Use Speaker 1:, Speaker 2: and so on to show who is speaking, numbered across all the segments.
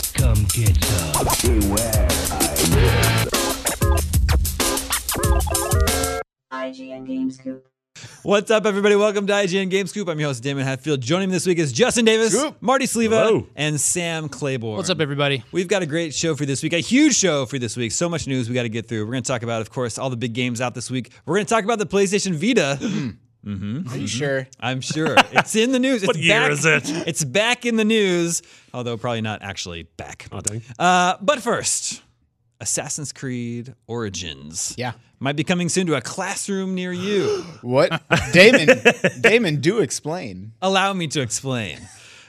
Speaker 1: did so. Beware I did.
Speaker 2: IGN Games Coop.
Speaker 3: What's up, everybody? Welcome to IGN Game Scoop. I'm your host, Damon Hatfield. Joining me this week is Justin Davis,
Speaker 4: Scoop.
Speaker 3: Marty Sleva,
Speaker 4: Hello.
Speaker 3: and Sam Claiborne.
Speaker 5: What's up, everybody?
Speaker 3: We've got a great show for you this week, a huge show for you this week. So much news we got to get through. We're going to talk about, of course, all the big games out this week. We're going to talk about the PlayStation Vita.
Speaker 4: Are you sure?
Speaker 3: I'm sure it's in the news. It's
Speaker 6: What year
Speaker 3: back-
Speaker 6: is it?
Speaker 3: It's back in the news, although probably not actually back.
Speaker 6: Oh, dang.
Speaker 3: Uh, but first, Assassin's Creed Origins.
Speaker 4: Yeah.
Speaker 3: Might be coming soon to a classroom near you.
Speaker 4: What? Damon, Damon, do explain.
Speaker 3: allow me to explain.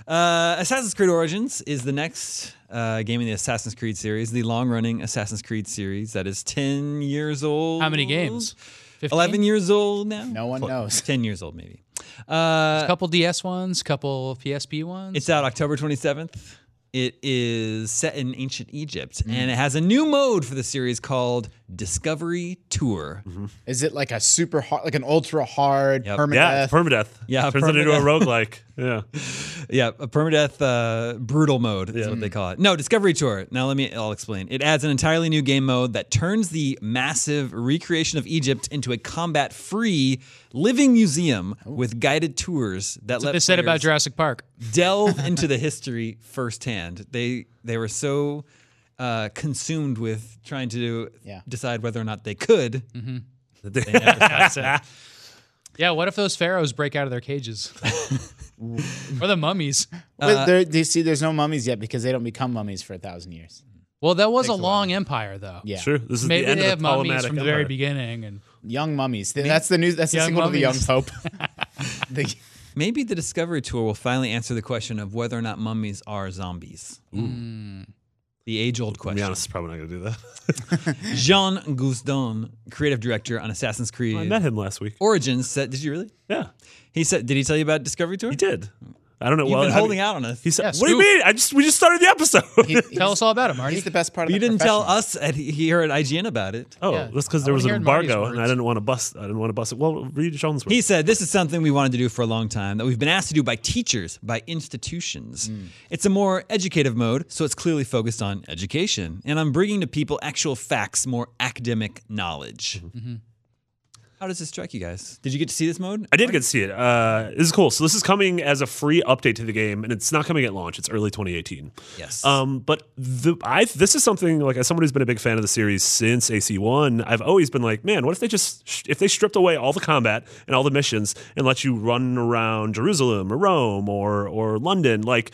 Speaker 3: Uh, Assassin's Creed Origins is the next uh, game in the Assassin's Creed series, the long running Assassin's Creed series that is 10 years old.
Speaker 5: How many games? 15?
Speaker 3: 11 years old now?
Speaker 4: No one knows.
Speaker 3: 10 years old, maybe. Uh,
Speaker 5: Couple DS ones, couple PSP ones.
Speaker 3: it's out October 27th. It is set in ancient Egypt,
Speaker 6: Hmm.
Speaker 3: and it has a new mode for the series called Discovery Tour.
Speaker 6: Mm-hmm.
Speaker 4: Is it like a super hard, like an ultra hard uh,
Speaker 3: Yep.
Speaker 4: permanent?
Speaker 6: Yeah, it's permadeath.
Speaker 3: Yeah,
Speaker 6: turns it into a
Speaker 3: permadeath.
Speaker 6: roguelike. Yeah,
Speaker 3: Yeah, a permadeath uh, brutal mode is what they call it. No, Discovery Tour. Now let me. I'll explain. It adds an entirely new game mode that turns the massive recreation of Egypt into a combat-free living museum with guided tours that let
Speaker 5: Oh. they said about
Speaker 3: players
Speaker 5: Jurassic Park.
Speaker 3: delve into the history firsthand. They they were so uh, consumed with trying to
Speaker 4: Yeah.
Speaker 3: decide whether or not they could.
Speaker 5: Mm-hmm.
Speaker 3: that they never
Speaker 5: Yeah, what if those pharaohs break out of their cages? or the mummies?
Speaker 4: Wait, there, do you see, there's no mummies yet because they don't become mummies for a thousand years.
Speaker 5: Well, that was a long empire, though.
Speaker 4: Yeah,
Speaker 6: true. This is
Speaker 5: Maybe
Speaker 6: the end
Speaker 5: they
Speaker 6: of
Speaker 5: have
Speaker 6: the
Speaker 5: mummies
Speaker 6: Ptolemaic
Speaker 5: from the very
Speaker 6: Empire.
Speaker 5: beginning. And
Speaker 4: young mummies. Th- That's the new. That's the
Speaker 5: Young
Speaker 4: sequel to the Young
Speaker 5: mummies.
Speaker 4: Pope. The-
Speaker 3: Maybe the Discovery Tour will finally answer the question of whether or not mummies are zombies. The age old
Speaker 6: To be
Speaker 3: question.
Speaker 6: honest, it's probably not going to do that.
Speaker 3: Jean Gousdon, creative director on Assassin's
Speaker 6: I
Speaker 3: Creed
Speaker 6: met him last week.
Speaker 3: Origins, said, Did you really?
Speaker 6: Yeah,
Speaker 3: He said, Did he tell you about Discovery Tour?
Speaker 6: he did. I don't know.
Speaker 3: You've
Speaker 6: well,
Speaker 3: been
Speaker 6: I
Speaker 3: holding
Speaker 6: mean,
Speaker 3: out on us.
Speaker 6: He said,
Speaker 5: Yeah,
Speaker 6: "What do you
Speaker 5: Scoop.
Speaker 6: mean? I just we just started the episode."
Speaker 4: he-
Speaker 5: tell us all about it, Marty.
Speaker 4: He's the best part of
Speaker 3: You
Speaker 4: the
Speaker 3: didn't tell
Speaker 4: profession.
Speaker 3: us that he he heard IGN about it.
Speaker 6: oh,
Speaker 5: Yeah.
Speaker 6: that's because
Speaker 5: I
Speaker 6: there was an
Speaker 5: wanna hear Marty's
Speaker 6: embargo, and I
Speaker 5: words.
Speaker 6: didn't want to bust. I didn't want to bust it. Well, read Sean's words.
Speaker 3: He said, This is something we wanted to do for a long time that we've been asked to do by teachers, by institutions.
Speaker 6: Mm.
Speaker 3: It's a more educative mode, so it's clearly focused on education. And I'm bringing to people actual facts, more academic knowledge.
Speaker 6: Mm-hmm.
Speaker 3: How does this strike you guys? Did you get to see this mode?
Speaker 6: I did get to see it. Uh, this is cool. So this is coming as a free update to the game, and it's not coming at launch. It's early 2018.
Speaker 3: Yes.
Speaker 6: Um, but the, I this is something like as someone who's been a big fan of the series since AC1, I've always been like, man, what if they just if they stripped away all the combat and all the missions and let you run around Jerusalem or Rome or or London? Like,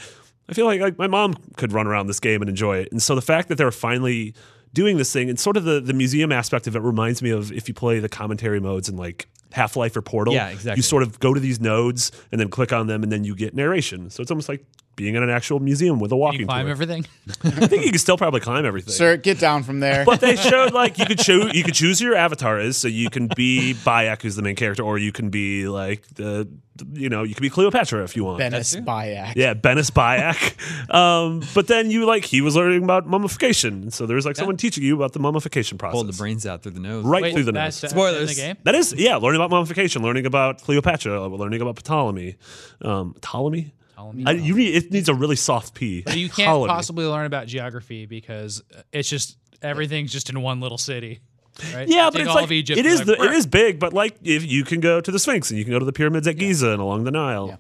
Speaker 6: I feel like like my mom could run around this game and enjoy it. And so the fact that they're finally doing this thing and sort of the the museum aspect of it reminds me of if you play the commentary modes and like Half Life or Portal,
Speaker 3: Yeah, exactly.
Speaker 6: Oh, You sort of go to these nodes and then click on them and then you get narration. So it's almost like being in an actual museum with a walking
Speaker 5: you climb
Speaker 6: tour.
Speaker 5: everything?
Speaker 6: I think you can still probably climb everything.
Speaker 4: sir. Get down from there.
Speaker 6: But they showed like you could choose you could choose who your avatar is, so you can be Bayek, who's the main character, or you can be like the you know you could be Cleopatra if you want.
Speaker 4: Venice Bayak.
Speaker 6: Yeah, Benis Bayek. um, but then you like he was learning about mummification, so there was like someone teaching you about the mummification process,
Speaker 3: Pulled the brains out through the nose.
Speaker 6: right through the
Speaker 5: that's- uh, that's
Speaker 6: nose.
Speaker 5: In the
Speaker 3: Spoilers.
Speaker 5: game?
Speaker 6: That is yeah, learning about mummification, learning about Cleopatra, learning about Ptolemy, um, Ptolemy.
Speaker 5: Ptolemy.
Speaker 6: I, you need it needs a really soft P.
Speaker 5: But you can't
Speaker 6: Ptolemy.
Speaker 5: possibly learn about geography because it's just everything's just in one little city. Right?
Speaker 6: Yeah,
Speaker 5: You
Speaker 6: but
Speaker 5: take
Speaker 6: it's
Speaker 5: all
Speaker 6: like
Speaker 5: of Egypt
Speaker 6: it
Speaker 5: and
Speaker 6: is
Speaker 5: like,
Speaker 6: the, it
Speaker 5: "Brr."
Speaker 6: is big, but like if you can go to the Sphinx and you can go to the pyramids at Giza and along the Nile.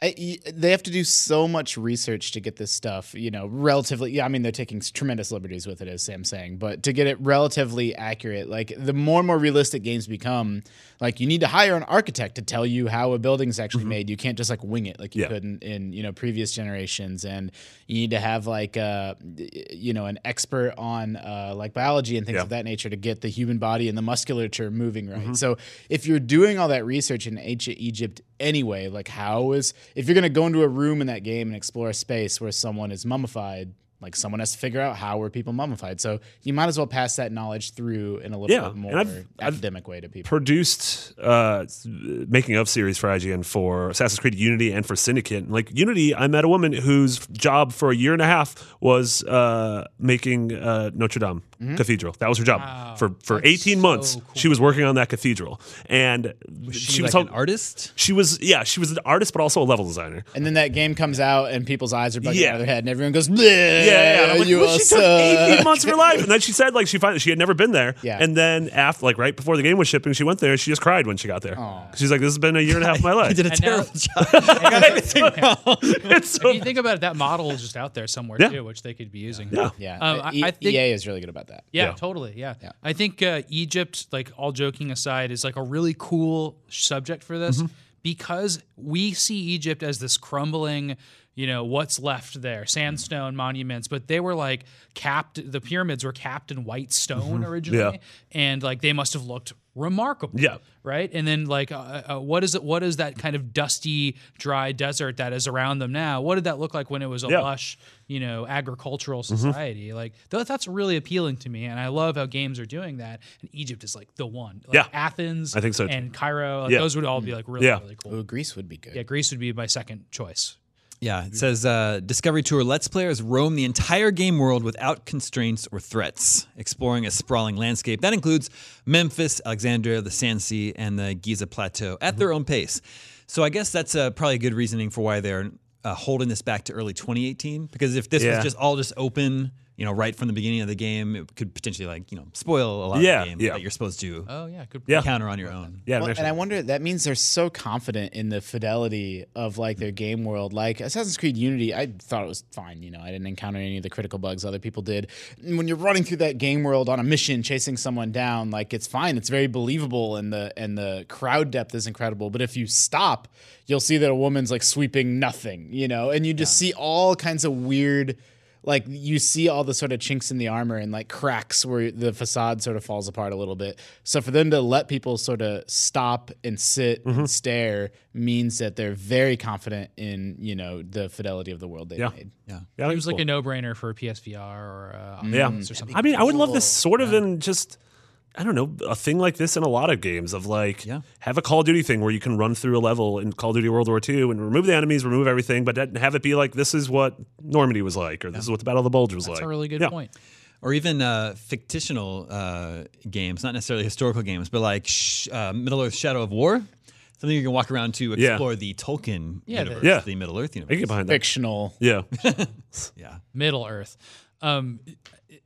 Speaker 4: I- y- they have to do so much research to get this stuff, you know, relatively. Yeah, I mean, they're taking s- tremendous liberties with it, as Sam's saying, but to get it relatively accurate, like the more and more realistic games become, like you need to hire an architect to tell you how a building's actually made. You can't just like wing it like you
Speaker 6: Mm-hmm. Yeah.
Speaker 4: could in, in, you know, previous generations. And you need to have like, uh, y- you know, an expert on uh, like biology and things
Speaker 6: Yeah. Mm-hmm.
Speaker 4: of that nature to get the human body and the musculature moving right. So if you're doing all that research in ancient Egypt anyway, like how is if you're going to go into a room in that game and explore a space where someone is mummified, like someone has to figure out how were people mummified. So you might as well pass that knowledge through in a little
Speaker 6: Yeah,
Speaker 4: bit
Speaker 6: and
Speaker 4: more
Speaker 6: I've- I've-
Speaker 4: academic way to people.
Speaker 6: Produced uh, making of series for IGN for Assassin's Creed Unity and for Syndicate. And, like Unity, I met a woman whose job for a year and a half was uh, making uh, Notre Dame cathedral. That was her job
Speaker 5: Wow,
Speaker 6: for for
Speaker 5: that's
Speaker 6: 18 months.
Speaker 5: so
Speaker 6: She was working on that cathedral, and
Speaker 3: She,
Speaker 6: she,
Speaker 3: like
Speaker 6: was
Speaker 3: an
Speaker 6: hel-
Speaker 3: artist.
Speaker 6: She was yeah, she was an artist, but also a level designer.
Speaker 4: And then that game comes out, and people's eyes are bugging out
Speaker 6: Yeah.
Speaker 4: of their head, and everyone goes, "Yeah,
Speaker 6: yeah, yeah. I'm like,
Speaker 4: you
Speaker 6: well,
Speaker 4: all
Speaker 6: she
Speaker 4: suck."
Speaker 6: took 18 months of her life, and then she said like she finally she had never been there.
Speaker 4: Yeah.
Speaker 6: And then after like right before the game was shipping, she went there. and She just cried when she got there. She's like, this has been a year and a half of my
Speaker 3: I
Speaker 6: life.
Speaker 3: did a
Speaker 5: And now-
Speaker 3: terrible job. I got everything wrong.
Speaker 6: it's
Speaker 5: If
Speaker 6: so
Speaker 5: you think about it, that model is just out there somewhere
Speaker 6: Yeah.
Speaker 5: too, which they could be using.
Speaker 6: yeah.
Speaker 4: Yeah,
Speaker 5: Um, I-
Speaker 4: E-
Speaker 5: I think-
Speaker 4: EA is really good about that.
Speaker 5: Yeah,
Speaker 6: Yeah.
Speaker 5: totally. Yeah. I think uh, Egypt, like all joking aside, is like a really cool subject for this
Speaker 6: Mm-hmm.
Speaker 5: because we see Egypt as this crumbling, you know, what's left there, sandstone monuments, but they were like capped, the pyramids were capped in white
Speaker 6: Mm-hmm.
Speaker 5: stone originally. And like they must have looked remarkable.
Speaker 6: Yeah.
Speaker 5: Right. And then like, uh, uh, what is it? What is that kind of dusty, dry desert that is around them now? What did that look like when it was a
Speaker 6: Yeah. Mm-hmm.
Speaker 5: lush, you know, agricultural society? Like tho- that's really appealing to me, and I love how games are doing that. And Egypt is like the one. Like,
Speaker 6: Yeah.
Speaker 5: Athens.
Speaker 6: I think so, too.
Speaker 5: And Cairo. Like,
Speaker 6: Yeah.
Speaker 5: Those would all be like really,
Speaker 6: Yeah.
Speaker 5: really cool.
Speaker 4: Ooh, Greece would be good.
Speaker 5: Yeah, Greece would be my second choice.
Speaker 3: Yeah, it says uh, Discovery Tour lets players roam the entire game world without constraints or threats, exploring a sprawling landscape that includes Memphis, Alexandria, the Sansi, and the Giza Plateau at their own pace. So I guess that's uh, probably good reasoning for why they're uh, holding this back to early 2018. Because if this
Speaker 6: Yeah.
Speaker 3: was just all just open, you know, right from the beginning of the game, it could potentially like you know spoil a lot
Speaker 6: Yeah,
Speaker 3: of the game
Speaker 6: yeah.
Speaker 3: that you're supposed to
Speaker 5: Oh yeah, good.
Speaker 6: Yeah.
Speaker 3: counter on your own.
Speaker 6: Yeah,
Speaker 4: Well,
Speaker 6: makes
Speaker 4: and I
Speaker 6: sense.
Speaker 4: wonder that means they're so confident in the fidelity of like their game world. Like Assassin's Creed Unity, I thought it was fine. You know, I didn't encounter any of the critical bugs other people did. And when you're running through that game world on a mission, chasing someone down, like it's fine. It's very believable, and the and the crowd depth is incredible. But if you stop, you'll see that a woman's like sweeping nothing. You know, and you just see all kinds of weird like you see all the sort of chinks in the armor and like cracks where the facade sort of falls apart a little bit. So for them to let people sort of stop and sit
Speaker 6: Mm-hmm.
Speaker 4: and stare means that they're very confident in you know the fidelity of the world they
Speaker 6: Yeah.
Speaker 4: made.
Speaker 6: Yeah, I
Speaker 5: It
Speaker 6: think
Speaker 5: was like
Speaker 6: cool. Mm.
Speaker 5: a no-brainer for PSVR or uh,
Speaker 6: Yeah.
Speaker 5: Oculus or something.
Speaker 6: I mean, I would love this sort of in just I don't know a thing like this in a lot of games of like
Speaker 3: Yeah.
Speaker 6: have a Call of Duty thing where you can run through a level in Call of Duty World War II and remove the enemies, remove everything, but then have it be like this is what Normandy was like or this is what the Battle of the Bulge was
Speaker 5: That's
Speaker 6: like.
Speaker 5: a really good
Speaker 6: Yeah.
Speaker 5: point.
Speaker 3: or even uh, fictional uh, games, not necessarily historical games, but like sh- uh, Middle Earth: Shadow of War, something you can walk around to
Speaker 6: Yeah.
Speaker 3: explore the Tolkien
Speaker 5: Yeah,
Speaker 3: universe,
Speaker 6: the- Yeah.
Speaker 3: the Middle Earth
Speaker 6: I can
Speaker 3: universe.
Speaker 6: get behind that.
Speaker 4: Fictional.
Speaker 6: Yeah,
Speaker 3: Yeah,
Speaker 5: Middle Earth. Um,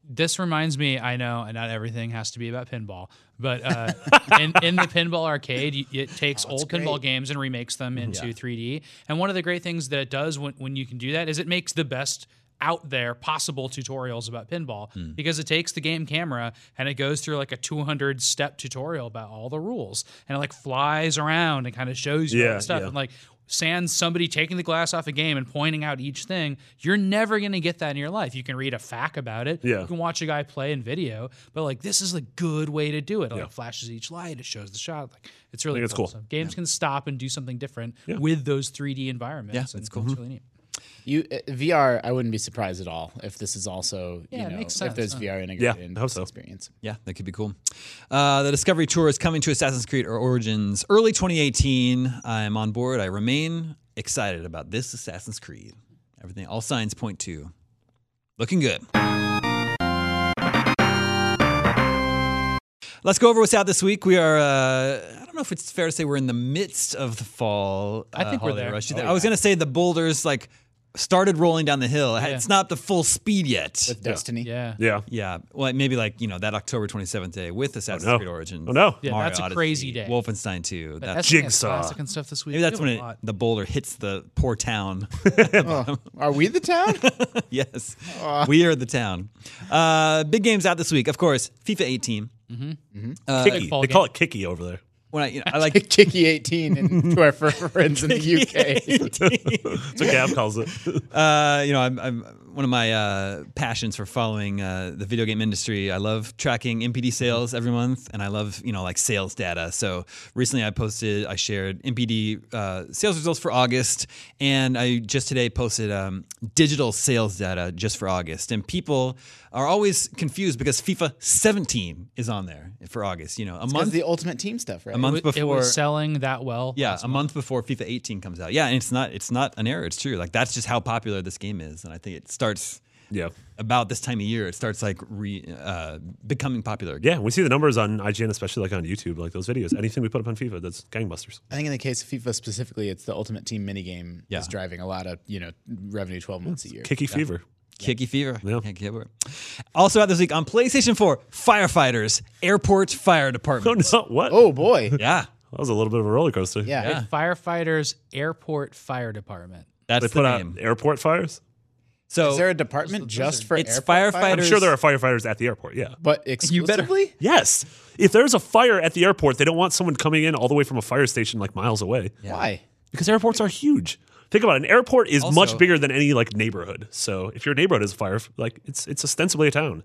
Speaker 5: this reminds me, I know, and not everything has to be about pinball, but uh, in, in the pinball arcade, you- it
Speaker 6: Oh,
Speaker 5: takes old pinball games and remakes them
Speaker 6: Mm-hmm.
Speaker 5: into 3D. And one of the great things that it does when, when you can do that is it makes the best out there possible tutorials about pinball
Speaker 6: Hmm.
Speaker 5: because it takes the game camera and it goes through like a 200 step tutorial about all the rules and it like flies around and kind of shows you all
Speaker 6: Yeah,
Speaker 5: the stuff
Speaker 6: yeah.
Speaker 5: and like sans somebody taking the glass off a game and pointing out each thing, you're never going to get that in your life. You can read a fact about it.
Speaker 6: Yeah.
Speaker 5: You can watch a guy play in video, but like this is a good way to do it. Like, It flashes each light, it shows the shot. Like it's really
Speaker 6: think it's
Speaker 5: cool.
Speaker 6: cool.
Speaker 5: So games can stop and do something different with those 3D environments.
Speaker 3: Yeah,
Speaker 5: and
Speaker 3: it's cool. Mm-hmm.
Speaker 5: It's really neat.
Speaker 4: You uh, VR. I wouldn't be surprised at all if this is also
Speaker 5: Yeah,
Speaker 4: you
Speaker 5: it
Speaker 4: know
Speaker 5: makes
Speaker 4: if
Speaker 5: sense,
Speaker 4: there's
Speaker 5: huh?
Speaker 4: VR integrated
Speaker 6: Yeah,
Speaker 4: in
Speaker 6: I hope
Speaker 4: this
Speaker 6: so.
Speaker 4: experience.
Speaker 3: yeah, that could be cool. Uh, the Discovery Tour is coming to Assassin's Creed or Origins early 2018. I'm on board. I remain excited about this Assassin's Creed. Everything, all signs point to looking good. Let's go over what's out this week. We are, uh, I don't know if it's fair to say we're in the midst of the fall.
Speaker 5: I
Speaker 3: uh,
Speaker 5: think we're
Speaker 3: holiday
Speaker 5: there. Oh,
Speaker 3: rush. I was going to say the boulders like started rolling down the hill. It's not up to full speed yet.
Speaker 4: With Destiny.
Speaker 5: Yeah.
Speaker 6: yeah.
Speaker 3: Yeah, well, maybe like you know that October twenty seventh day with Assassin's
Speaker 6: no.
Speaker 3: Creed Origins.
Speaker 6: Oh, no.
Speaker 5: Yeah, that's a crazy day.
Speaker 3: Wolfenstein two.
Speaker 5: But
Speaker 3: That's,
Speaker 5: SNES
Speaker 6: Jigsaw.
Speaker 5: Classic and stuff this week.
Speaker 3: maybe that's
Speaker 5: We
Speaker 3: when
Speaker 5: have a
Speaker 3: it,
Speaker 5: lot.
Speaker 3: the boulder hits the poor town.
Speaker 4: Are we the town?
Speaker 3: yes,
Speaker 6: Ah.
Speaker 3: we are the town. Uh, big games out this week, of course. FIFA eighteen.
Speaker 6: Kicky.
Speaker 5: Uh, Fall
Speaker 6: They call it Kicky over there.
Speaker 3: When I, you know, I like
Speaker 4: Kicky eighteen and to our friends in the UK.
Speaker 6: That's what Gav calls it.
Speaker 3: uh, you know, I'm, I'm one of my uh, passions for following uh, the video game industry. I love tracking MPD sales every month, and I love you know like sales data. So recently, I posted, I shared MPD uh, sales results for August, and I just today posted um, digital sales data just for August. And people are always confused because FIFA 17 is on there for August. You know, a
Speaker 4: That's
Speaker 3: month
Speaker 4: the ultimate team stuff, right?
Speaker 3: a month
Speaker 5: It was- it
Speaker 3: before
Speaker 5: was selling that well.
Speaker 3: yeah, a month before FIFA 18 comes out. Yeah, and it's not it's not an error. It's true. Like that's just how popular this game is, and I think it starts
Speaker 6: Yeah.
Speaker 3: about this time of year, it starts like re, uh, becoming popular again.
Speaker 6: Yeah, we see the numbers on IGN, especially like on YouTube, like those videos. Anything we put up on FIFA, that's gangbusters.
Speaker 4: I think in the case of FIFA specifically, it's the Ultimate Team minigame
Speaker 3: Yeah.
Speaker 4: is driving a lot of you know revenue twelve months a year.
Speaker 6: Kicky Fever.
Speaker 3: Kicky fever.
Speaker 6: Yeah.
Speaker 3: Kicky fever. Also out this week on PlayStation 4, firefighters, airport fire
Speaker 6: Oh,
Speaker 3: department.
Speaker 6: no. What?
Speaker 4: Oh boy, yeah,
Speaker 3: Yeah,
Speaker 6: That was a little bit of a roller coaster.
Speaker 5: Firefighters Airport Fire Department.
Speaker 3: that's
Speaker 6: They
Speaker 3: the
Speaker 6: put out
Speaker 3: name.
Speaker 6: airport fires.
Speaker 3: So
Speaker 4: Is there a department just for
Speaker 3: it's
Speaker 4: airport fire?
Speaker 3: firefighters.
Speaker 6: I'm sure there are firefighters at the airport. Yeah.
Speaker 4: But
Speaker 3: You better-
Speaker 4: exclusively,
Speaker 6: Yes. If there's a fire at the airport, they don't want someone coming in all the way from a fire station like miles away.
Speaker 4: why?
Speaker 6: Because airports are huge. Think about it. An airport is much
Speaker 3: Also-
Speaker 6: bigger than any like neighborhood. So if your neighborhood is a fire, like it's it's ostensibly a town.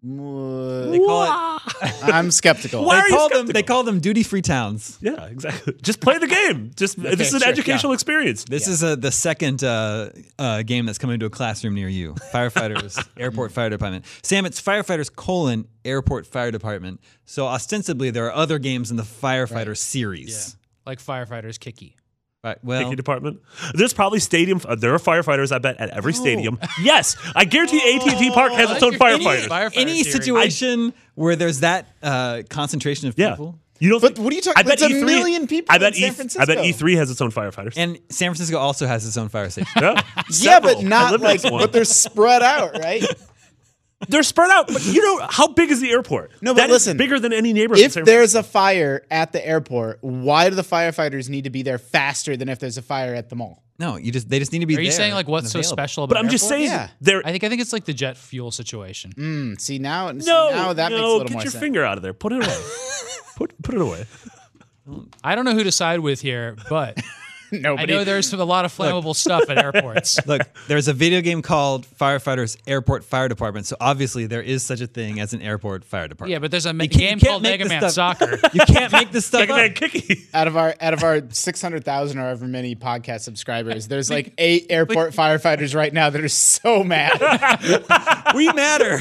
Speaker 3: they call it.
Speaker 4: I'm skeptical.
Speaker 6: Why
Speaker 3: They
Speaker 6: are you
Speaker 3: call them. They
Speaker 6: skeptical?
Speaker 3: call them duty free towns.
Speaker 6: Yeah, exactly. Just play the game. Just this is an
Speaker 4: sure,
Speaker 6: educational experience.
Speaker 3: This is uh the second uh, uh, game that's coming to a classroom near you. Firefighters, airport fire department. Sam, it's firefighters colon airport fire department. So ostensibly there are other games in the firefighter series.
Speaker 5: Like firefighters Kicky.
Speaker 3: Right. Well,
Speaker 6: Safety department. There's probably stadium. uh, there are firefighters. I bet at every stadium. Yes, I guarantee
Speaker 3: Oh,
Speaker 6: AT&T Park has its own firefighters.
Speaker 5: Firefighter
Speaker 3: any
Speaker 5: series.
Speaker 3: situation where there's that uh, concentration of
Speaker 6: Yeah,
Speaker 3: people.
Speaker 6: you don't.
Speaker 4: But
Speaker 6: think-
Speaker 4: what are you talking-
Speaker 6: I bet
Speaker 4: that's a
Speaker 6: E3
Speaker 4: million people
Speaker 6: I bet E
Speaker 4: in San
Speaker 6: I bet
Speaker 4: Francisco.
Speaker 6: E3 has its own firefighters.
Speaker 3: And San Francisco also has its own fire station.
Speaker 6: yeah,
Speaker 4: yeah,
Speaker 6: Several.
Speaker 4: but
Speaker 6: I
Speaker 4: not
Speaker 6: live
Speaker 4: like,
Speaker 6: next one.
Speaker 4: but they're spread out, right?
Speaker 6: They're spread out, but you know how big is the airport?
Speaker 4: No, but
Speaker 6: That is
Speaker 4: listen,
Speaker 6: bigger than any neighborhood. in
Speaker 4: if
Speaker 6: San
Speaker 4: there's a fire at the airport, why do the firefighters need to be there faster than if there's a fire at the mall?
Speaker 3: No, you just they just need to be.
Speaker 5: Are you
Speaker 3: there
Speaker 5: saying like what's
Speaker 3: and
Speaker 5: so
Speaker 3: available.
Speaker 5: special about
Speaker 6: But I'm just
Speaker 5: airports?
Speaker 6: saying,
Speaker 4: Yeah.
Speaker 6: there.
Speaker 5: I think I think it's like the jet fuel situation.
Speaker 4: Mm, see now, see,
Speaker 6: no,
Speaker 4: now that
Speaker 6: no,
Speaker 4: makes a little
Speaker 6: get
Speaker 4: more
Speaker 6: your
Speaker 4: sense.
Speaker 6: finger out of there. Put it away. put put it away.
Speaker 5: I don't know who to side with here, but I
Speaker 4: Nobody.
Speaker 5: know there's a lot of flammable stuff at airports.
Speaker 3: Look, there's a video game called Firefighters Airport Fire Department. So obviously there is such a thing as an airport fire department.
Speaker 5: yeah, but there's a ma-
Speaker 3: You can't- you
Speaker 5: game
Speaker 3: can't
Speaker 5: called
Speaker 3: make
Speaker 5: Mega
Speaker 3: this
Speaker 5: Man
Speaker 3: stuff-
Speaker 5: Soccer.
Speaker 3: you can't make this stuff
Speaker 6: Like
Speaker 3: up.
Speaker 6: that kicky.
Speaker 4: out of our out of our six hundred thousand or however many podcast subscribers, there's like eight airport firefighters right now that are so mad.
Speaker 3: we matter.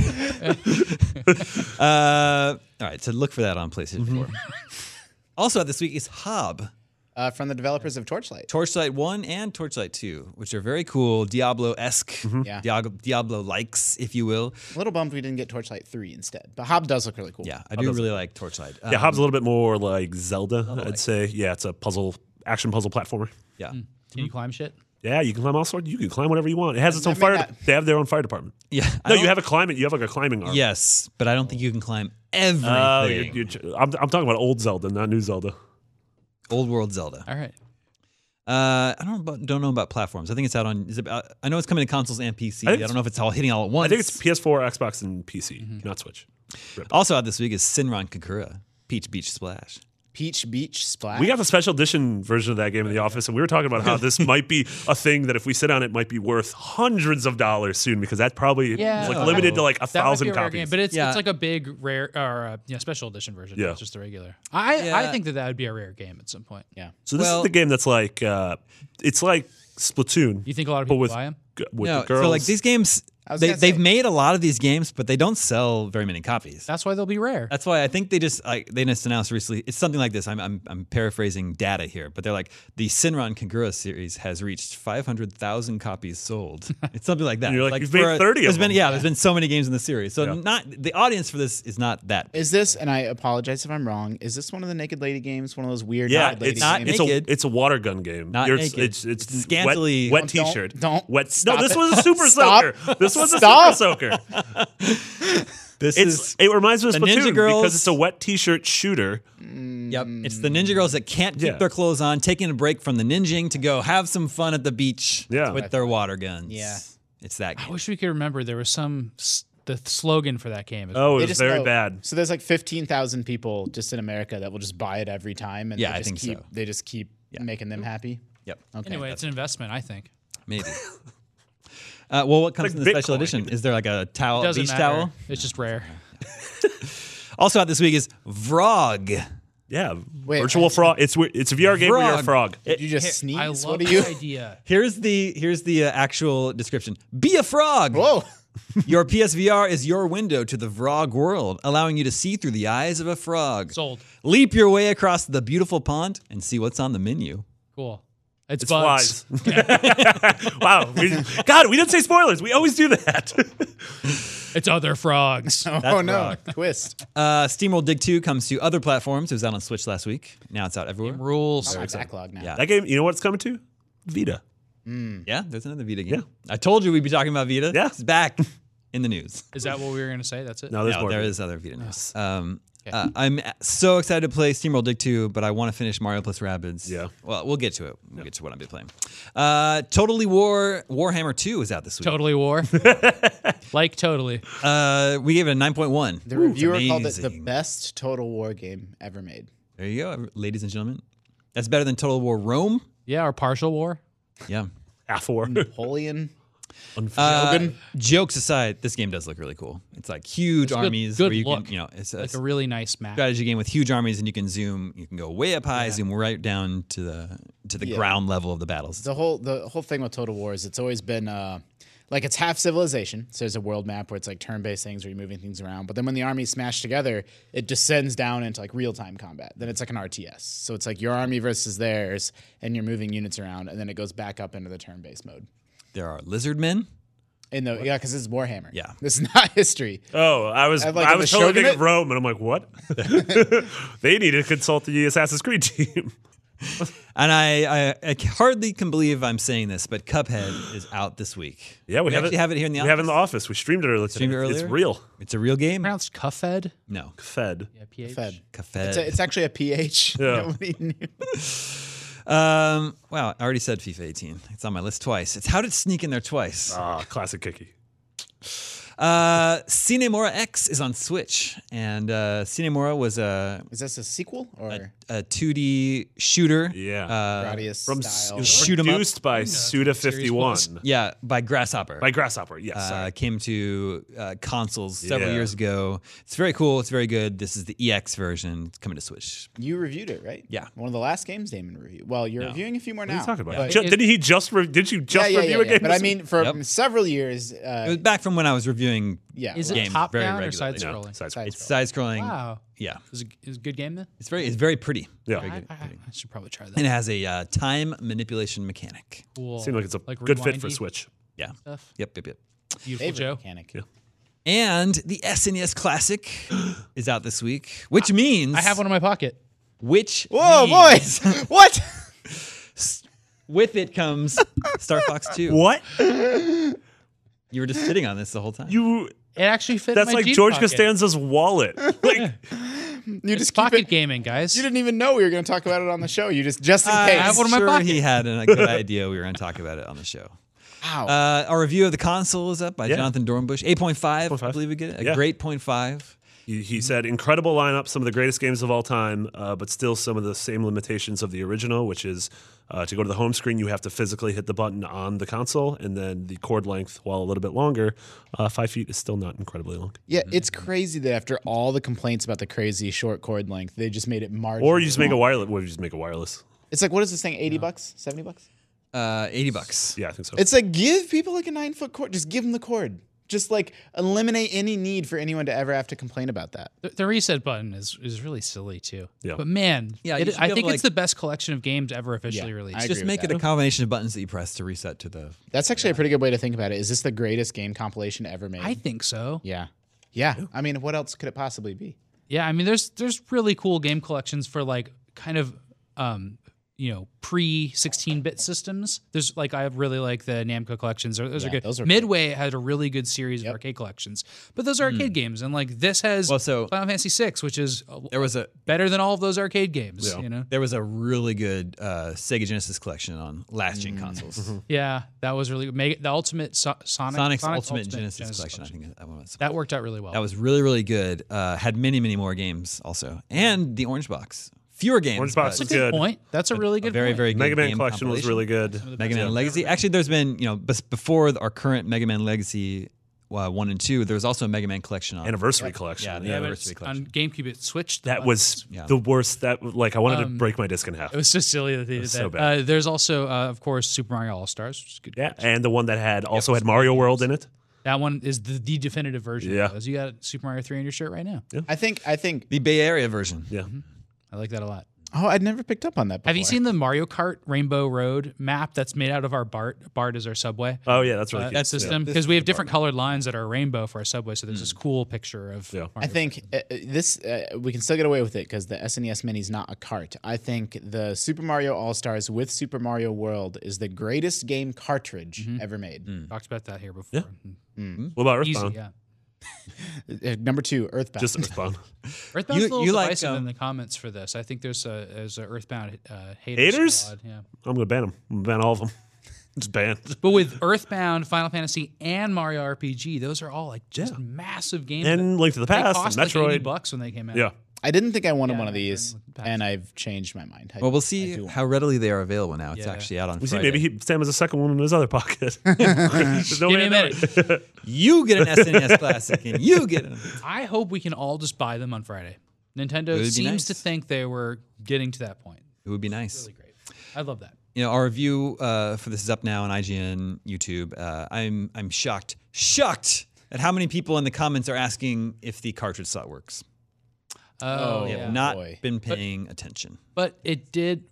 Speaker 3: uh, all right, so look for that on PlayStation 4.
Speaker 5: Mm-hmm.
Speaker 3: also out this week is Hob,
Speaker 4: Uh, from the developers of Torchlight.
Speaker 3: Torchlight 1 and Torchlight 2, which are very cool, Diablo esque,
Speaker 6: Mm-hmm.
Speaker 4: Yeah.
Speaker 3: Diablo likes, if you will.
Speaker 4: A little bummed we didn't get Torchlight three instead, but Hob does look really cool.
Speaker 3: Yeah, I do really like Torchlight. Um,
Speaker 6: Yeah, Hob's a little bit more like Zelda, I'd say. Yeah, it's a puzzle, action puzzle platformer.
Speaker 3: yeah.
Speaker 4: Hmm.
Speaker 5: Can you climb shit?
Speaker 6: Yeah, you can climb all sorts. You can climb whatever you want. It has its own
Speaker 4: may
Speaker 6: fire.
Speaker 4: not-
Speaker 6: They have their own fire department.
Speaker 3: Yeah. I
Speaker 6: No,
Speaker 3: don't-
Speaker 6: you have a climate. You have like a climbing arm.
Speaker 3: Yes, but I don't think you can climb everything.
Speaker 6: Oh, you're, you're, I'm, I'm talking about old Zelda, not new Zelda.
Speaker 3: Old world Zelda.
Speaker 5: All right.
Speaker 3: Uh, I don't know about, don't know about platforms. I think it's out on. Is it, uh, I know it's coming to consoles and PC.
Speaker 6: I
Speaker 3: I,
Speaker 6: think
Speaker 3: don't know if it's all hitting all at once.
Speaker 6: I think it's PS4, Xbox, and PC,
Speaker 5: Mm-hmm.
Speaker 6: not Switch.
Speaker 3: also out this week is Sinron Kakura, Peach Beach Splash.
Speaker 4: Peach Beach Splash.
Speaker 6: We got the special edition version of that game in the office, and we were talking about how this might be a thing that if we sit on it, might be worth hundreds of dollars soon because that probably
Speaker 5: Yeah,
Speaker 6: is like
Speaker 5: no.
Speaker 6: limited to like a
Speaker 5: That might be
Speaker 6: thousand
Speaker 5: a rare
Speaker 6: copies.
Speaker 5: game, but it's
Speaker 3: Yeah.
Speaker 5: it's like a big rare or uh, yeah, special edition version.
Speaker 6: Yeah.
Speaker 5: Yeah, just the regular. I
Speaker 3: Yeah.
Speaker 5: I think that that would be a rare game at some point.
Speaker 4: yeah.
Speaker 6: so this is
Speaker 3: well-
Speaker 6: the game that's like, uh, it's like Splatoon.
Speaker 5: You think a lot of
Speaker 6: but
Speaker 5: people
Speaker 6: with,
Speaker 5: buy 'em?
Speaker 6: g- with
Speaker 3: no,
Speaker 6: the girls.
Speaker 3: so like these games,
Speaker 4: was
Speaker 3: they
Speaker 4: gonna
Speaker 3: they've
Speaker 4: say-
Speaker 3: made a lot of these games, but they don't sell very many copies.
Speaker 5: That's why they'll be rare.
Speaker 3: That's why I think they just like they just announced recently. It's something like this. I'm I'm, I'm paraphrasing data here, but they're like the Sinron Kagura series has reached 500,000 copies sold. It's something like that.
Speaker 6: And you're
Speaker 3: It's
Speaker 6: like, "You've made
Speaker 3: for a-
Speaker 6: 30 of
Speaker 3: there's been
Speaker 6: them."
Speaker 3: yeah, there's been so many games in the series. So
Speaker 6: Yeah.
Speaker 3: not the audience for this is not that.
Speaker 4: Is this? And I apologize if I'm wrong. Is this one of the naked lady games? One of those weird
Speaker 6: Yeah,
Speaker 4: naked lady
Speaker 6: it's
Speaker 3: not
Speaker 4: games?
Speaker 6: it's
Speaker 3: naked.
Speaker 6: a it's a water gun game.
Speaker 3: Not
Speaker 6: You're- it's,
Speaker 3: naked.
Speaker 6: It's, it's
Speaker 3: It's scantily-
Speaker 6: wet, wet
Speaker 4: Don't-
Speaker 6: t-shirt.
Speaker 4: don't-
Speaker 6: wet.
Speaker 4: stop
Speaker 6: no, this
Speaker 4: it.
Speaker 6: was a super
Speaker 4: Stop.
Speaker 6: soaker. This was
Speaker 4: Stop.
Speaker 6: a super soaker.
Speaker 3: This
Speaker 6: It's it reminds me of
Speaker 3: The Ninja
Speaker 6: Splatoon
Speaker 3: Girls.
Speaker 6: because it's a wet t-shirt shooter.
Speaker 3: Yep. It's the ninja girls that can't keep
Speaker 6: Yeah.
Speaker 3: their clothes on, taking a break from the ninjing to go have some fun at the beach
Speaker 6: Yeah.
Speaker 3: with their water guns.
Speaker 4: Yeah.
Speaker 3: It's that
Speaker 5: I
Speaker 3: game.
Speaker 5: wish we could remember there was some s- the slogan for that game. is-
Speaker 6: Oh,
Speaker 4: They
Speaker 6: it was
Speaker 4: just
Speaker 6: very
Speaker 4: know-
Speaker 6: bad.
Speaker 4: So there's like fifteen thousand people just in America that will just buy it every time, and
Speaker 3: Yeah,
Speaker 4: they
Speaker 3: I
Speaker 4: just
Speaker 3: think
Speaker 4: keep,
Speaker 3: so.
Speaker 4: They just keep making them happy.
Speaker 3: Yep.
Speaker 4: Okay.
Speaker 5: anyway, it's an investment. I think
Speaker 3: Maybe. Uh, well, what comes
Speaker 6: like
Speaker 3: in the special
Speaker 6: Bitcoin.
Speaker 3: edition? Is there like a towel, a
Speaker 5: doesn't
Speaker 3: beach
Speaker 5: matter.
Speaker 3: towel?
Speaker 5: It's just rare.
Speaker 3: Also out this week is Vrog.
Speaker 6: Yeah,
Speaker 4: Wait,
Speaker 6: virtual
Speaker 4: I-
Speaker 6: frog. It's weir- it's a VR game where you're
Speaker 3: Frog.
Speaker 6: a frog.
Speaker 4: Did you just
Speaker 5: I
Speaker 4: sneeze?
Speaker 5: love
Speaker 4: What are
Speaker 5: the
Speaker 4: you?
Speaker 5: idea.
Speaker 3: Here's the here's the uh, actual description. Be a frog.
Speaker 4: Whoa!
Speaker 3: Your PSVR is your window to the Vrog world, allowing you to see through the eyes of a frog.
Speaker 5: Sold.
Speaker 3: Leap your way across the beautiful pond and see what's on the menu.
Speaker 5: Cool. It's,
Speaker 6: It's
Speaker 5: bugs.
Speaker 6: flies. wow. We, God, we didn't say spoilers. We always do that.
Speaker 5: It's other frogs.
Speaker 4: oh no, twist.
Speaker 3: Uh, SteamWorld Dig 2 comes to other platforms. It was out on Switch last week. Now it's out everywhere.
Speaker 5: Rules.
Speaker 4: My backlog now.
Speaker 3: Yeah.
Speaker 6: that game, you know what it's coming to? Vita.
Speaker 3: Yeah, there's another Vita game. I told you we'd be talking about Vita.
Speaker 6: Yeah.
Speaker 3: It's back in the news.
Speaker 5: Is that what we were going to say? That's it.
Speaker 6: No, there's
Speaker 3: no,
Speaker 6: more.
Speaker 3: there is other Vita news. Um, uh, I'm so excited to play SteamWorld Dig 2, but I want to finish Mario plus Rabbids.
Speaker 6: Yeah.
Speaker 3: Well, we'll get to it. We'll get to what I'll be playing. Uh, totally War Warhammer 2 is out this week.
Speaker 5: Totally war. like totally.
Speaker 3: Uh, we gave it a 9.1.
Speaker 4: The reviewer called it the
Speaker 3: amazing.
Speaker 4: best Total War game ever made.
Speaker 3: There you go, ladies and gentlemen. That's better than Total War Rome.
Speaker 5: Yeah, or partial war.
Speaker 3: Yeah.
Speaker 6: half war.
Speaker 3: Mm.
Speaker 4: Napoleon.
Speaker 3: Uh,
Speaker 4: Shogun.
Speaker 3: jokes aside, this game does look really cool. It's like huge
Speaker 5: good-
Speaker 3: armies
Speaker 5: good
Speaker 3: where you
Speaker 5: look.
Speaker 3: can, you know, it's a
Speaker 5: Like a really nice map.
Speaker 3: strategy game with huge armies, and you can zoom. You can go way up high, zoom right down to the to the ground level of the battles.
Speaker 4: the whole the whole thing with Total War is it's always been uh, like it's half civilization. So there's a world map where it's like turn based things where you're moving things around. But then when the armies smash together, it descends down into like real time combat. Then it's like an RTS. So it's like your army versus theirs, and you're moving units around, and then it goes back up into the turn based mode.
Speaker 3: There are lizard men.
Speaker 4: In the yeah, because it's Warhammer.
Speaker 3: Yeah.
Speaker 4: this is not history.
Speaker 6: Oh, I was I,
Speaker 4: And, like, in
Speaker 6: was
Speaker 4: the
Speaker 6: totally thinking
Speaker 4: Shogunate?
Speaker 6: of Rome, and I'm like, what? they need to consult the Assassin's Creed team.
Speaker 3: And I, I, I hardly can believe I'm saying this, but Cuphead is out this week.
Speaker 6: yeah, we, have
Speaker 3: actually
Speaker 6: it.
Speaker 3: have it here in the
Speaker 6: we
Speaker 3: office.
Speaker 6: have it in the office. We streamed it earlier.
Speaker 3: Streamed it
Speaker 6: today.
Speaker 3: earlier?
Speaker 6: It's real.
Speaker 3: It's a real game.
Speaker 5: Pronounced cuffed.
Speaker 3: No,
Speaker 6: Fed.
Speaker 5: Yeah, ph.
Speaker 4: Fed.
Speaker 3: Cuphead.
Speaker 4: It's, a, it's actually a PH.
Speaker 6: Yeah.
Speaker 4: Nobody knew.
Speaker 3: um, wow, I already said FIFA 18. It's on my list twice. It's how did it sneak in there twice?
Speaker 6: Ah, classic Kiki.
Speaker 3: Uh, Cinemora X is on Switch, and uh, Cinemora was a,
Speaker 4: Is this a sequel or
Speaker 3: a 2D shooter.
Speaker 6: Yeah.
Speaker 3: Uh,
Speaker 4: Gradius
Speaker 6: From s-
Speaker 4: style?
Speaker 6: it was
Speaker 3: Shoot 'em up.
Speaker 6: produced by Suda fifty one
Speaker 3: yeah, by Grasshopper.
Speaker 6: by Grasshopper. Yes,
Speaker 3: uh,
Speaker 6: sorry.
Speaker 3: came to uh, consoles several
Speaker 6: Yeah.
Speaker 3: years ago. It's very cool. It's very good. This is the EX version. It's coming to Switch.
Speaker 4: You reviewed it, right?
Speaker 3: Yeah.
Speaker 4: One of the last games Damon reviewed. Well, you're reviewing a few more
Speaker 6: What are
Speaker 3: Uh,
Speaker 4: now.
Speaker 6: you talking about?
Speaker 4: but-
Speaker 6: Ju- didn't he just? Re- did you just
Speaker 4: yeah, yeah,
Speaker 6: review
Speaker 4: yeah,
Speaker 6: a
Speaker 4: yeah.
Speaker 6: game?
Speaker 4: But I mean, for
Speaker 3: Yep.
Speaker 4: several years,
Speaker 3: It was
Speaker 4: uh,
Speaker 3: back from when I was reviewing.
Speaker 4: yeah,
Speaker 5: Is
Speaker 4: well,
Speaker 5: it
Speaker 3: Games
Speaker 5: top
Speaker 3: very
Speaker 5: down or
Speaker 3: regularly.
Speaker 5: side
Speaker 3: No,
Speaker 5: scrolling?
Speaker 6: Side
Speaker 4: side
Speaker 3: It's side scrolling.
Speaker 5: Wow.
Speaker 3: Yeah,
Speaker 5: Is it, is it a good game then?
Speaker 3: it's very it's very pretty.
Speaker 6: Yeah.
Speaker 5: I, I- I should probably try that.
Speaker 3: And it has a uh, time manipulation mechanic.
Speaker 5: cool.
Speaker 6: Seemed like it's a good fit for
Speaker 5: rewindy
Speaker 6: Switch.
Speaker 3: Yeah.
Speaker 5: Stuff.
Speaker 3: Yep. Yep. Yep.
Speaker 5: Beautiful
Speaker 4: favorite
Speaker 5: Joe.
Speaker 4: mechanic.
Speaker 3: And the SNES Classic is out this week, which means
Speaker 5: I have one in my pocket.
Speaker 3: Which
Speaker 4: Whoa,
Speaker 3: means
Speaker 4: boys! what?
Speaker 3: With it comes Star Fox Two.
Speaker 6: What
Speaker 3: You were just sitting on this the whole time.
Speaker 6: you?
Speaker 5: It actually fit. in
Speaker 6: That's
Speaker 5: my
Speaker 6: like
Speaker 5: jean
Speaker 6: George
Speaker 5: pocket.
Speaker 6: Costanza's wallet. Like
Speaker 4: You just keep
Speaker 5: Pocket
Speaker 4: it.
Speaker 5: gaming, guys.
Speaker 4: You didn't even know we were going to talk about it on the show. You just, just in
Speaker 3: I
Speaker 4: case.
Speaker 5: have one in my
Speaker 3: sure
Speaker 5: pocket.
Speaker 3: he had a good idea. We were going to talk about it on the show.
Speaker 4: Ow.
Speaker 3: Uh, our review of the console is up by
Speaker 6: Yeah.
Speaker 3: Jonathan Dornbush. 8.5, I
Speaker 6: 8.5.
Speaker 3: believe we get it. A
Speaker 6: Yeah.
Speaker 3: great point five.
Speaker 6: He, he said, incredible lineup, some of the greatest games of all time, uh, but still some of the same limitations of the original, which is uh, to go to the home screen, you have to physically hit the button on the console, and then the cord length, while a little bit longer, uh, five feet is still not incredibly long.
Speaker 4: yeah, it's crazy that after all the complaints about the crazy short cord length, they just made it marginal.
Speaker 6: Or you just make a wireless. What if you just make a wireless?
Speaker 4: It's like, what is this thing? 80 bucks? 70 bucks?
Speaker 3: Uh, 80 bucks.
Speaker 6: Yeah, I think so.
Speaker 4: It's like, give people like a nine foot cord. Just give them the cord. Just like eliminate any need for anyone to ever have to complain about that.
Speaker 5: The, the reset button is, is really silly too.
Speaker 6: Yeah.
Speaker 5: But man,
Speaker 3: Yeah,
Speaker 5: yeah,
Speaker 3: you should be
Speaker 5: I
Speaker 3: able
Speaker 5: think
Speaker 3: to,
Speaker 5: it's
Speaker 3: like-
Speaker 5: the best collection of games ever officially
Speaker 4: Yeah,
Speaker 5: released.
Speaker 4: I agree
Speaker 3: Just
Speaker 4: with
Speaker 3: make
Speaker 4: that.
Speaker 3: it a combination of buttons that you press to reset to the.
Speaker 4: That's actually a pretty good way to think about it. Is this the greatest game compilation ever made?
Speaker 5: I think so. Yeah.
Speaker 4: yeah. Yeah. I mean, what else could it possibly be?
Speaker 5: I mean, there's there's really cool game collections for like kind of um you know pre 16 bit systems. There's like I really like the Namco collections. Those are good.
Speaker 4: those are cool.
Speaker 5: Midway had a really good series of arcade collections, but those are arcade games, and like this has
Speaker 3: Hmm. Well, so-
Speaker 5: Final Fantasy VI, which is uh,
Speaker 3: There was a
Speaker 5: better than all of those arcade games. You know,
Speaker 3: there was a really good uh, Sega Genesis collection on last
Speaker 6: Mm.
Speaker 3: gen consoles.
Speaker 6: Mm-hmm.
Speaker 5: yeah, that was really Mega, the Ultimate so- Sonic
Speaker 3: Sonic's,
Speaker 5: Sonic
Speaker 3: Ultimate, Genesis, collection,
Speaker 5: collection.
Speaker 3: I think that one was.
Speaker 5: That worked out really well.
Speaker 3: That was really, really good. Uh, had many, many more games also. And the Orange Box. Fewer games.
Speaker 6: Orange Box
Speaker 3: but
Speaker 6: is
Speaker 5: That's a good,
Speaker 6: good.
Speaker 5: point. That's a really
Speaker 3: a
Speaker 5: good
Speaker 3: very,
Speaker 5: point.
Speaker 3: very good.
Speaker 6: Mega Man
Speaker 3: game
Speaker 6: Collection was
Speaker 3: compilation.
Speaker 6: really good.
Speaker 3: Mega Man Legacy. Actually, there's been you know bes- before our current Mega Man Legacy uh, one and two. There was also a Mega Man collection on.
Speaker 6: Anniversary collection.
Speaker 3: Yeah, the
Speaker 5: Yeah, but
Speaker 3: anniversary
Speaker 5: it's-
Speaker 3: collection.
Speaker 5: on GameCube it switched. the
Speaker 6: That
Speaker 5: buttons.
Speaker 6: was the worst. That like I wanted to break my disc in half.
Speaker 5: It was just silly that they did that.
Speaker 6: so bad.
Speaker 5: Uh, there's also, uh, of course, Super Mario All Stars, which is good.
Speaker 6: yeah, and the one that had also had Mario World in it.
Speaker 5: That one is the, the definitive version.
Speaker 6: Yeah.
Speaker 5: Of those. You got Super Mario 3 on your shirt right now.
Speaker 4: I think I think
Speaker 5: Mm-hmm.
Speaker 3: the Bay Area version.
Speaker 6: Yeah,
Speaker 5: I like that a lot.
Speaker 4: Oh, I'd never picked up on that before.
Speaker 5: Have you seen the Mario Kart Rainbow Road map that's made out of our BART? BART is our subway.
Speaker 6: Oh yeah, that's really
Speaker 5: uh,
Speaker 6: cute.
Speaker 5: that system because we have different colored lines that are rainbow for our subway. So there's this cool picture of.
Speaker 6: Yeah.
Speaker 4: I think uh, uh, this uh, we can still get away with it because the SNES Mini is not a cart. I think the Super Mario All Stars with Super Mario World is the greatest game cartridge
Speaker 5: Mm-hmm.
Speaker 4: ever made.
Speaker 5: Talked about that here before. Hmm.
Speaker 6: What about
Speaker 5: Easy,
Speaker 6: Earthbound?
Speaker 5: yeah.
Speaker 4: Uh, number two, Earthbound.
Speaker 6: Just Earthbound.
Speaker 5: Earthbound's
Speaker 3: You-
Speaker 5: a little
Speaker 3: you like,
Speaker 5: divisive
Speaker 3: um,
Speaker 5: in the comments for this. I think there's a there's a Earthbound uh, haters.
Speaker 6: Haters?
Speaker 5: squad, Yeah.
Speaker 6: I'm gonna ban them. I'm gonna ban all of them. Just ban.
Speaker 5: But with Earthbound, Final Fantasy, and Mario RPG, those are all like just massive games. that-
Speaker 6: And Link to the
Speaker 5: they
Speaker 6: Past.
Speaker 5: cost
Speaker 6: and
Speaker 5: like 80
Speaker 6: Metroid.
Speaker 5: bucks when they came out.
Speaker 6: yeah.
Speaker 4: I didn't think I wanted
Speaker 5: Yeah,
Speaker 4: one of
Speaker 5: I
Speaker 4: these,
Speaker 5: didn't look past
Speaker 4: and I've changed my mind. I-
Speaker 3: Well,
Speaker 4: I
Speaker 3: we'll see
Speaker 4: do want-
Speaker 3: how readily they are available now. It's
Speaker 5: Yeah.
Speaker 3: actually out on
Speaker 6: You see,
Speaker 3: Friday.
Speaker 6: maybe he, Sam has a second one in his other pocket. There's no
Speaker 5: Give
Speaker 6: way
Speaker 5: me a
Speaker 6: I know it.
Speaker 5: minute.
Speaker 3: you get an SNES Classic and you get an.
Speaker 5: I hope we can all just buy them on Friday. Nintendo
Speaker 3: would be
Speaker 5: seems to
Speaker 3: nice.
Speaker 5: think they were getting to that point.
Speaker 3: It would be nice.
Speaker 5: Really great. I love that.
Speaker 3: You know, our review uh, for this is up now on IGN YouTube. Uh, I'm I'm shocked, shocked at how many people in the comments are asking if the cartridge slot works.
Speaker 5: Oh,
Speaker 3: They
Speaker 5: yeah.
Speaker 3: have not
Speaker 4: boy.
Speaker 3: been paying attention.
Speaker 5: But it did.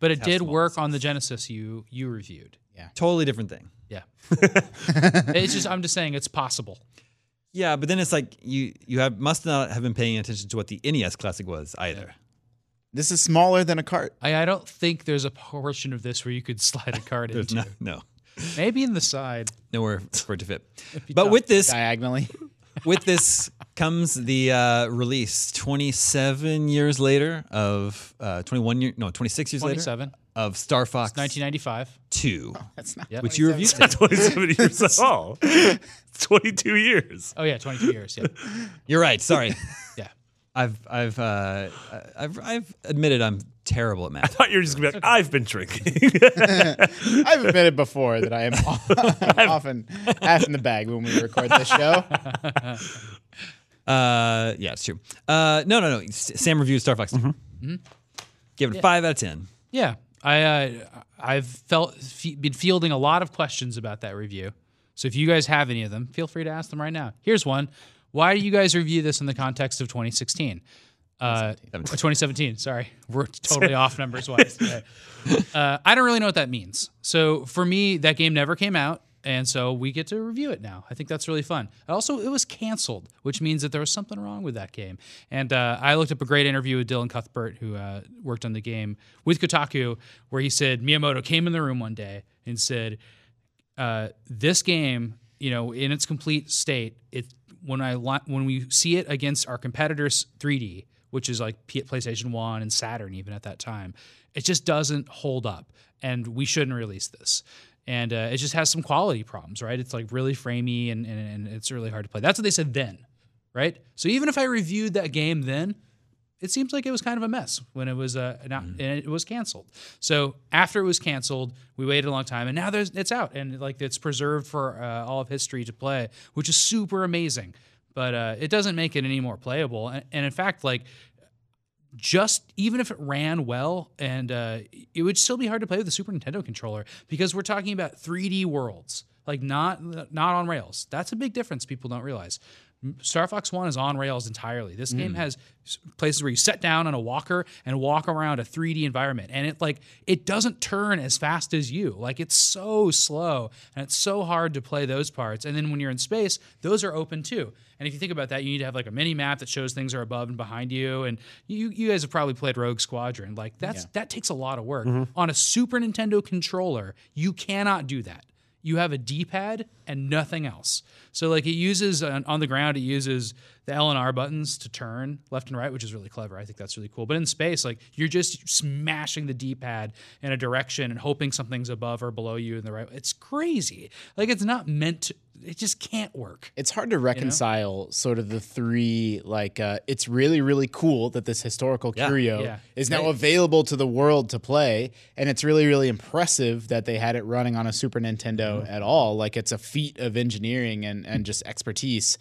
Speaker 5: But it did work on the Genesis you you reviewed.
Speaker 3: Totally different thing.
Speaker 5: Yeah. it's just I'm just saying it's possible.
Speaker 3: Yeah, but then it's like you you have must not have been paying attention to what the NES Classic was either.
Speaker 4: This is smaller than a cart.
Speaker 5: I, I don't think there's a portion of this where you could slide a card into.
Speaker 3: No, no,
Speaker 5: Maybe in the side.
Speaker 3: nowhere for it to fit. But with this
Speaker 4: Diagonally,
Speaker 3: with this comes the uh, release 27 years later of uh, 21 year no 26 years later
Speaker 5: 27.
Speaker 3: of Star Fox
Speaker 5: 1995
Speaker 3: 2
Speaker 4: Oh, that's not.
Speaker 3: which you reviewed
Speaker 6: It's not 27 years at all. It's 22 years.
Speaker 5: Oh yeah, 22 years. Yeah.
Speaker 3: you're right sorry
Speaker 5: Yeah.
Speaker 3: I've I've uh, I've I've admitted I'm terrible at math
Speaker 6: Thought you were just gonna be like, I've been drinking.
Speaker 4: I've admitted before that I am often half in the bag when we record this show.
Speaker 3: uh, yeah it's true uh, no no no S- Sam reviewed Star Fox 2
Speaker 4: Mm-hmm.
Speaker 3: give it a 5 out of 10
Speaker 5: Yeah, I uh, I've felt f- been fielding a lot of questions about that review. So if you guys have any of them, feel free to ask them right now. Here's one: Why do you guys review this in the context of 2016? Uh, 2017. Sorry, we're totally off numbers wise. today. Uh, I don't really know what that means. So for me, that game never came out, and so we get to review it now. I think that's really fun. Also, it was canceled, which means that there was something wrong with that game. And uh, I looked up a great interview with Dylan Cuthbert, who uh, worked on the game with Kotaku, where he said Miyamoto came in the room one day and said, uh, this game, you know, in its complete state, it when I li- when we see it against our competitors 3D, which is like P- PlayStation One and Saturn even at that time, it just doesn't hold up, and we shouldn't release this. And uh, it just has some quality problems, right? It's like really framey and, and, and it's really hard to play. That's what they said then, right? So even if I reviewed that game then, it seems like it was kind of a mess when it was uh, not, and it was canceled. So after it was canceled, we waited a long time, and now there's it's out and like it's preserved for uh, all of history to play, which is super amazing. But uh, it doesn't make it any more playable, and, and in fact, like just even if it ran well, and uh, it would still be hard to play with a Super Nintendo controller because we're talking about 3D worlds, like not not on rails. That's a big difference people don't realize. M- Star Fox One is on rails entirely. This game has s- places where you sit down on a walker and walk around a 3D environment, and it like it doesn't turn as fast as you. Like it's so slow, and it's so hard to play those parts. And then when you're in space, those are open too. And if you think about that, you need to have like a mini map that shows things are above and behind you. And you you guys have probably played Rogue Squadron. Like that's that takes a lot of work. On a Super Nintendo controller, you cannot do that. You have a D-pad and nothing else. So like it uses uh, on, on the ground, it uses the L and R buttons to turn left and right, which is really clever. I think that's really cool. But in space, like you're just smashing the D-pad in a direction and hoping something's above or below you in the right. It's crazy. Like it's not meant to. It just can't work.
Speaker 4: It's hard to reconcile sort of the three like uh, it's really really cool that this historical curio
Speaker 5: yeah.
Speaker 4: is now available to the world to play and it's really really impressive that they had it running on a Super Nintendo
Speaker 5: Mm-hmm.
Speaker 4: at all like it's a feat of engineering and and just expertise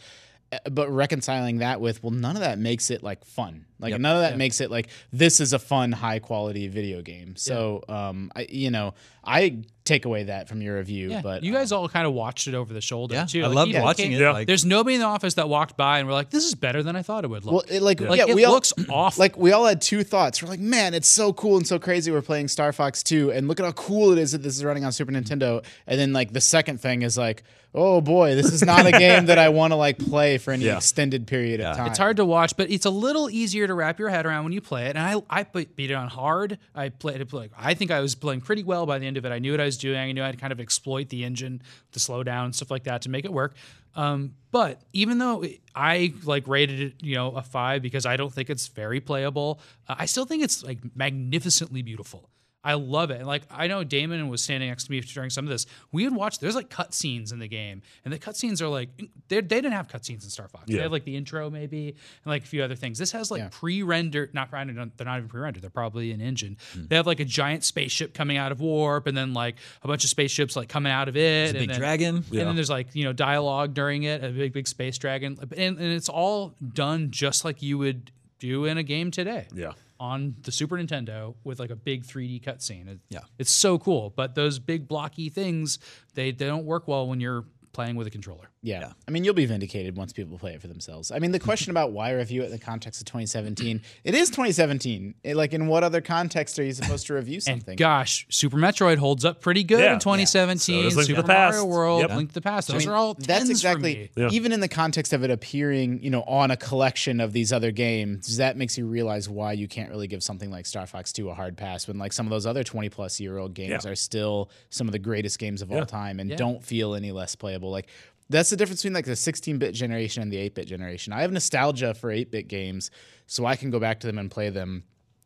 Speaker 4: Uh, but reconciling that with well none of that makes it like fun Like none of that makes it like this is a fun, high quality video game. So, um, I, you know, I take away that from your review,
Speaker 5: Yeah,
Speaker 4: but um,
Speaker 5: you guys all kind of watched it over the shoulder
Speaker 3: um, Yeah,
Speaker 5: too.
Speaker 3: I
Speaker 5: Like,
Speaker 3: loved
Speaker 5: even
Speaker 3: watching
Speaker 5: Kate-
Speaker 3: it.
Speaker 6: Yeah.
Speaker 3: Like,
Speaker 5: There's nobody in the office that walked by and were like, "This is better than I thought it would look."
Speaker 4: Well, it, like,
Speaker 5: Like,
Speaker 4: yeah,
Speaker 5: it
Speaker 4: we all,
Speaker 5: looks awful.
Speaker 4: Like we all had two thoughts. We're like, man, it's so cool and so crazy. We're playing Star Fox Two, and look at how cool it is that this is running on Super Nintendo. And then like the second thing is like, oh boy, this is not a game that I want to like play for any
Speaker 6: Yeah.
Speaker 4: extended period of time.
Speaker 5: It's hard to watch, but it's a little easier to wrap your head around when you play it. And I, I put- beat it on hard. I played it like I think I was playing pretty well by the end of it. I knew what I was doing. I knew I'd kind of exploit the engine, the slowdown, stuff like that to make it work. Um, but even though it- I like rated it, you know, a five because I don't think it's very playable, uh, I still think it's like magnificently beautiful. I love it. And like I know Damon was standing next to me during some of this. We would watch. There's like cutscenes in the game, and the cutscenes are like they they didn't have cutscenes in Star Fox. They
Speaker 6: Yeah.
Speaker 5: had like the intro maybe, and like a few other things. This has like pre-rendered, not rendered. They're not even pre-rendered. They're probably an engine. They have like a giant spaceship coming out of warp, and then like a bunch of spaceships like coming out of it. and
Speaker 3: big
Speaker 5: then-
Speaker 3: dragon.
Speaker 5: and then there's like you know dialogue during it, a big big space dragon, and, and it's all done just like you would do in a game today.
Speaker 6: Yeah.
Speaker 5: On the Super Nintendo with like a big 3D cutscene. It-
Speaker 3: Yeah.
Speaker 5: It's so cool, but those big blocky things they they don't work well when you're playing with a controller.
Speaker 4: Yeah. I mean, you'll be vindicated once people play it for themselves. I mean, the question about why review it in the context of 2017, it is 2017. It- like, in what other context are you supposed to review
Speaker 5: And
Speaker 4: something?
Speaker 5: gosh, Super Metroid holds up pretty good
Speaker 6: Yeah. Yeah.
Speaker 5: in 2017.
Speaker 6: So does Link to
Speaker 5: Super
Speaker 6: the
Speaker 5: Mario
Speaker 6: Past.
Speaker 5: World,
Speaker 6: Yep.
Speaker 5: Link to the Past. Those
Speaker 4: I mean,
Speaker 5: are all
Speaker 4: that's
Speaker 5: tens
Speaker 4: exactly
Speaker 5: For me.
Speaker 6: Yeah.
Speaker 4: even in the context of it appearing you know on a collection of these other games that makes you realize why you can't really give something like star fox 2 a hard pass when like some of those other 20 plus year old games
Speaker 6: Yeah.
Speaker 4: are still some of the greatest games of all time and
Speaker 5: Yeah.
Speaker 4: don't feel any less playable like that's the difference between like the 16-bit generation and the 8-bit generation i have nostalgia for 8-bit games so i can go back to them and play them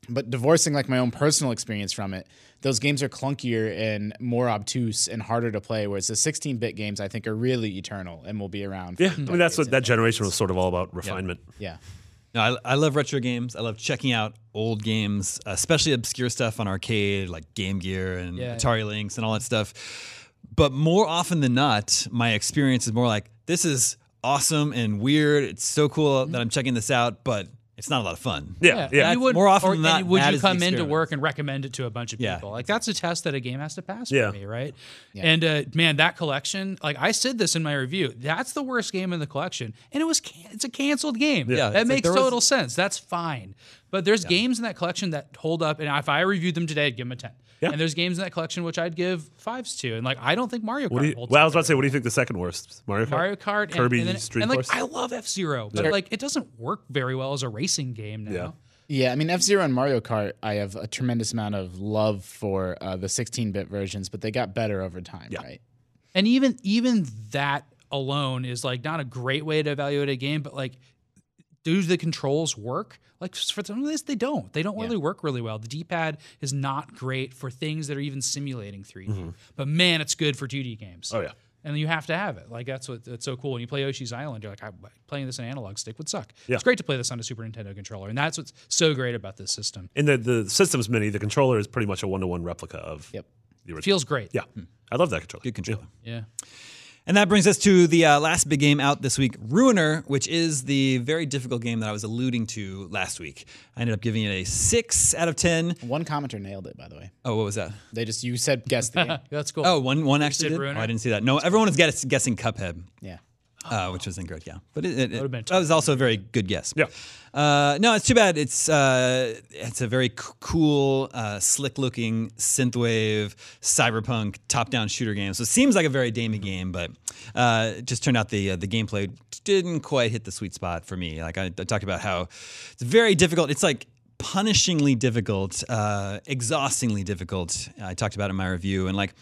Speaker 4: but divorcing like my own personal experience from it those games are clunkier and more obtuse and harder to play whereas the 16-bit games i think are really eternal and will be around for
Speaker 6: Yeah, I mean that's what that generation was sort of all about refinement.
Speaker 4: yeah
Speaker 3: No, I, I love retro games. I love checking out old games, especially obscure stuff on arcade, like Game Gear and
Speaker 5: Yeah.
Speaker 3: Atari Lynx and all that stuff. But more often than not, my experience is more like this is awesome and weird. It's so cool
Speaker 5: Mm-hmm.
Speaker 3: that I'm checking this out, but it's not a lot of fun.
Speaker 6: Yeah, yeah.
Speaker 5: You would,
Speaker 3: more often
Speaker 5: or-
Speaker 3: than not,
Speaker 5: and would
Speaker 3: that
Speaker 5: you
Speaker 3: is the
Speaker 5: come into
Speaker 3: experiment.
Speaker 5: work and recommend it to a bunch of
Speaker 3: Yeah.
Speaker 5: people? Like that's a test that a game has to pass
Speaker 6: Yeah.
Speaker 5: for me, right? And uh, man, that collection, like I said this in my review, that's the worst game in the collection, and it was can- it's a canceled game.
Speaker 3: Yeah,
Speaker 5: that
Speaker 3: it's like
Speaker 5: makes
Speaker 3: there was-
Speaker 5: total sense. That's fine. But there's games in that collection that hold up, and if I reviewed them today, I'd give them a ten.
Speaker 6: Yeah.
Speaker 5: And there's games in that collection which I'd give fives to, and like I don't think Mario Kart
Speaker 6: What do you,
Speaker 5: holds
Speaker 6: well, I
Speaker 5: up
Speaker 6: was about to say, what do you think the second worst? Mario Kart,
Speaker 5: Mario Kart, and-
Speaker 6: Kirby
Speaker 5: and, then-
Speaker 6: Street
Speaker 5: and like
Speaker 6: Course.
Speaker 5: I love F Zero, but like it doesn't work very well as a racing game now.
Speaker 6: Yeah.
Speaker 4: yeah i mean f-zero and mario kart i have a tremendous amount of love for uh, the 16-bit versions but they got better over time right
Speaker 5: and even even that alone is like not a great way to evaluate a game but like do the controls work like for some of this they don't they don't really work really well the d-pad is not great for things that are even simulating 3d but man it's good for 2d games
Speaker 6: Mm-hmm. Oh, yeah.
Speaker 5: and you have to have it like that's what that's so cool when you play yoshi's island you're like I, playing this on analog stick would suck
Speaker 6: Yeah.
Speaker 5: it's great to play this on a super nintendo controller and that's what's so great about this system
Speaker 6: in the the systems mini, the controller is pretty much a one to one replica of
Speaker 4: Yep.
Speaker 6: the original.
Speaker 5: feels great
Speaker 6: yeah, I love that controller.
Speaker 3: Hmm. Good controller.
Speaker 5: yeah
Speaker 3: And that brings us to the uh, last big game out this week, Ruiner, which is the very difficult game that I was alluding to last week. I ended up giving it a six out of 10.
Speaker 4: one commenter nailed it by the way
Speaker 3: Oh, what was that?
Speaker 4: they just you said guess the game
Speaker 5: that's cool
Speaker 3: Oh, one, one actually
Speaker 5: said
Speaker 3: did?
Speaker 5: Ruiner?
Speaker 3: Oh, I didn't see that. No, everyone is guess- guessing Cuphead.
Speaker 4: yeah
Speaker 3: uh, which was incorrect. Yeah, but it, it, it,
Speaker 5: would've been
Speaker 3: that was also a very good guess.
Speaker 6: Yeah.
Speaker 3: Uh, no, it's too bad. It's uh, it's a very c- cool, uh, slick looking synthwave cyberpunk top down shooter game. So it seems like a very Damey game, but uh, it just turned out the uh, the gameplay didn't quite hit the sweet spot for me. Like I, I talked about how it's very difficult. It's like punishingly difficult, uh, exhaustingly difficult. I talked about it in my review, and like.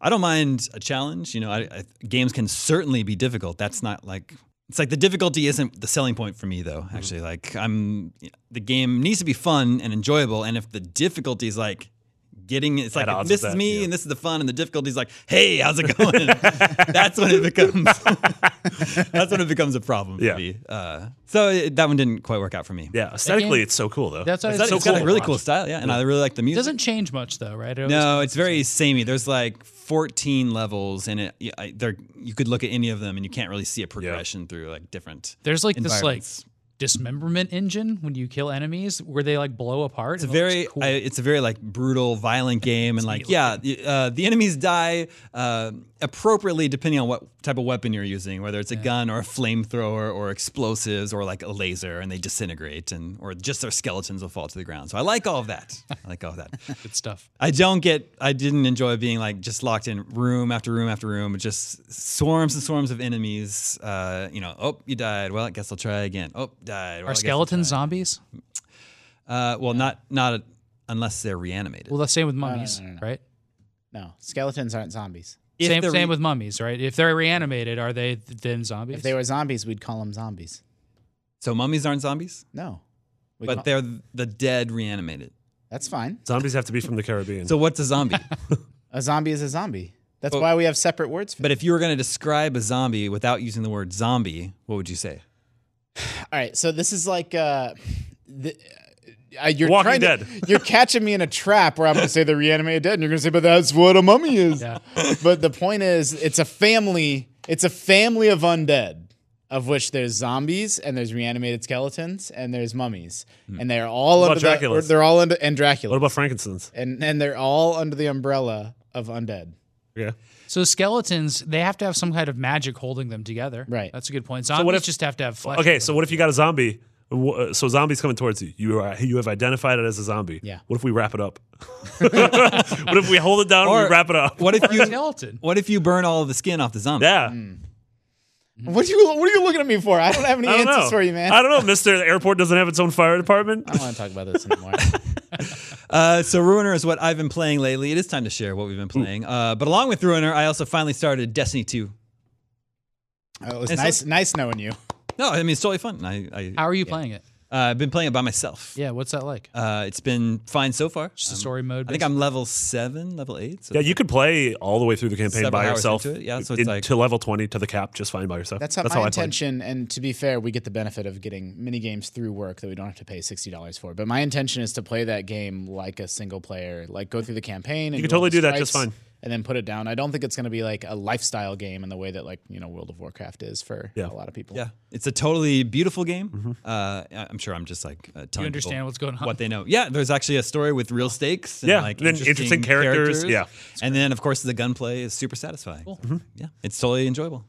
Speaker 3: I don't mind a challenge. You know, I, I, games can certainly be difficult. That's not like it's like the difficulty isn't the selling point for me though.
Speaker 6: Mm-hmm.
Speaker 3: Actually, like I'm the game needs to be fun and enjoyable. And if the difficulty is like getting it's like
Speaker 6: odds with
Speaker 3: this is
Speaker 6: that,
Speaker 3: me
Speaker 6: yeah.
Speaker 3: and this is the fun and the difficulty is like hey how's it going that's when it becomes that's when it becomes a problem for
Speaker 6: Yeah.
Speaker 3: me uh, so it, that one didn't quite work out for me
Speaker 6: Yeah, aesthetically, it's so cool though.
Speaker 5: That's what I
Speaker 6: it's
Speaker 5: said.
Speaker 6: so
Speaker 3: it's
Speaker 6: cool.
Speaker 3: got
Speaker 6: to
Speaker 3: a really
Speaker 6: watch.
Speaker 3: cool style yeah and I really like the
Speaker 5: it
Speaker 3: music
Speaker 5: doesn't change much though right It always
Speaker 3: no, it's very samey. There's like 14 levels, and it I, there you could look at any of them, and you can't really see a progression through like different.
Speaker 5: There's like this like
Speaker 3: environments.
Speaker 5: dismemberment engine when you kill enemies where they like blow apart.
Speaker 3: It's a very, I, it's a very like brutal, violent game, and like yeah, the, uh, the enemies die uh, appropriately depending on what type of weapon you're using, whether it's a gun or a flamethrower or explosives or like a laser, and they disintegrate, and or just their skeletons will fall to the ground. So I like all of that. I like all of that.
Speaker 5: good stuff.
Speaker 3: I don't get. I didn't enjoy being like just locked in room after room after room, just swarms and swarms of enemies. Uh, you know, oh, you died. Well, I guess I'll try again. Oh, died. Well, I
Speaker 5: Are
Speaker 3: guess-
Speaker 5: skeletons zombies?
Speaker 3: Uh, well, not not unless they're reanimated.
Speaker 5: Well, the same with mummies, right?
Speaker 4: No, skeletons aren't zombies.
Speaker 3: If
Speaker 5: same
Speaker 3: they're
Speaker 5: same
Speaker 3: re-
Speaker 5: with mummies, right? If they're reanimated, are they th- then zombies?
Speaker 4: If they were zombies, we'd call them zombies.
Speaker 3: so mummies aren't zombies,
Speaker 4: No, we
Speaker 3: but
Speaker 4: call-
Speaker 3: they're the dead reanimated.
Speaker 4: that's fine.
Speaker 6: Zombies have to be from the Caribbean.
Speaker 3: So what's a zombie?
Speaker 4: A zombie is a zombie. That's why we have separate words for.
Speaker 3: but if you were going to describe a zombie without using the word zombie, what would you say?
Speaker 4: All right, so this is like uh, the, uh, you're trying
Speaker 6: Walking
Speaker 4: to-
Speaker 6: Dead.
Speaker 4: you're catching me in a trap where I'm going to say the reanimated dead, and you're going to say, "But that's what a mummy is."
Speaker 5: Yeah.
Speaker 4: But the point is, it's a family. It's a family of undead, of which there's zombies and there's reanimated skeletons and there's mummies, and they're all
Speaker 6: Hmm. What
Speaker 4: under
Speaker 6: about
Speaker 4: the,
Speaker 6: Draculas?
Speaker 4: they're all under and
Speaker 6: what
Speaker 4: Dracula,
Speaker 6: about Frankenstein's?
Speaker 4: and and they're all under the umbrella of undead.
Speaker 6: Yeah.
Speaker 5: so skeletons, they have to have some kind of magic holding them together.
Speaker 4: Right.
Speaker 5: That's a good point. Zombies
Speaker 6: if-
Speaker 5: just have to have flesh.
Speaker 6: Okay, so what if you got a zombie? Wh- uh, So zombies coming towards you. You are you have identified it as a zombie.
Speaker 4: Yeah.
Speaker 6: What if we wrap it up? what if we hold it down and
Speaker 3: Or-
Speaker 6: we wrap it up?
Speaker 3: What if you
Speaker 5: skeleton.
Speaker 3: what if you burn all of the skin off the zombie?
Speaker 6: Yeah.
Speaker 4: What are you What are you looking at me for? I don't have any
Speaker 6: I don't
Speaker 4: answers
Speaker 6: know.
Speaker 4: for you, man.
Speaker 6: I don't know. Mister the Airport doesn't have its own fire department.
Speaker 3: Ah.
Speaker 4: I don't want to talk about this anymore.
Speaker 3: Uh, so Ruiner is what I've been playing lately. It is time to share what we've been playing. Uh, but along with Ruiner, I also finally started Destiny 2.
Speaker 4: Oh, it was
Speaker 3: And so-
Speaker 4: nice, nice knowing you.
Speaker 3: No, I mean it's totally fun. I, I
Speaker 5: How are you playing it?
Speaker 3: Uh, I've been playing it by myself.
Speaker 5: Yeah, what's that like?
Speaker 3: Uh, it's been fine so far.
Speaker 5: Just a
Speaker 3: Um,
Speaker 5: story mode.
Speaker 3: I think I'm level seven, level eight. So
Speaker 6: Yeah, you could play all the way through the campaign
Speaker 3: Several
Speaker 6: by
Speaker 3: hours
Speaker 6: yourself.
Speaker 3: into it. Yeah, so it's
Speaker 6: in-
Speaker 3: like-
Speaker 6: to level twenty to the cap, just fine by yourself.
Speaker 4: That's not
Speaker 6: That's
Speaker 4: my
Speaker 6: how
Speaker 4: intention. And to be fair, we get the benefit of getting mini games through work that we don't have to pay sixty dollars for. But my intention is to play that game like a single player, like go through the campaign. And
Speaker 6: You can
Speaker 4: do all
Speaker 6: totally
Speaker 4: the
Speaker 6: do that just
Speaker 4: stripes
Speaker 6: fine.
Speaker 4: And then put it down. I don't think it's going to be like a lifestyle game in the way that like you know World of Warcraft is for
Speaker 6: Yeah. Mm-hmm.
Speaker 4: a lot of people.
Speaker 3: yeah, it's a totally beautiful game. Uh, I- I'm sure I'm just like uh, telling people
Speaker 5: understand what's going on.
Speaker 3: what they know. Yeah, there's actually a story with real stakes. And
Speaker 6: Yeah,
Speaker 3: like
Speaker 6: and then
Speaker 3: interesting,
Speaker 6: interesting characters,
Speaker 3: Yeah, and then of course the gunplay is super satisfying. So,
Speaker 6: Mm-hmm.
Speaker 3: Yeah, it's totally enjoyable.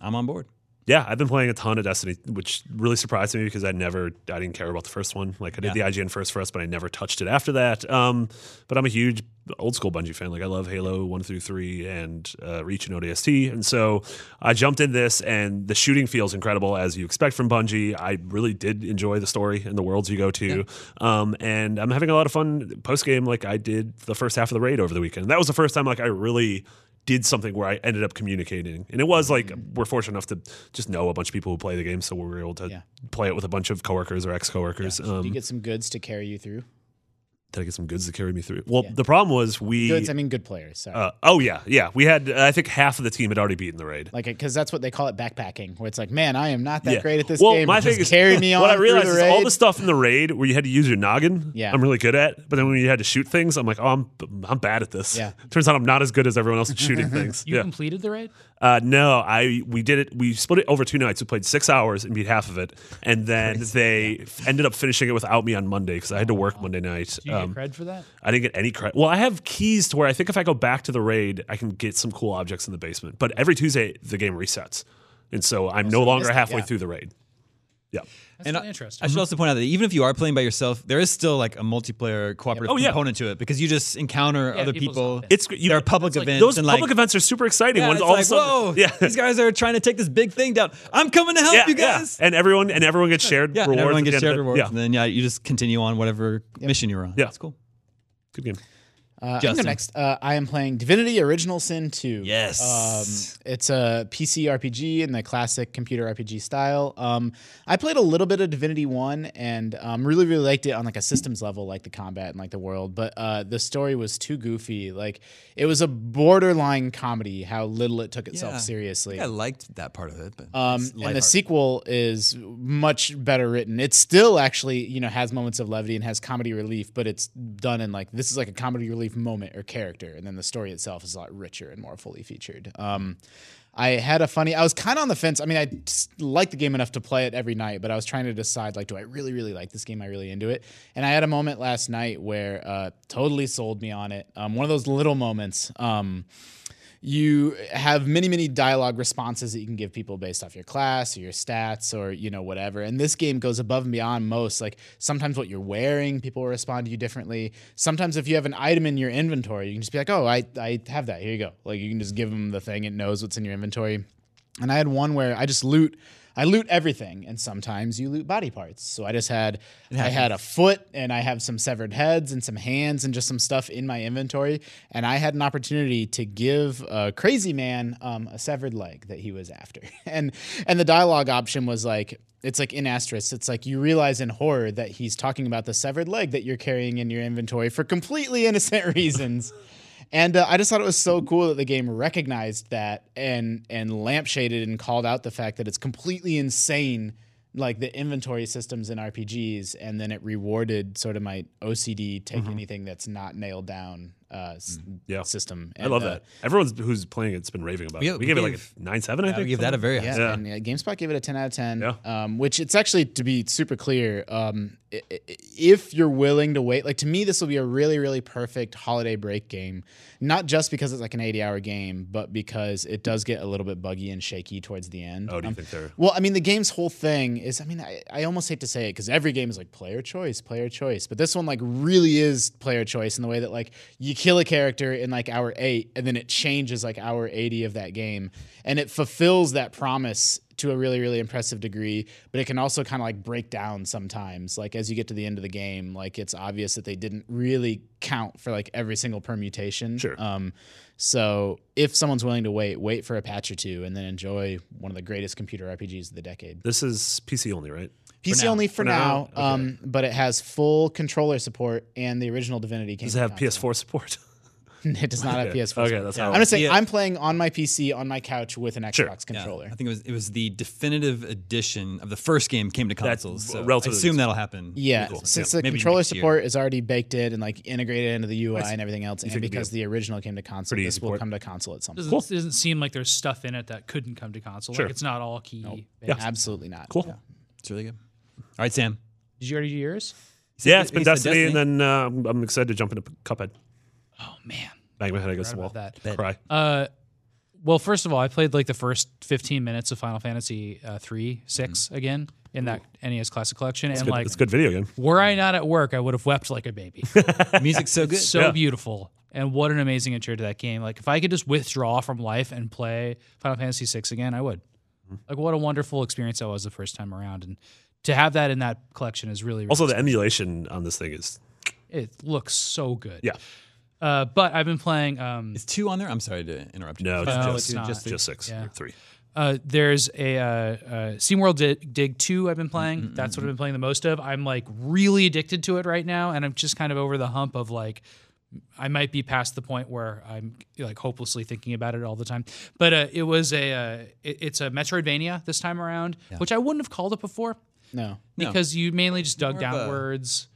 Speaker 3: I'm on board.
Speaker 6: I played. Yeah, I've been playing a ton of Destiny, which really surprised me because I never, I didn't care about the first one. Like I did the IGN first first, but I never touched it after that. Um, but I'm a huge old school Bungie fan. Like I love Halo one through three and uh, Reach and ODST, and so I jumped in this, and the shooting feels incredible as you expect from Bungie. I really did enjoy the story and the worlds you go to, um, and I'm having a lot of fun post game. Like I did the first half of the raid over the weekend. That was the first time like I really did something where I ended up communicating. And it was like
Speaker 4: Mm-hmm.
Speaker 6: we're fortunate enough to just know a bunch of people who play the game, so we were able to
Speaker 4: Yeah.
Speaker 6: play it with a bunch of coworkers or ex coworkers.
Speaker 4: Do
Speaker 6: Um,
Speaker 4: you get some goods to carry you through?
Speaker 6: did I get some goods to carry me through? Well, the problem was we.
Speaker 4: Goods, I mean good players. Sorry.
Speaker 6: uh, oh yeah, yeah. We had uh, I think half of the team had already beaten the raid.
Speaker 4: like, because that's what they call it backpacking, where it's like, man, I am not that
Speaker 6: yeah.
Speaker 4: great at this
Speaker 6: well,
Speaker 4: game.
Speaker 6: my
Speaker 4: Just
Speaker 6: thing is
Speaker 4: carry me on.
Speaker 6: What I
Speaker 4: through
Speaker 6: realized
Speaker 4: the
Speaker 6: is all
Speaker 4: raid."
Speaker 6: the stuff in the raid where you had to use your noggin.
Speaker 4: Yeah.
Speaker 6: I'm really good at. But then when you had to shoot things, I'm like, oh, I'm I'm bad at this.
Speaker 4: Yeah.
Speaker 6: Turns out I'm not as good as everyone else at shooting things.
Speaker 5: you
Speaker 6: yeah.
Speaker 5: completed the raid?
Speaker 6: Uh, no, I we did it. We split it over two nights. We played six hours and beat half of it, and then they f- ended up finishing it without me on Monday because I had to work Monday night.
Speaker 5: Do you
Speaker 6: Um,
Speaker 5: get cred for that?
Speaker 6: I didn't get any credit. Well, I have keys to where I think if I go back to the raid, I can get some cool objects in the basement. But every Tuesday, the game resets, and so I'm no longer
Speaker 4: missed it,
Speaker 6: halfway
Speaker 4: yeah.
Speaker 6: through the raid. Yeah.
Speaker 5: That's
Speaker 3: And
Speaker 5: really
Speaker 3: I- I
Speaker 5: interesting.
Speaker 6: Mm-hmm.
Speaker 3: should also point out that even if you are playing by yourself, there is still like a multiplayer cooperative
Speaker 6: Oh, yeah.
Speaker 3: component to it because you just encounter other
Speaker 5: people's
Speaker 3: people.
Speaker 5: stuff.
Speaker 6: It's you,
Speaker 3: there are public events.
Speaker 6: those
Speaker 3: and,
Speaker 6: public
Speaker 3: like,
Speaker 6: events are super exciting.
Speaker 3: Yeah,
Speaker 6: when
Speaker 3: it's
Speaker 6: all
Speaker 3: like,
Speaker 6: of a sudden,
Speaker 3: whoa, these guys are trying to take this big thing down. I'm coming to help
Speaker 6: yeah,
Speaker 3: you
Speaker 6: yeah.
Speaker 3: guys.
Speaker 6: and everyone and everyone gets shared
Speaker 3: Yeah, and
Speaker 6: rewards.
Speaker 3: everyone
Speaker 6: at the
Speaker 3: gets
Speaker 6: end of
Speaker 3: shared
Speaker 6: it.
Speaker 3: rewards,
Speaker 6: Yeah,
Speaker 3: and then yeah, you just continue on whatever mission you're on.
Speaker 6: Yeah.
Speaker 3: it's cool.
Speaker 6: good game.
Speaker 4: Uh, I can go
Speaker 3: Justin.
Speaker 4: next, uh, I am playing Divinity: Original Sin 2.
Speaker 3: Yes.
Speaker 4: um, it's a PC RPG in the classic computer RPG style. Um, I played a little bit of Divinity One and um, really, really liked it on like a systems level, like the combat and like the world. But uh, the story was too goofy. Like it was a borderline comedy. How little it took itself
Speaker 3: Yeah.
Speaker 4: seriously.
Speaker 3: I liked that part of it, but
Speaker 4: Um, and the sequel is much better written. It still actually, you know, has moments of levity and has comedy relief, but it's done in like this is like a comedy relief brief moment or character, and then the story itself is a lot richer and more fully featured. Um, I had a funny. I was kind of on the fence. I mean, I just like the game enough to play it every night, but I was trying to decide like, do I really, really like this game? Am I really into it? And I had a moment last night where uh, totally sold me on it. Um, one of those little moments. Um, you have many many dialogue responses that you can give people based off your class or your stats or you know whatever and this game goes above and beyond most like sometimes what you're wearing people will respond to you differently sometimes if you have an item in your inventory you can just be like oh i, I have that here you go like you can just give them the thing it knows what's in your inventory and I had one where I just loot. I loot everything, and sometimes you loot body parts. So I just had, I had a foot, and I have some severed heads and some hands, and just some stuff in my inventory. And I had an opportunity to give a crazy man um, a severed leg that he was after, and and the dialogue option was like, it's like in asterisk it's like you realize in horror that he's talking about the severed leg that you're carrying in your inventory for completely innocent reasons and uh, i just thought it was so cool that the game recognized that and and lampshaded and called out the fact that it's completely insane like the inventory systems in rpgs and then it rewarded sort of my ocd take anything that's not nailed down uh, s-
Speaker 6: Mm-hmm. Mm, Yeah.
Speaker 4: system
Speaker 6: I love
Speaker 4: And, uh,
Speaker 6: that. Everyone's who's playing it's been raving about
Speaker 3: Yeah,
Speaker 6: it.
Speaker 3: we
Speaker 6: We gave it like
Speaker 3: gave-
Speaker 6: a nine seven. I
Speaker 3: I would
Speaker 6: think.
Speaker 3: give that a very high.
Speaker 4: Yeah,
Speaker 3: score.
Speaker 6: Yeah.
Speaker 4: and uh, GameSpot gave it a 10 out of 10,
Speaker 6: Yeah.
Speaker 4: um, which it's actually, to be super clear, um, i- i- if you're willing to wait, like to me, this will be a really, really perfect holiday break game. Not just because it's like an 80 hour game, but because it does get a little bit buggy and shaky towards the end.
Speaker 6: Oh, do you
Speaker 4: Um,
Speaker 6: think they're?
Speaker 4: well, I mean, the game's whole thing is, I mean, I, I almost hate to say it because every game is like player choice, player choice. But this one, like, really is player choice in the way that, like, you kill a character in, like, hour eight and then it changes, like, hour 80 of that game. And it fulfills that promise to a really, really impressive degree. But it can also kind of, like, break down sometimes. Like, as you get to the end of the game, like, it's obvious that they didn't really count for, like, every single permutation.
Speaker 6: Sure.
Speaker 4: Um, so if someone's willing to wait, wait for a patch or two and then enjoy one of the greatest computer RPGs of the decade.
Speaker 6: This is PC only, right?
Speaker 4: PC only for,
Speaker 6: For
Speaker 4: now,
Speaker 6: now,
Speaker 4: um, but it has full controller support and the original Divinity came.
Speaker 6: Does it have
Speaker 4: with
Speaker 6: PS4 support?
Speaker 4: console. it does not have PS4.
Speaker 6: Okay,
Speaker 4: support.
Speaker 6: that's how.
Speaker 4: I'm just saying
Speaker 3: Yeah.
Speaker 4: I'm playing on my PC on my couch with an Xbox
Speaker 6: Sure.
Speaker 3: Yeah,
Speaker 4: controller.
Speaker 3: I think it was it was the definitive edition of the first game came to consoles.
Speaker 6: w-
Speaker 3: So I
Speaker 6: relatively
Speaker 3: assume
Speaker 6: recent.
Speaker 3: that'll happen.
Speaker 4: Yeah,
Speaker 3: Cool.
Speaker 4: since
Speaker 3: Yeah,
Speaker 4: the
Speaker 3: maybe
Speaker 4: controller
Speaker 3: next year.
Speaker 4: support is already baked in and like integrated into the UI and everything else, and
Speaker 6: think it'd be
Speaker 4: because
Speaker 6: a
Speaker 4: the original came to console,
Speaker 6: pretty
Speaker 4: this
Speaker 6: easy
Speaker 4: will
Speaker 6: port?
Speaker 4: come to console at some point.
Speaker 5: Doesn't, doesn't seem like there's stuff in it that couldn't come to console.
Speaker 6: Sure.
Speaker 5: Like it's not all key. based.
Speaker 4: Absolutely not.
Speaker 6: Cool.
Speaker 3: It's really good. All right, Sam.
Speaker 5: Did you already do yours?
Speaker 6: Yeah, it's been
Speaker 3: He said
Speaker 6: Destiny,
Speaker 3: Destiny.
Speaker 6: and then uh, I'm- I'm excited to jump into P- Cuphead.
Speaker 5: Oh man,
Speaker 6: Bang my head against the
Speaker 5: forgot
Speaker 6: wall.
Speaker 5: about that.
Speaker 6: Cry.
Speaker 5: Uh, well, first of all, I played like the first 15 minutes of Final Fantasy uh, three, six again in that NES Classic Collection, and
Speaker 6: Mm-hmm. Good-
Speaker 5: like,
Speaker 6: it's a good video game.
Speaker 5: were I not at work, I would have wept like a baby.
Speaker 3: Music's so good.
Speaker 5: so beautiful. And what an amazing intro to that game. Like if I could just withdraw from life and play Final Fantasy VI again, I would.
Speaker 6: Mm-hmm.
Speaker 5: Like what a wonderful experience that was the first time around. And to have that in that collection is really, really
Speaker 6: Also, the emulation on this thing is
Speaker 5: it looks so good.
Speaker 6: Yeah.
Speaker 5: Uh, but I've been playing um,
Speaker 3: Is two on there? I'm sorry to interrupt. you.
Speaker 6: no,
Speaker 3: Just-
Speaker 5: No,
Speaker 6: just,
Speaker 5: it's not.
Speaker 6: just just six,
Speaker 5: Yeah.
Speaker 6: or three.
Speaker 5: Uh, there's a uh, uh, SeaWorld Dig, Dig 2 I've been playing. That's what I've been playing the most of. I'm like really addicted to it right now, and I'm just kind of over the hump of like, I might be past the point where I'm like hopelessly thinking about it all the time. But uh, it was a, uh, it, it's a Metroidvania this time around, which I wouldn't have called it before
Speaker 4: No.
Speaker 3: No.
Speaker 5: because you mainly just dug
Speaker 3: more of a-
Speaker 5: downwards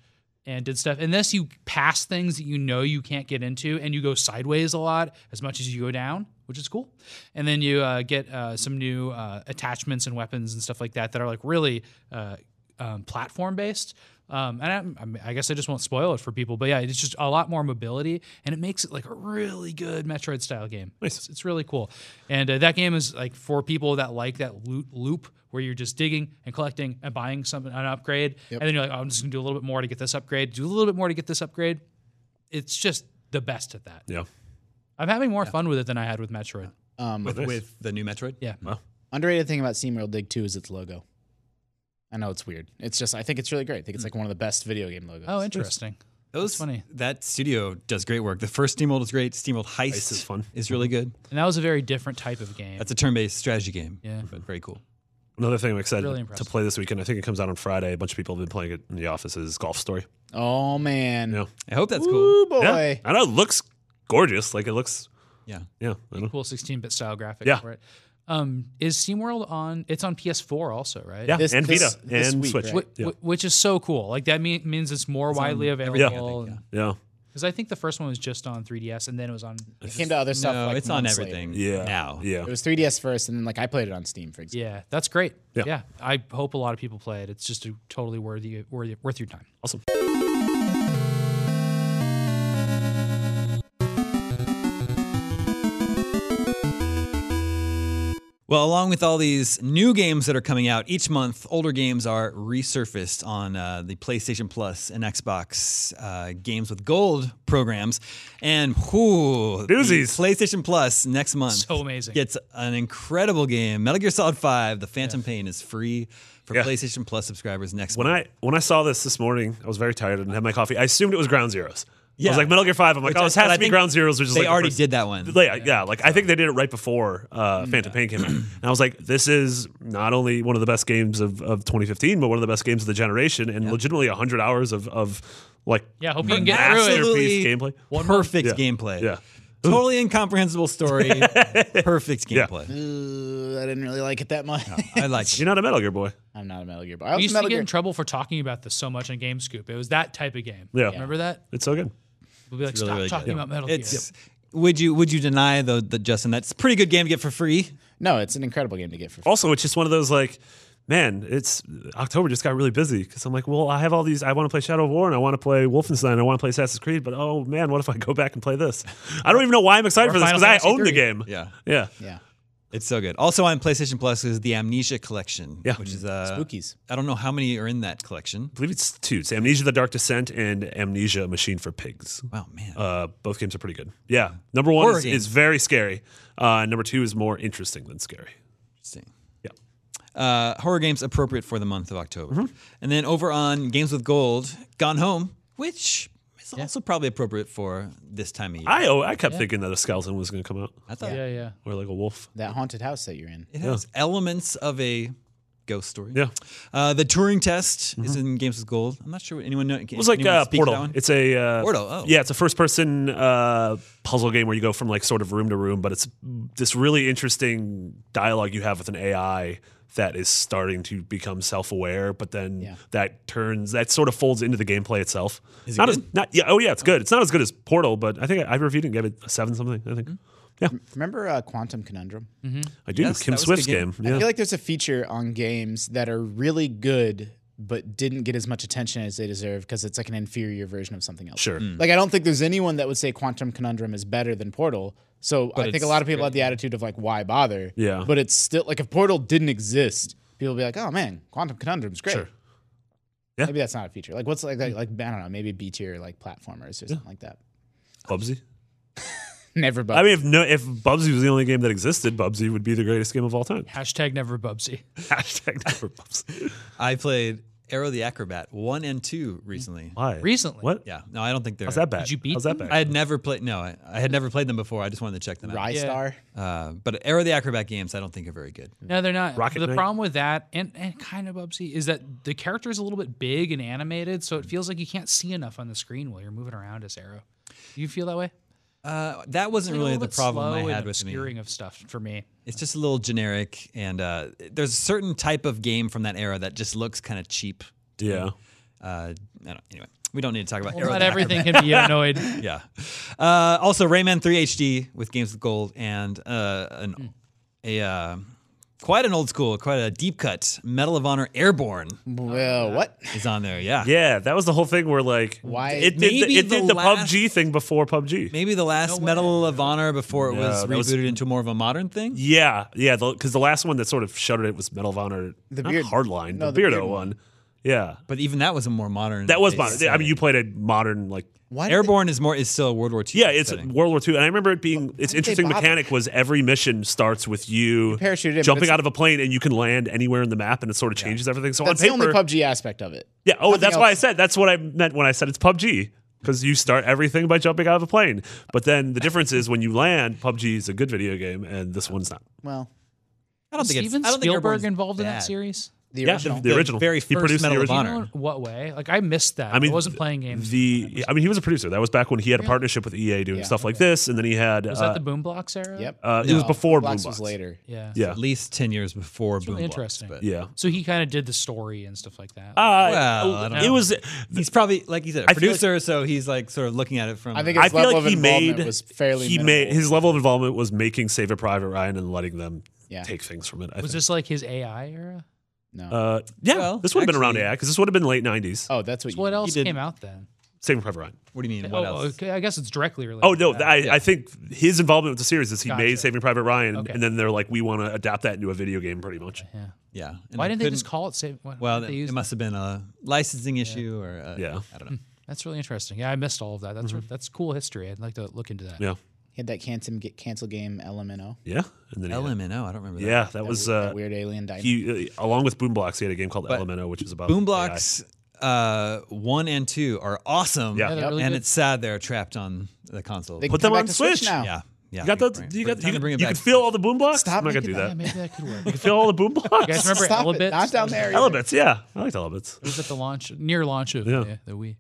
Speaker 5: and did stuff. And this, you pass things that you know you can't get into, and you go sideways a lot as much as you go down, which is cool. And then you uh, get uh, some new uh, attachments and weapons and stuff like that that are like really uh, um, platform based. Um, and I'm- I'm, I guess I just won't spoil it for people, but yeah, it's just a lot more mobility, and it makes it like a really good Metroid style game. It's, it's really cool, and uh, that game is like for people that like that loot loop where you're just digging and collecting and buying something an upgrade, and then you're like, oh, I'm just gonna do a little bit more to get this upgrade, do a little bit more to get this upgrade. It's just the best at that.
Speaker 6: Yeah,
Speaker 5: I'm having more fun with it than I had with Metroid.
Speaker 3: with, um, with the new Metroid.
Speaker 5: Yeah,
Speaker 4: Underrated thing about SeaWorld Dig 2 is its logo. I know it's weird. It's just I think it's really great. I think it's like one of the best video game logos.
Speaker 5: oh, interesting.
Speaker 3: Those
Speaker 5: funny.
Speaker 3: That studio does great work. The first Steamrolled is great. Steamrolled Heist,
Speaker 6: Heist is fun.
Speaker 3: really good.
Speaker 5: And that was a very different type of game.
Speaker 3: That's a turn-based strategy game.
Speaker 5: Yeah.
Speaker 3: but very cool.
Speaker 6: another thing I'm excited
Speaker 5: Really
Speaker 6: to
Speaker 5: impressive.
Speaker 6: play this weekend. I think it comes out on Friday. A bunch of people have been playing it in the office. Is Golf Story?
Speaker 4: Oh man.
Speaker 6: Yeah.
Speaker 3: I hope that's cool.
Speaker 4: Ooh boy.
Speaker 6: Yeah, I know it looks gorgeous. Like it looks.
Speaker 3: Yeah.
Speaker 6: Yeah, I know.
Speaker 5: cool 16-bit style graphics
Speaker 6: Yeah.
Speaker 5: for it. Um, is SeaWorld on? It's on PS4 also, right?
Speaker 6: Yeah,
Speaker 4: This-
Speaker 6: and
Speaker 4: this-
Speaker 6: Vita
Speaker 4: this
Speaker 6: and
Speaker 4: week,
Speaker 6: Switch.
Speaker 4: right?
Speaker 5: Wh-
Speaker 6: Yeah.
Speaker 5: wh- which is so cool. Like that mean, means it's more widely
Speaker 3: on
Speaker 5: available.
Speaker 3: everything, I think,
Speaker 5: and-
Speaker 6: yeah,
Speaker 5: Because I think the first one was just on 3DS, and then it was on.
Speaker 4: It came to other stuff.
Speaker 3: no,
Speaker 4: like
Speaker 3: it's on
Speaker 4: months later.
Speaker 3: everything
Speaker 6: Yeah.
Speaker 3: now.
Speaker 6: Yeah.
Speaker 4: It was 3DS first, and then like I played it on Steam, for example.
Speaker 5: Yeah, that's great.
Speaker 6: Yeah.
Speaker 5: Yeah. I hope a lot of people play it. It's just a totally worthy, worthy, worth your time.
Speaker 6: Awesome.
Speaker 3: Well, along with all these new games that are coming out each month, older games are resurfaced on uh, the PlayStation Plus and Xbox uh, Games with Gold programs. And whoo, the
Speaker 6: Doozies.
Speaker 3: PlayStation Plus next month
Speaker 5: So amazing.
Speaker 3: gets an incredible game. Metal Gear Solid 5, The Phantom Pain is free for
Speaker 6: Yeah.
Speaker 3: PlayStation Plus subscribers next
Speaker 6: When
Speaker 3: month.
Speaker 6: I when I saw this this morning, I was very tired. I didn't have my coffee. I assumed it was Ground Zeroes. I
Speaker 3: Yeah.
Speaker 6: was like Metal Gear Five. I'm like,
Speaker 3: Which
Speaker 6: oh,
Speaker 3: I-
Speaker 6: this has
Speaker 3: but I
Speaker 6: to be
Speaker 3: think
Speaker 6: Ground Zeroes. Which is
Speaker 3: they
Speaker 6: like the
Speaker 3: already
Speaker 6: first-
Speaker 3: did that one.
Speaker 6: Yeah, yeah. Like I think they did it right before uh,
Speaker 3: Mm.
Speaker 6: Phantom Pain came out, and I was like, this is not only one of the best games of, of 2015, but one of the best games of the generation, and legitimately 100 hours of of like
Speaker 5: Yeah, hope you can get through it.
Speaker 6: masterpiece
Speaker 3: Absolutely
Speaker 6: gameplay.
Speaker 3: perfect
Speaker 6: Yeah.
Speaker 3: gameplay.
Speaker 6: Yeah.
Speaker 3: Totally incomprehensible story. perfect gameplay.
Speaker 4: Ooh, I didn't really like it that much.
Speaker 3: I like it.
Speaker 6: You're not a Metal Gear boy.
Speaker 4: I'm not a Metal Gear, but I
Speaker 5: We
Speaker 4: was
Speaker 5: used to
Speaker 4: Metal
Speaker 5: get
Speaker 4: Gear.
Speaker 5: in trouble for talking about this so much on Game Scoop. It was that type of game.
Speaker 6: Yeah.
Speaker 5: Remember that?
Speaker 6: It's so good.
Speaker 5: We'll be like, stop
Speaker 3: really, really
Speaker 5: talking
Speaker 3: good.
Speaker 5: about Metal Gear.
Speaker 3: It's would you would you deny though that Justin that's a pretty good game to get for free?
Speaker 4: no, it's an incredible game to get for free.
Speaker 6: also it's just one of those like man it's october just got really busy because i'm like well i have all these i want to play shadow of war and i want to play wolfenstein i want to play assassin's creed but oh man what if i go back and play this i don't even know why i'm excited
Speaker 5: Or
Speaker 6: for this
Speaker 5: Final
Speaker 6: because i
Speaker 5: Fantasy
Speaker 6: own the
Speaker 5: III.
Speaker 6: game
Speaker 3: Yeah.
Speaker 6: yeah
Speaker 4: Yeah,
Speaker 3: It's so good. Also on PlayStation Plus is the Amnesia collection,
Speaker 6: Yeah.
Speaker 3: which is uh
Speaker 4: Spookies.
Speaker 3: I don't know how many are in that collection.
Speaker 6: i believe it's two it's amnesia the dark descent and amnesia machine for pigs
Speaker 3: Wow, man.
Speaker 6: uh, both games are pretty good yeah number one
Speaker 3: Horror
Speaker 6: is,
Speaker 3: game.
Speaker 6: is very scary uh, number two is more interesting than scary
Speaker 3: Interesting.
Speaker 6: yeah
Speaker 3: Uh, horror games appropriate for the month of October.
Speaker 6: Mm-hmm.
Speaker 3: And then over on Games with Gold, Gone Home, which is also probably appropriate for this time of year.
Speaker 6: i oh, i kept thinking that a skeleton was going to come out
Speaker 3: I thought
Speaker 5: Yeah, yeah.
Speaker 6: or like a wolf
Speaker 4: that haunted house that you're in.
Speaker 3: it has elements of a ghost story.
Speaker 6: yeah Mm-hmm.
Speaker 3: Uh, the Turing test is in Games with Gold. I'm not sure anyone know.
Speaker 6: It was like uh,
Speaker 3: That
Speaker 6: Portal.
Speaker 3: one?
Speaker 6: It's a uh,
Speaker 3: Portal, oh.
Speaker 6: yeah, it's a first-person uh, puzzle game where you go from like sort of room to room, but it's this really interesting dialogue you have with an AI that is starting to become self-aware, but then
Speaker 4: Yeah.
Speaker 6: that turns that sort of folds into the gameplay itself.
Speaker 3: Is it
Speaker 6: not as
Speaker 3: good?
Speaker 6: not yeah oh yeah it's good. It's not as good as Portal, but I think I, I reviewed it and gave it a seven something. I think yeah
Speaker 4: Remember uh, Quantum Conundrum?
Speaker 6: I do
Speaker 3: Mm-hmm. Yes, that
Speaker 6: Kim
Speaker 3: was a good
Speaker 6: Swift's
Speaker 3: game.
Speaker 6: game.
Speaker 4: I
Speaker 6: Yeah.
Speaker 4: feel like there's a feature on games that are really good but didn't get as much attention as they deserve because it's like an inferior version of something else.
Speaker 6: Sure. Mm.
Speaker 4: Like I don't think there's anyone that would say Quantum Conundrum is better than Portal. So I think
Speaker 3: it's
Speaker 4: a lot of people had the attitude of like, why bother?
Speaker 6: Yeah.
Speaker 4: But it's still like if Portal didn't exist, people would be like, oh man, Quantum Conundrum's great.
Speaker 6: Sure. Yeah. Hmm.
Speaker 4: Maybe that's not a feature. Like what's like like, like I don't know, maybe B tier like platformers or something like that.
Speaker 6: Bubsy.
Speaker 4: Never but
Speaker 6: I mean, if no, if Bubsy was the only game that existed, Bubsy would be the greatest game of all time.
Speaker 5: Hashtag never Bubsy.
Speaker 6: Hashtag never Bubsy.
Speaker 3: I played Arrow the Acrobat one and two recently.
Speaker 6: Why?
Speaker 5: Recently.
Speaker 6: What?
Speaker 3: Yeah, no, I don't think they're.
Speaker 6: Mm. How's that bad?
Speaker 5: Did you beat
Speaker 6: How's that
Speaker 5: them?
Speaker 6: bad?
Speaker 3: I had never played. No, I, I had never played them before. I just wanted to check them out.
Speaker 4: Rystar.
Speaker 3: Uh, but Arrow the Acrobat games, I don't think are very good.
Speaker 5: No, they're not.
Speaker 6: Rocket
Speaker 5: the
Speaker 6: Knight?
Speaker 5: problem with that and, and kind of Bubsy is that the character is a little bit big and animated, so it feels like you can't see enough on the screen while you're moving around as Arrow. Do you feel that way?
Speaker 3: Uh, that wasn't
Speaker 5: Like a
Speaker 3: really
Speaker 5: little
Speaker 3: the
Speaker 5: bit
Speaker 3: problem
Speaker 5: slow
Speaker 3: I
Speaker 5: and
Speaker 3: had with me.
Speaker 5: obscuring of stuff for me.
Speaker 3: It's just a little generic, and uh, there's a certain type of game from that era that just looks kind of cheap.
Speaker 6: yeah.
Speaker 3: Uh, I don't, anyway, we don't need to talk about Arrow
Speaker 5: Not
Speaker 3: the
Speaker 5: everything can be annoyed.
Speaker 3: yeah. Uh, also, Rayman 3 HD with Games with Gold and uh, an,
Speaker 5: Hmm.
Speaker 3: a uh, quite an old school, quite a deep cut Medal of Honor Airborne
Speaker 5: Oh,
Speaker 4: Well, what?
Speaker 3: is on there. Yeah.
Speaker 6: Yeah, that was the whole thing where like
Speaker 4: Why-
Speaker 6: it did the,
Speaker 3: Maybe
Speaker 6: it did
Speaker 3: the
Speaker 6: the
Speaker 3: last-
Speaker 6: PUBG thing before PUBG.
Speaker 3: Maybe the last Medal of Honor before it
Speaker 6: No,
Speaker 3: was
Speaker 6: that
Speaker 3: rebooted
Speaker 6: was-
Speaker 3: into more of a modern thing.
Speaker 6: Yeah, yeah, because the, last one that sort of shuttered it was Medal of Honor,
Speaker 4: The
Speaker 6: the
Speaker 4: beard-
Speaker 6: hardline,
Speaker 4: no,
Speaker 6: the,
Speaker 4: the beard
Speaker 6: Beardo
Speaker 4: one.
Speaker 6: one. Yeah,
Speaker 3: But even that was a more modern.
Speaker 6: that was
Speaker 3: based
Speaker 6: modern. I
Speaker 3: setting.
Speaker 6: mean, you played a modern like.
Speaker 4: Why did they-
Speaker 3: Airborne is more is still a World War II.
Speaker 6: Yeah, it's
Speaker 3: setting.
Speaker 6: World War II, and I remember it being its
Speaker 4: did they
Speaker 6: interesting
Speaker 4: bother?
Speaker 6: mechanic was every mission starts with you
Speaker 4: parachute in, but
Speaker 6: jumping
Speaker 4: it's-
Speaker 6: out of a plane, and you can land anywhere in the map, and it sort of changes everything. So
Speaker 4: That's
Speaker 6: on
Speaker 4: the
Speaker 6: paper,
Speaker 4: only PUBG aspect of it.
Speaker 6: Yeah. Oh,
Speaker 4: Nothing
Speaker 6: that's why I
Speaker 4: else.
Speaker 6: said that's what I meant when I said it's PUBG because you start everything by jumping out of a plane. But then the difference is when you land, PUBG is a good video game and this one's not.
Speaker 4: Well,
Speaker 3: I don't think it's-
Speaker 5: Steven
Speaker 3: I don't think
Speaker 5: Spielberg
Speaker 3: Airborne's
Speaker 5: involved in that
Speaker 3: bad.
Speaker 5: series?
Speaker 4: The
Speaker 6: Yeah,
Speaker 4: original.
Speaker 6: the original.
Speaker 3: very
Speaker 6: He
Speaker 3: first
Speaker 6: produced the
Speaker 3: Medal of
Speaker 6: original.
Speaker 5: You know
Speaker 3: Honor.
Speaker 5: in what way? Like I missed that.
Speaker 6: I
Speaker 5: I,
Speaker 6: mean,
Speaker 5: wasn't playing games.
Speaker 6: The I mean, he was a producer. That was back when he had a partnership with EA doing
Speaker 4: Yeah,
Speaker 6: stuff like this, and then he had
Speaker 5: was
Speaker 6: uh,
Speaker 5: that the Boom Blocks era?
Speaker 4: Yep.
Speaker 6: uh, it was
Speaker 3: No,
Speaker 6: before
Speaker 4: Blocks
Speaker 6: Boombox.
Speaker 4: was later.
Speaker 5: Yeah.
Speaker 6: Yeah,
Speaker 3: At least 10 years before Boom
Speaker 5: really
Speaker 3: Blocks,
Speaker 5: interesting.
Speaker 3: but-
Speaker 6: yeah.
Speaker 5: So he kind of did the story and stuff like that.
Speaker 6: Uh,
Speaker 3: Well, I don't
Speaker 6: it
Speaker 3: know.
Speaker 6: was.
Speaker 3: He's probably, like he said, a
Speaker 6: I feel like-
Speaker 3: producer, so he's like sort of looking at it from.
Speaker 4: I think
Speaker 3: a-
Speaker 6: I
Speaker 4: his
Speaker 6: feel
Speaker 4: level
Speaker 6: like
Speaker 4: of
Speaker 6: he
Speaker 4: involvement
Speaker 6: made
Speaker 4: was fairly
Speaker 6: he
Speaker 4: minimal.
Speaker 6: made his level of involvement was making Save a Private Ryan and letting them
Speaker 4: Yeah.
Speaker 6: take things from it. I
Speaker 5: was
Speaker 6: think.
Speaker 5: this like his AI era?
Speaker 4: no.
Speaker 6: Uh, yeah,
Speaker 3: Well,
Speaker 6: this would have been around
Speaker 3: actually-
Speaker 6: AI because this would have been late '90s.
Speaker 4: oh, that's what.
Speaker 5: So
Speaker 4: you
Speaker 5: what else
Speaker 3: did-
Speaker 5: came out then?
Speaker 6: Saving Private Ryan.
Speaker 3: what do you mean? What
Speaker 5: oh,
Speaker 3: else?
Speaker 5: okay. I guess it's directly related.
Speaker 6: Oh no,
Speaker 5: to that.
Speaker 6: I, I think his involvement with the series is he made
Speaker 5: Gotcha.
Speaker 6: Saving Private Ryan,
Speaker 5: Okay.
Speaker 6: and then they're like, we want to adapt that into a video game, pretty much.
Speaker 5: yeah.
Speaker 3: Yeah. And
Speaker 5: Why
Speaker 3: I
Speaker 5: didn't they just
Speaker 3: couldn't-
Speaker 5: call it? Save, why- why
Speaker 3: Well,
Speaker 5: didn't
Speaker 3: it,
Speaker 5: they use
Speaker 3: it must have been a licensing issue or. A,
Speaker 6: Yeah.
Speaker 3: I don't know.
Speaker 5: That's really interesting. Yeah, I missed all of that. That's that's cool history. I'd like to look into that.
Speaker 6: Yeah,
Speaker 4: He had that cancel, get, cancel game LMNO.
Speaker 6: yeah, and then he had-
Speaker 3: LMNO, I don't remember that.
Speaker 6: yeah, that, was uh,
Speaker 4: that weird alien dynamic.
Speaker 6: he uh, along with Boomblocks, he had a game called LMNO, which is about
Speaker 3: Boom
Speaker 6: AI.
Speaker 3: Blocks uh, 1 and 2 are awesome.
Speaker 6: Yeah. Yeah,
Speaker 5: they're really
Speaker 3: and
Speaker 5: good.
Speaker 3: it's sad they're trapped on the console.
Speaker 4: They
Speaker 6: Put
Speaker 4: come
Speaker 6: them
Speaker 4: back
Speaker 6: on
Speaker 4: to
Speaker 6: Switch.
Speaker 4: now.
Speaker 3: yeah. Yeah.
Speaker 6: You got
Speaker 3: bring-
Speaker 6: the
Speaker 3: bring it-
Speaker 6: you
Speaker 3: bring-
Speaker 6: got
Speaker 3: time
Speaker 6: you,
Speaker 3: to bring it
Speaker 6: can- you
Speaker 3: back
Speaker 6: can
Speaker 3: to
Speaker 6: feel
Speaker 3: Switch.
Speaker 6: all the boom blocks.
Speaker 4: Stop
Speaker 6: I'm not gonna
Speaker 4: making
Speaker 6: do
Speaker 4: that.
Speaker 5: Yeah,
Speaker 6: that.
Speaker 5: maybe that could work.
Speaker 6: You can feel all the boom blocks.
Speaker 5: You guys remember
Speaker 4: Stop it.
Speaker 5: Elebits?
Speaker 4: Not down there.
Speaker 6: Elements, yeah, I liked Elements.
Speaker 5: It was at the launch, near launch of
Speaker 6: Yeah.
Speaker 5: the, the Wii.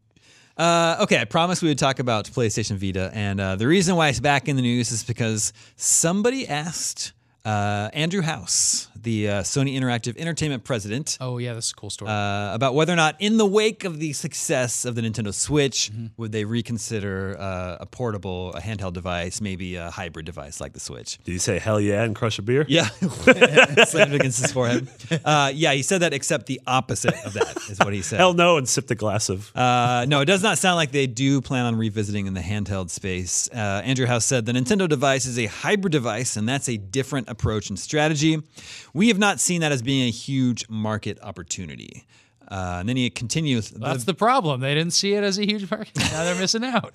Speaker 3: Uh, okay, I promised we would talk about PlayStation Vita, and uh, the reason why it's back in the news is because somebody asked uh, Andrew House, the uh, Sony Interactive Entertainment president,
Speaker 5: Oh yeah, that's a cool story.
Speaker 3: uh, about whether or not, in the wake of the success of the Nintendo Switch, would they reconsider uh, a portable, a handheld device, maybe a hybrid device like the Switch.
Speaker 6: Did you say hell yeah and crush a beer?
Speaker 3: Yeah, slammed against his forehead. Uh, yeah, he said that, except the opposite of that is what he said.
Speaker 6: Hell no, and sipped a glass of.
Speaker 3: Uh, no, it does not sound like they do plan on revisiting in the handheld space. Uh, Andrew House said the Nintendo device is a hybrid device, and that's a different approach and strategy. We have not seen that as being a huge market opportunity. Uh, and then he continues.
Speaker 5: that's the problem. They didn't see it as a huge market. Now they're missing out.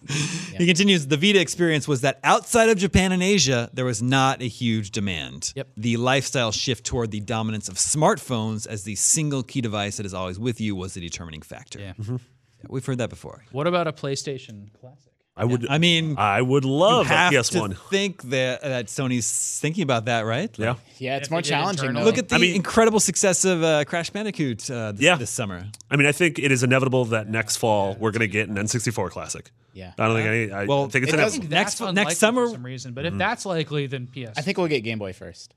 Speaker 3: He continues. The Vita experience was that outside of Japan and Asia, there was not a huge demand.
Speaker 5: Yep.
Speaker 3: The lifestyle shift toward the dominance of smartphones as the single key device that is always with you was the determining factor.
Speaker 5: Yeah.
Speaker 6: Mm-hmm.
Speaker 3: Yeah, we've heard that before.
Speaker 5: What about a PlayStation Classic?
Speaker 6: I would.
Speaker 3: I mean,
Speaker 6: I would love
Speaker 3: you have
Speaker 6: a PS One.
Speaker 3: to think that, that Sony's thinking about that, right?
Speaker 6: Yeah.
Speaker 4: Yeah, it's more
Speaker 5: did
Speaker 4: challenging.
Speaker 5: internal-
Speaker 4: Though.
Speaker 3: Look at the
Speaker 6: I mean-
Speaker 3: incredible success of uh, Crash Bandicoot uh, this,
Speaker 6: Yeah.
Speaker 3: this summer.
Speaker 6: I mean, I think it is inevitable that next fall we're going to get an N64 classic.
Speaker 4: Yeah.
Speaker 6: I don't think any. I
Speaker 3: Well,
Speaker 6: think it's
Speaker 4: it
Speaker 6: inevitable.
Speaker 4: does-
Speaker 5: That's
Speaker 3: next fu-
Speaker 5: unlikely
Speaker 3: next summer.
Speaker 5: for some reason.
Speaker 6: Mm-hmm.
Speaker 5: But if that's likely, then PS.
Speaker 4: I think we'll get Game Boy first.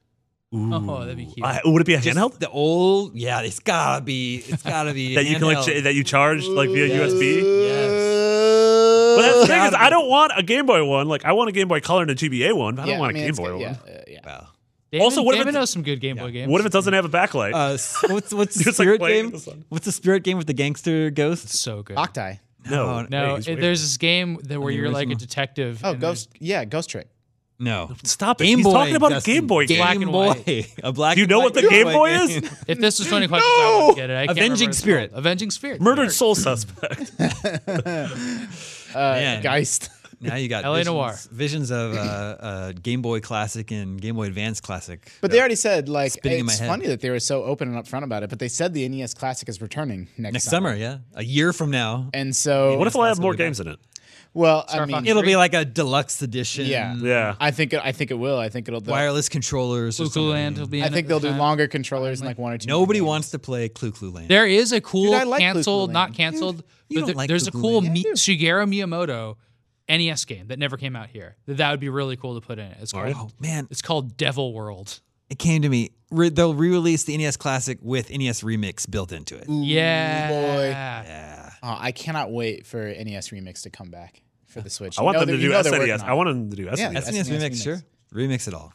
Speaker 5: Oh, that'd be cute.
Speaker 6: I- would it be a handheld
Speaker 3: The old, yeah, it's gotta be, it's gotta be
Speaker 6: that you can like
Speaker 3: handheld.
Speaker 6: ch- that you charge like via USB?
Speaker 3: Yes.
Speaker 6: But that's the thing is, I don't want a Game Boy one. Like, I want a Game Boy Color and a GBA one. But I don't want a Game Boy one.
Speaker 4: Yeah, uh, yeah.
Speaker 3: Wow.
Speaker 5: Damon,
Speaker 6: Also, what if
Speaker 5: Damon
Speaker 6: it's-
Speaker 5: knows some good Game Boy games?
Speaker 6: What if it doesn't have a backlight?
Speaker 3: Uh, s- what's what's the
Speaker 6: Just, like,
Speaker 3: spirit
Speaker 6: playing in
Speaker 3: game?
Speaker 6: the sun.
Speaker 3: What's the spirit game with the gangster ghosts?
Speaker 5: so good?
Speaker 4: Octai.
Speaker 6: no,
Speaker 5: No,
Speaker 6: Hey, he's
Speaker 5: it-
Speaker 6: weird.
Speaker 5: there's this game that where you're like a detective.
Speaker 4: Oh,
Speaker 5: and there's-
Speaker 4: Ghost. Yeah, Ghost Trick.
Speaker 3: No.
Speaker 6: Stop it.
Speaker 3: Game
Speaker 6: he's
Speaker 3: Boy.
Speaker 6: talking about
Speaker 3: Dustin.
Speaker 6: a Game Boy game.
Speaker 5: Black
Speaker 3: Game
Speaker 5: and
Speaker 3: Boy.
Speaker 5: white.
Speaker 3: A black.
Speaker 6: Do you know
Speaker 3: and
Speaker 6: what the
Speaker 3: white
Speaker 6: Game Boy is?
Speaker 3: game.
Speaker 5: If this was Tony Collectors, I wouldn't get it. I can't remember
Speaker 3: Avenging
Speaker 5: what it's
Speaker 3: Spirit.
Speaker 5: called. Avenging Spirit.
Speaker 6: Murdered Soul Suspect. Uh,
Speaker 3: Man.
Speaker 4: Geist.
Speaker 3: Now you got
Speaker 5: LA
Speaker 3: visions,
Speaker 5: Noire.
Speaker 3: visions of uh, uh, Game Boy Classic and Game Boy Advance Classic.
Speaker 4: But they already said like
Speaker 3: Spinning in my
Speaker 4: it's
Speaker 3: head.
Speaker 4: funny that they were so open and upfront about it. But they said the NES Classic is returning next,
Speaker 3: Next summer, yeah, a year from now,
Speaker 4: And so,
Speaker 6: What if I have more games in it?
Speaker 4: well, I
Speaker 5: Star
Speaker 4: mean,
Speaker 5: Fox.
Speaker 3: it'll be like a deluxe edition.
Speaker 4: yeah,
Speaker 6: Yeah.
Speaker 4: I think it, I think it will. I think it'll. they'll-
Speaker 3: wireless E controllers. Or
Speaker 5: Blue Cool
Speaker 3: something.
Speaker 5: Land will be.
Speaker 4: I
Speaker 5: in it
Speaker 4: think
Speaker 5: this
Speaker 4: they'll do
Speaker 5: time.
Speaker 4: longer controllers and like one or two.
Speaker 3: Nobody
Speaker 4: more games.
Speaker 3: wants to play Clue Clue Land.
Speaker 5: There is a cool
Speaker 4: Dude, I like
Speaker 5: canceled,
Speaker 4: Cuckoo
Speaker 5: not
Speaker 4: Land.
Speaker 5: canceled.
Speaker 3: you
Speaker 5: but
Speaker 3: don't
Speaker 5: there-
Speaker 3: like
Speaker 5: there's a
Speaker 3: Cuckoo
Speaker 5: cool
Speaker 3: Land.
Speaker 5: Mi- Shigeru Miyamoto NES game that never came out here. That that would be really cool to put in it. It's called,
Speaker 3: Oh man,
Speaker 5: it's called Devil World.
Speaker 3: it came to me. Re- they'll re-release the NES Classic with NES Remix built into it.
Speaker 5: Yeah.
Speaker 4: boy.
Speaker 3: Yeah.
Speaker 4: Oh, I cannot wait for NES Remix to come back for the Switch.
Speaker 6: I want
Speaker 4: You know
Speaker 6: them to
Speaker 4: that-
Speaker 6: do
Speaker 4: you know they're
Speaker 6: SNES.
Speaker 4: working on
Speaker 6: I want them to do E
Speaker 4: Yeah,
Speaker 6: SNES.
Speaker 4: that's- NES
Speaker 3: SNES Remix,
Speaker 4: Remix.
Speaker 3: sure. Remix it all.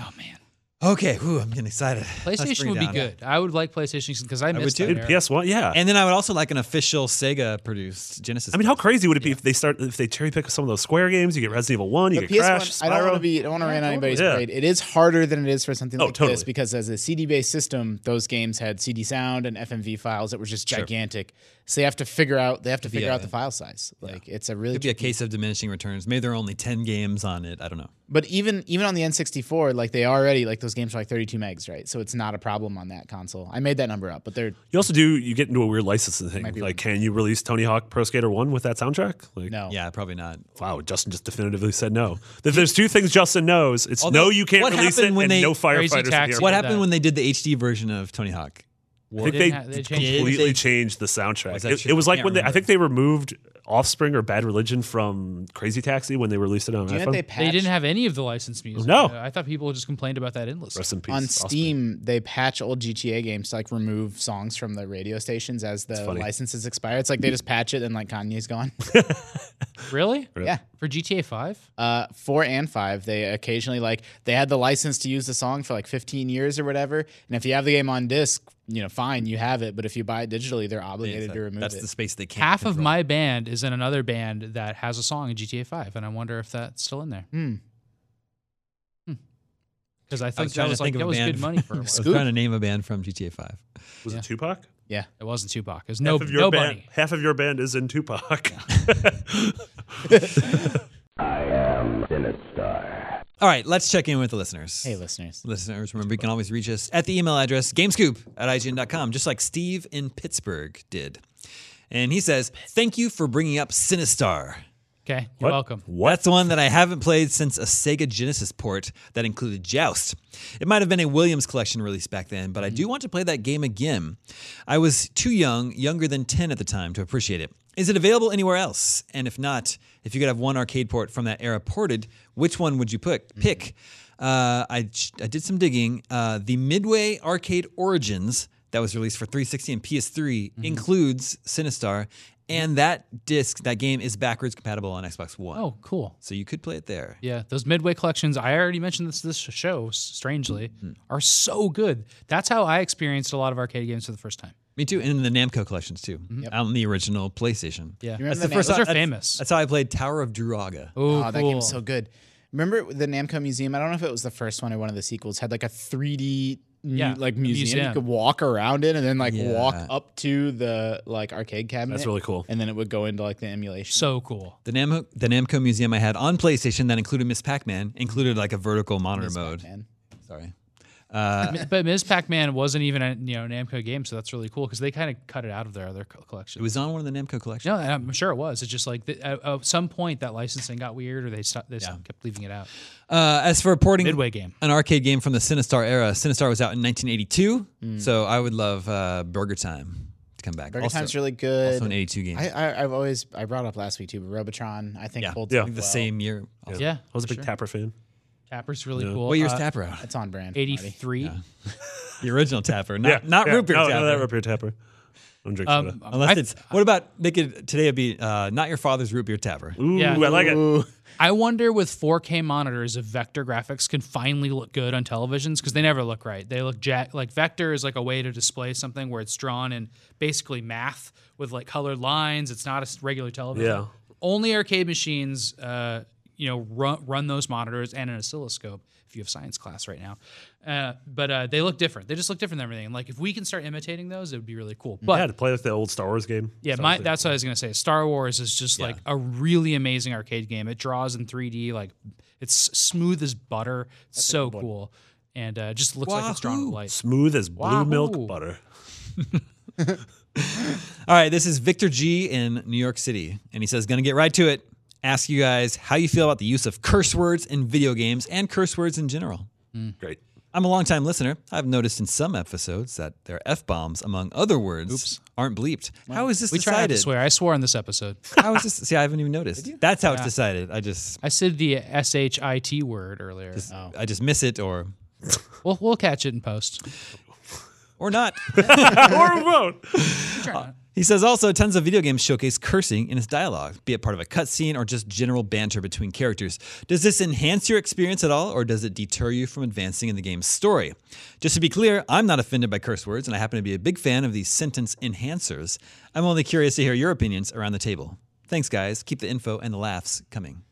Speaker 5: Oh man.
Speaker 3: Okay, whew, I'm getting excited. Let's
Speaker 5: PlayStation
Speaker 3: bring it
Speaker 5: would be
Speaker 3: down.
Speaker 5: good. I would like PlayStation because I missed
Speaker 3: too.
Speaker 5: that
Speaker 6: Dude,
Speaker 5: era.
Speaker 6: PS1, yeah.
Speaker 3: And then I would also like an official Sega produced Genesis.
Speaker 6: I mean, how crazy would it be if they start if they cherry pick some of those Square games? You get Resident Evil One, you
Speaker 4: But
Speaker 6: get Crash,
Speaker 4: PS1, I don't want
Speaker 6: Spyro.
Speaker 4: to be. I don't want to rain on anybody's
Speaker 6: Yeah.
Speaker 4: parade. It is harder than it is for something
Speaker 6: Oh,
Speaker 4: like
Speaker 6: totally.
Speaker 4: this because as a CD-based system, those games had CD sound and FMV files that were just gigantic. So they have to figure out. They have to figure
Speaker 3: yeah,
Speaker 4: out the file size. Like it's a really.
Speaker 3: It'd be a case of diminishing returns. Maybe there are only ten games on it. I don't know.
Speaker 4: but even even on the N64, like they already like those games are like 32 megs, right? So it's not a problem on that console. I made that number up, but they're
Speaker 6: You also do you get into a weird licensing thing. Like, can you release Tony Hawk Pro Skater One with that soundtrack? Like,
Speaker 4: no.
Speaker 3: Yeah, probably not.
Speaker 6: Wow, Justin just definitively said no. If there's two things Justin knows, it's
Speaker 3: Although,
Speaker 6: no, you can't
Speaker 3: what
Speaker 6: release it,
Speaker 3: happened when
Speaker 6: and
Speaker 3: they-
Speaker 6: no
Speaker 3: Crazy
Speaker 6: firefighters. in the
Speaker 5: Taxi-
Speaker 6: airport.
Speaker 3: What
Speaker 5: Yeah,
Speaker 3: happened
Speaker 5: that-
Speaker 3: when they did the HD version of Tony Hawk?
Speaker 6: I think
Speaker 5: Didn't
Speaker 6: they,
Speaker 5: ha- they changed it.
Speaker 6: completely
Speaker 3: Did they-
Speaker 6: changed the soundtrack.
Speaker 3: that
Speaker 6: it,
Speaker 3: shit?
Speaker 6: it was
Speaker 3: I
Speaker 6: like
Speaker 3: can't
Speaker 6: when they, I
Speaker 3: remember.
Speaker 6: think they removed Offspring or Bad Religion from Crazy Taxi when they released it on
Speaker 4: Do you know
Speaker 6: iPhone.
Speaker 4: that they
Speaker 5: They
Speaker 4: patched
Speaker 5: didn't have any of the licensed music.
Speaker 6: No.
Speaker 5: Uh, I thought people just complained about that endlessly.
Speaker 6: Rest in peace.
Speaker 4: on
Speaker 6: Offspring.
Speaker 4: Steam? They patch old GTA games to like remove songs from the radio stations as the
Speaker 6: funny.
Speaker 4: licenses expire. It's like they just patch it and like Kanye's gone.
Speaker 5: Really?
Speaker 4: yeah.
Speaker 5: For GTA 5?
Speaker 4: uh, four and five, they occasionally like they had the license to use the song for like 15 years or whatever. And if you have the game on disc, you know, fine, you have it. But if you buy it digitally, they're obligated to remove
Speaker 3: That's
Speaker 4: it.
Speaker 3: the space they can't.
Speaker 5: Half of
Speaker 3: control.
Speaker 5: my band is in another band that has a song in GTA 5, and I wonder if that's still in there.
Speaker 4: Hmm.
Speaker 5: Because I think
Speaker 3: was
Speaker 5: that
Speaker 3: trying to
Speaker 5: was like
Speaker 3: think of
Speaker 5: that
Speaker 3: a
Speaker 5: was
Speaker 3: band.
Speaker 5: good money for a
Speaker 3: I was
Speaker 5: while.
Speaker 4: Scoop.
Speaker 3: trying to name a band from GTA Five.
Speaker 6: Was
Speaker 5: Yeah.
Speaker 6: it Tupac?
Speaker 4: yeah.
Speaker 5: It wasn't Tupac. It was no,
Speaker 6: half of your
Speaker 5: nobody.
Speaker 6: band, half of your band is in Tupac.
Speaker 1: I am Sinistar.
Speaker 3: All right, let's check in with the listeners.
Speaker 4: Hey, listeners.
Speaker 3: Listeners, remember you can always reach us at the email address gamescoop at IGN.com, just like Steve in Pittsburgh did. And he says, Thank you for bringing up Sinistar.
Speaker 5: Okay, you're welcome.
Speaker 3: That's the one that I haven't played since a Sega Genesis port that included Joust. It might have been a Williams collection release back then, but I do want to play that game again. I was too young, younger than 10 at the time, to appreciate it. Is it available anywhere else? And if not, if you could have one arcade port from that era ported, which one would you put, pick? Uh, I, ch- I did some digging. Uh, the Midway Arcade Origins that was released for 360 and PS3 includes Sinistar, and that disc, that game is backwards compatible on Xbox One.
Speaker 5: Oh, cool.
Speaker 3: So you could play it there.
Speaker 5: Yeah, those Midway collections, I already mentioned this this show, s- strangely,
Speaker 3: Hmm.
Speaker 5: are so good. That's how I experienced a lot of arcade games for the first time.
Speaker 3: Me too. And in the Namco collections too.
Speaker 4: Mm-hmm.
Speaker 3: Out in the original PlayStation.
Speaker 5: Yeah.
Speaker 4: You remember the
Speaker 5: Those
Speaker 4: Nam-
Speaker 5: are
Speaker 3: that's-
Speaker 5: famous.
Speaker 3: That's how I played Tower of Duraga.
Speaker 5: oh,
Speaker 4: Oh, that
Speaker 5: cool.
Speaker 4: game's so good. Remember the Namco Museum? I don't know if it was the first one or one of the sequels. Had like a 3D mu-
Speaker 5: Yeah,
Speaker 4: like
Speaker 5: the
Speaker 4: museum. you
Speaker 5: museum.
Speaker 4: could walk around it and then like walk
Speaker 3: Yeah.
Speaker 4: up to the like arcade cabinet.
Speaker 6: That's really cool.
Speaker 4: And then it would go into like the emulation.
Speaker 5: so cool.
Speaker 3: The Namco, the Namco museum I had on PlayStation that included Miss Pac-Man included like a vertical monitor mode.
Speaker 4: man.
Speaker 3: Sorry.
Speaker 5: But Ms. Pac-Man wasn't even a you know Namco game, so that's really cool because they kind of cut it out of their other co- collection.
Speaker 3: It was on one of the Namco collections.
Speaker 5: no, I'm sure it was. It's just like th- at, at some point that licensing got weird, or they stopped, they kept leaving it out.
Speaker 3: Uh, as for porting
Speaker 5: Midway game.
Speaker 3: an arcade game from the Sinistar era, Sinistar was out in 1982. So I would love uh, Burger Time to come back.
Speaker 4: Mm. Burger
Speaker 3: also,
Speaker 4: Time's really good.
Speaker 3: also an 82 game.
Speaker 4: I, I, I've always I brought up last week too, but Robotron I think
Speaker 3: yeah,
Speaker 4: holds
Speaker 6: Yeah.
Speaker 4: up
Speaker 3: I think the
Speaker 4: well.
Speaker 3: same year. Also.
Speaker 5: Yeah,
Speaker 6: I was a
Speaker 5: for
Speaker 6: big
Speaker 5: sure.
Speaker 6: Tapper fan.
Speaker 5: Tapper's really cool.
Speaker 3: What year's
Speaker 5: Uh,
Speaker 3: Tapper out?
Speaker 4: It's on brand. Marty.
Speaker 5: Eighty-three.
Speaker 3: The original Tapper, not not root beer
Speaker 6: No,
Speaker 3: Tapper.
Speaker 6: no, that root beer Tapper. I'm drinking
Speaker 5: Um,
Speaker 6: soda.
Speaker 3: Unless
Speaker 5: I-
Speaker 3: it's what about they could today it'd be uh, not your father's root beer tapper.
Speaker 6: Ooh,
Speaker 5: yeah.
Speaker 6: I like it.
Speaker 4: Ooh,
Speaker 5: I wonder with 4K monitors if vector graphics can finally look good on televisions because they never look right. They look jack like vector is like a way to display something where it's drawn in basically math with like colored lines. It's not a s- regular television.
Speaker 6: Yeah.
Speaker 5: Only arcade machines, uh, you know, run, run those monitors and an oscilloscope. If you have science class right now, uh, but uh, they look different. They just look different than everything. And like if we can start imitating those, it would be really cool. But
Speaker 6: Yeah, to play like the old Star Wars game.
Speaker 5: yeah,
Speaker 6: Star
Speaker 5: my,
Speaker 6: Wars game.
Speaker 5: that's Mm-hmm. what I was gonna say. Star Wars is just like a really amazing arcade game. It draws in 3D, like it's s- smooth as butter. It's so cool, and uh, just looks like it's drawn with
Speaker 3: Wahoo.
Speaker 5: light.
Speaker 6: smooth as blue
Speaker 5: Wahoo.
Speaker 6: milk butter.
Speaker 3: All right, this is Victor G in New York City, and he says, "Gonna get right to it. Ask you guys how you feel about the use of curse words in video games and curse words in general.
Speaker 6: Great.
Speaker 3: I'm a longtime listener. I've noticed in some episodes that their f bombs, among other words, aren't bleeped. how is this
Speaker 5: We tried to
Speaker 3: decided?
Speaker 5: swear. I swore on this episode.
Speaker 3: How is this? See, I haven't even noticed. That's how it's decided. I just,
Speaker 5: I said the S H I T word earlier.
Speaker 3: I just miss it or
Speaker 5: We'll we'll catch it in post.
Speaker 3: or not."
Speaker 6: or we won't.
Speaker 3: He says also tons of video games showcase cursing in its dialogue, be it part of a cutscene or just general banter between characters. Does this enhance your experience at all, or does it deter you from advancing in the game's story? Just to be clear, I'm not offended by curse words, and I happen to be a big fan of these sentence enhancers. I'm only curious to hear your opinions around the table. Thanks, guys. Keep the info and the laughs coming.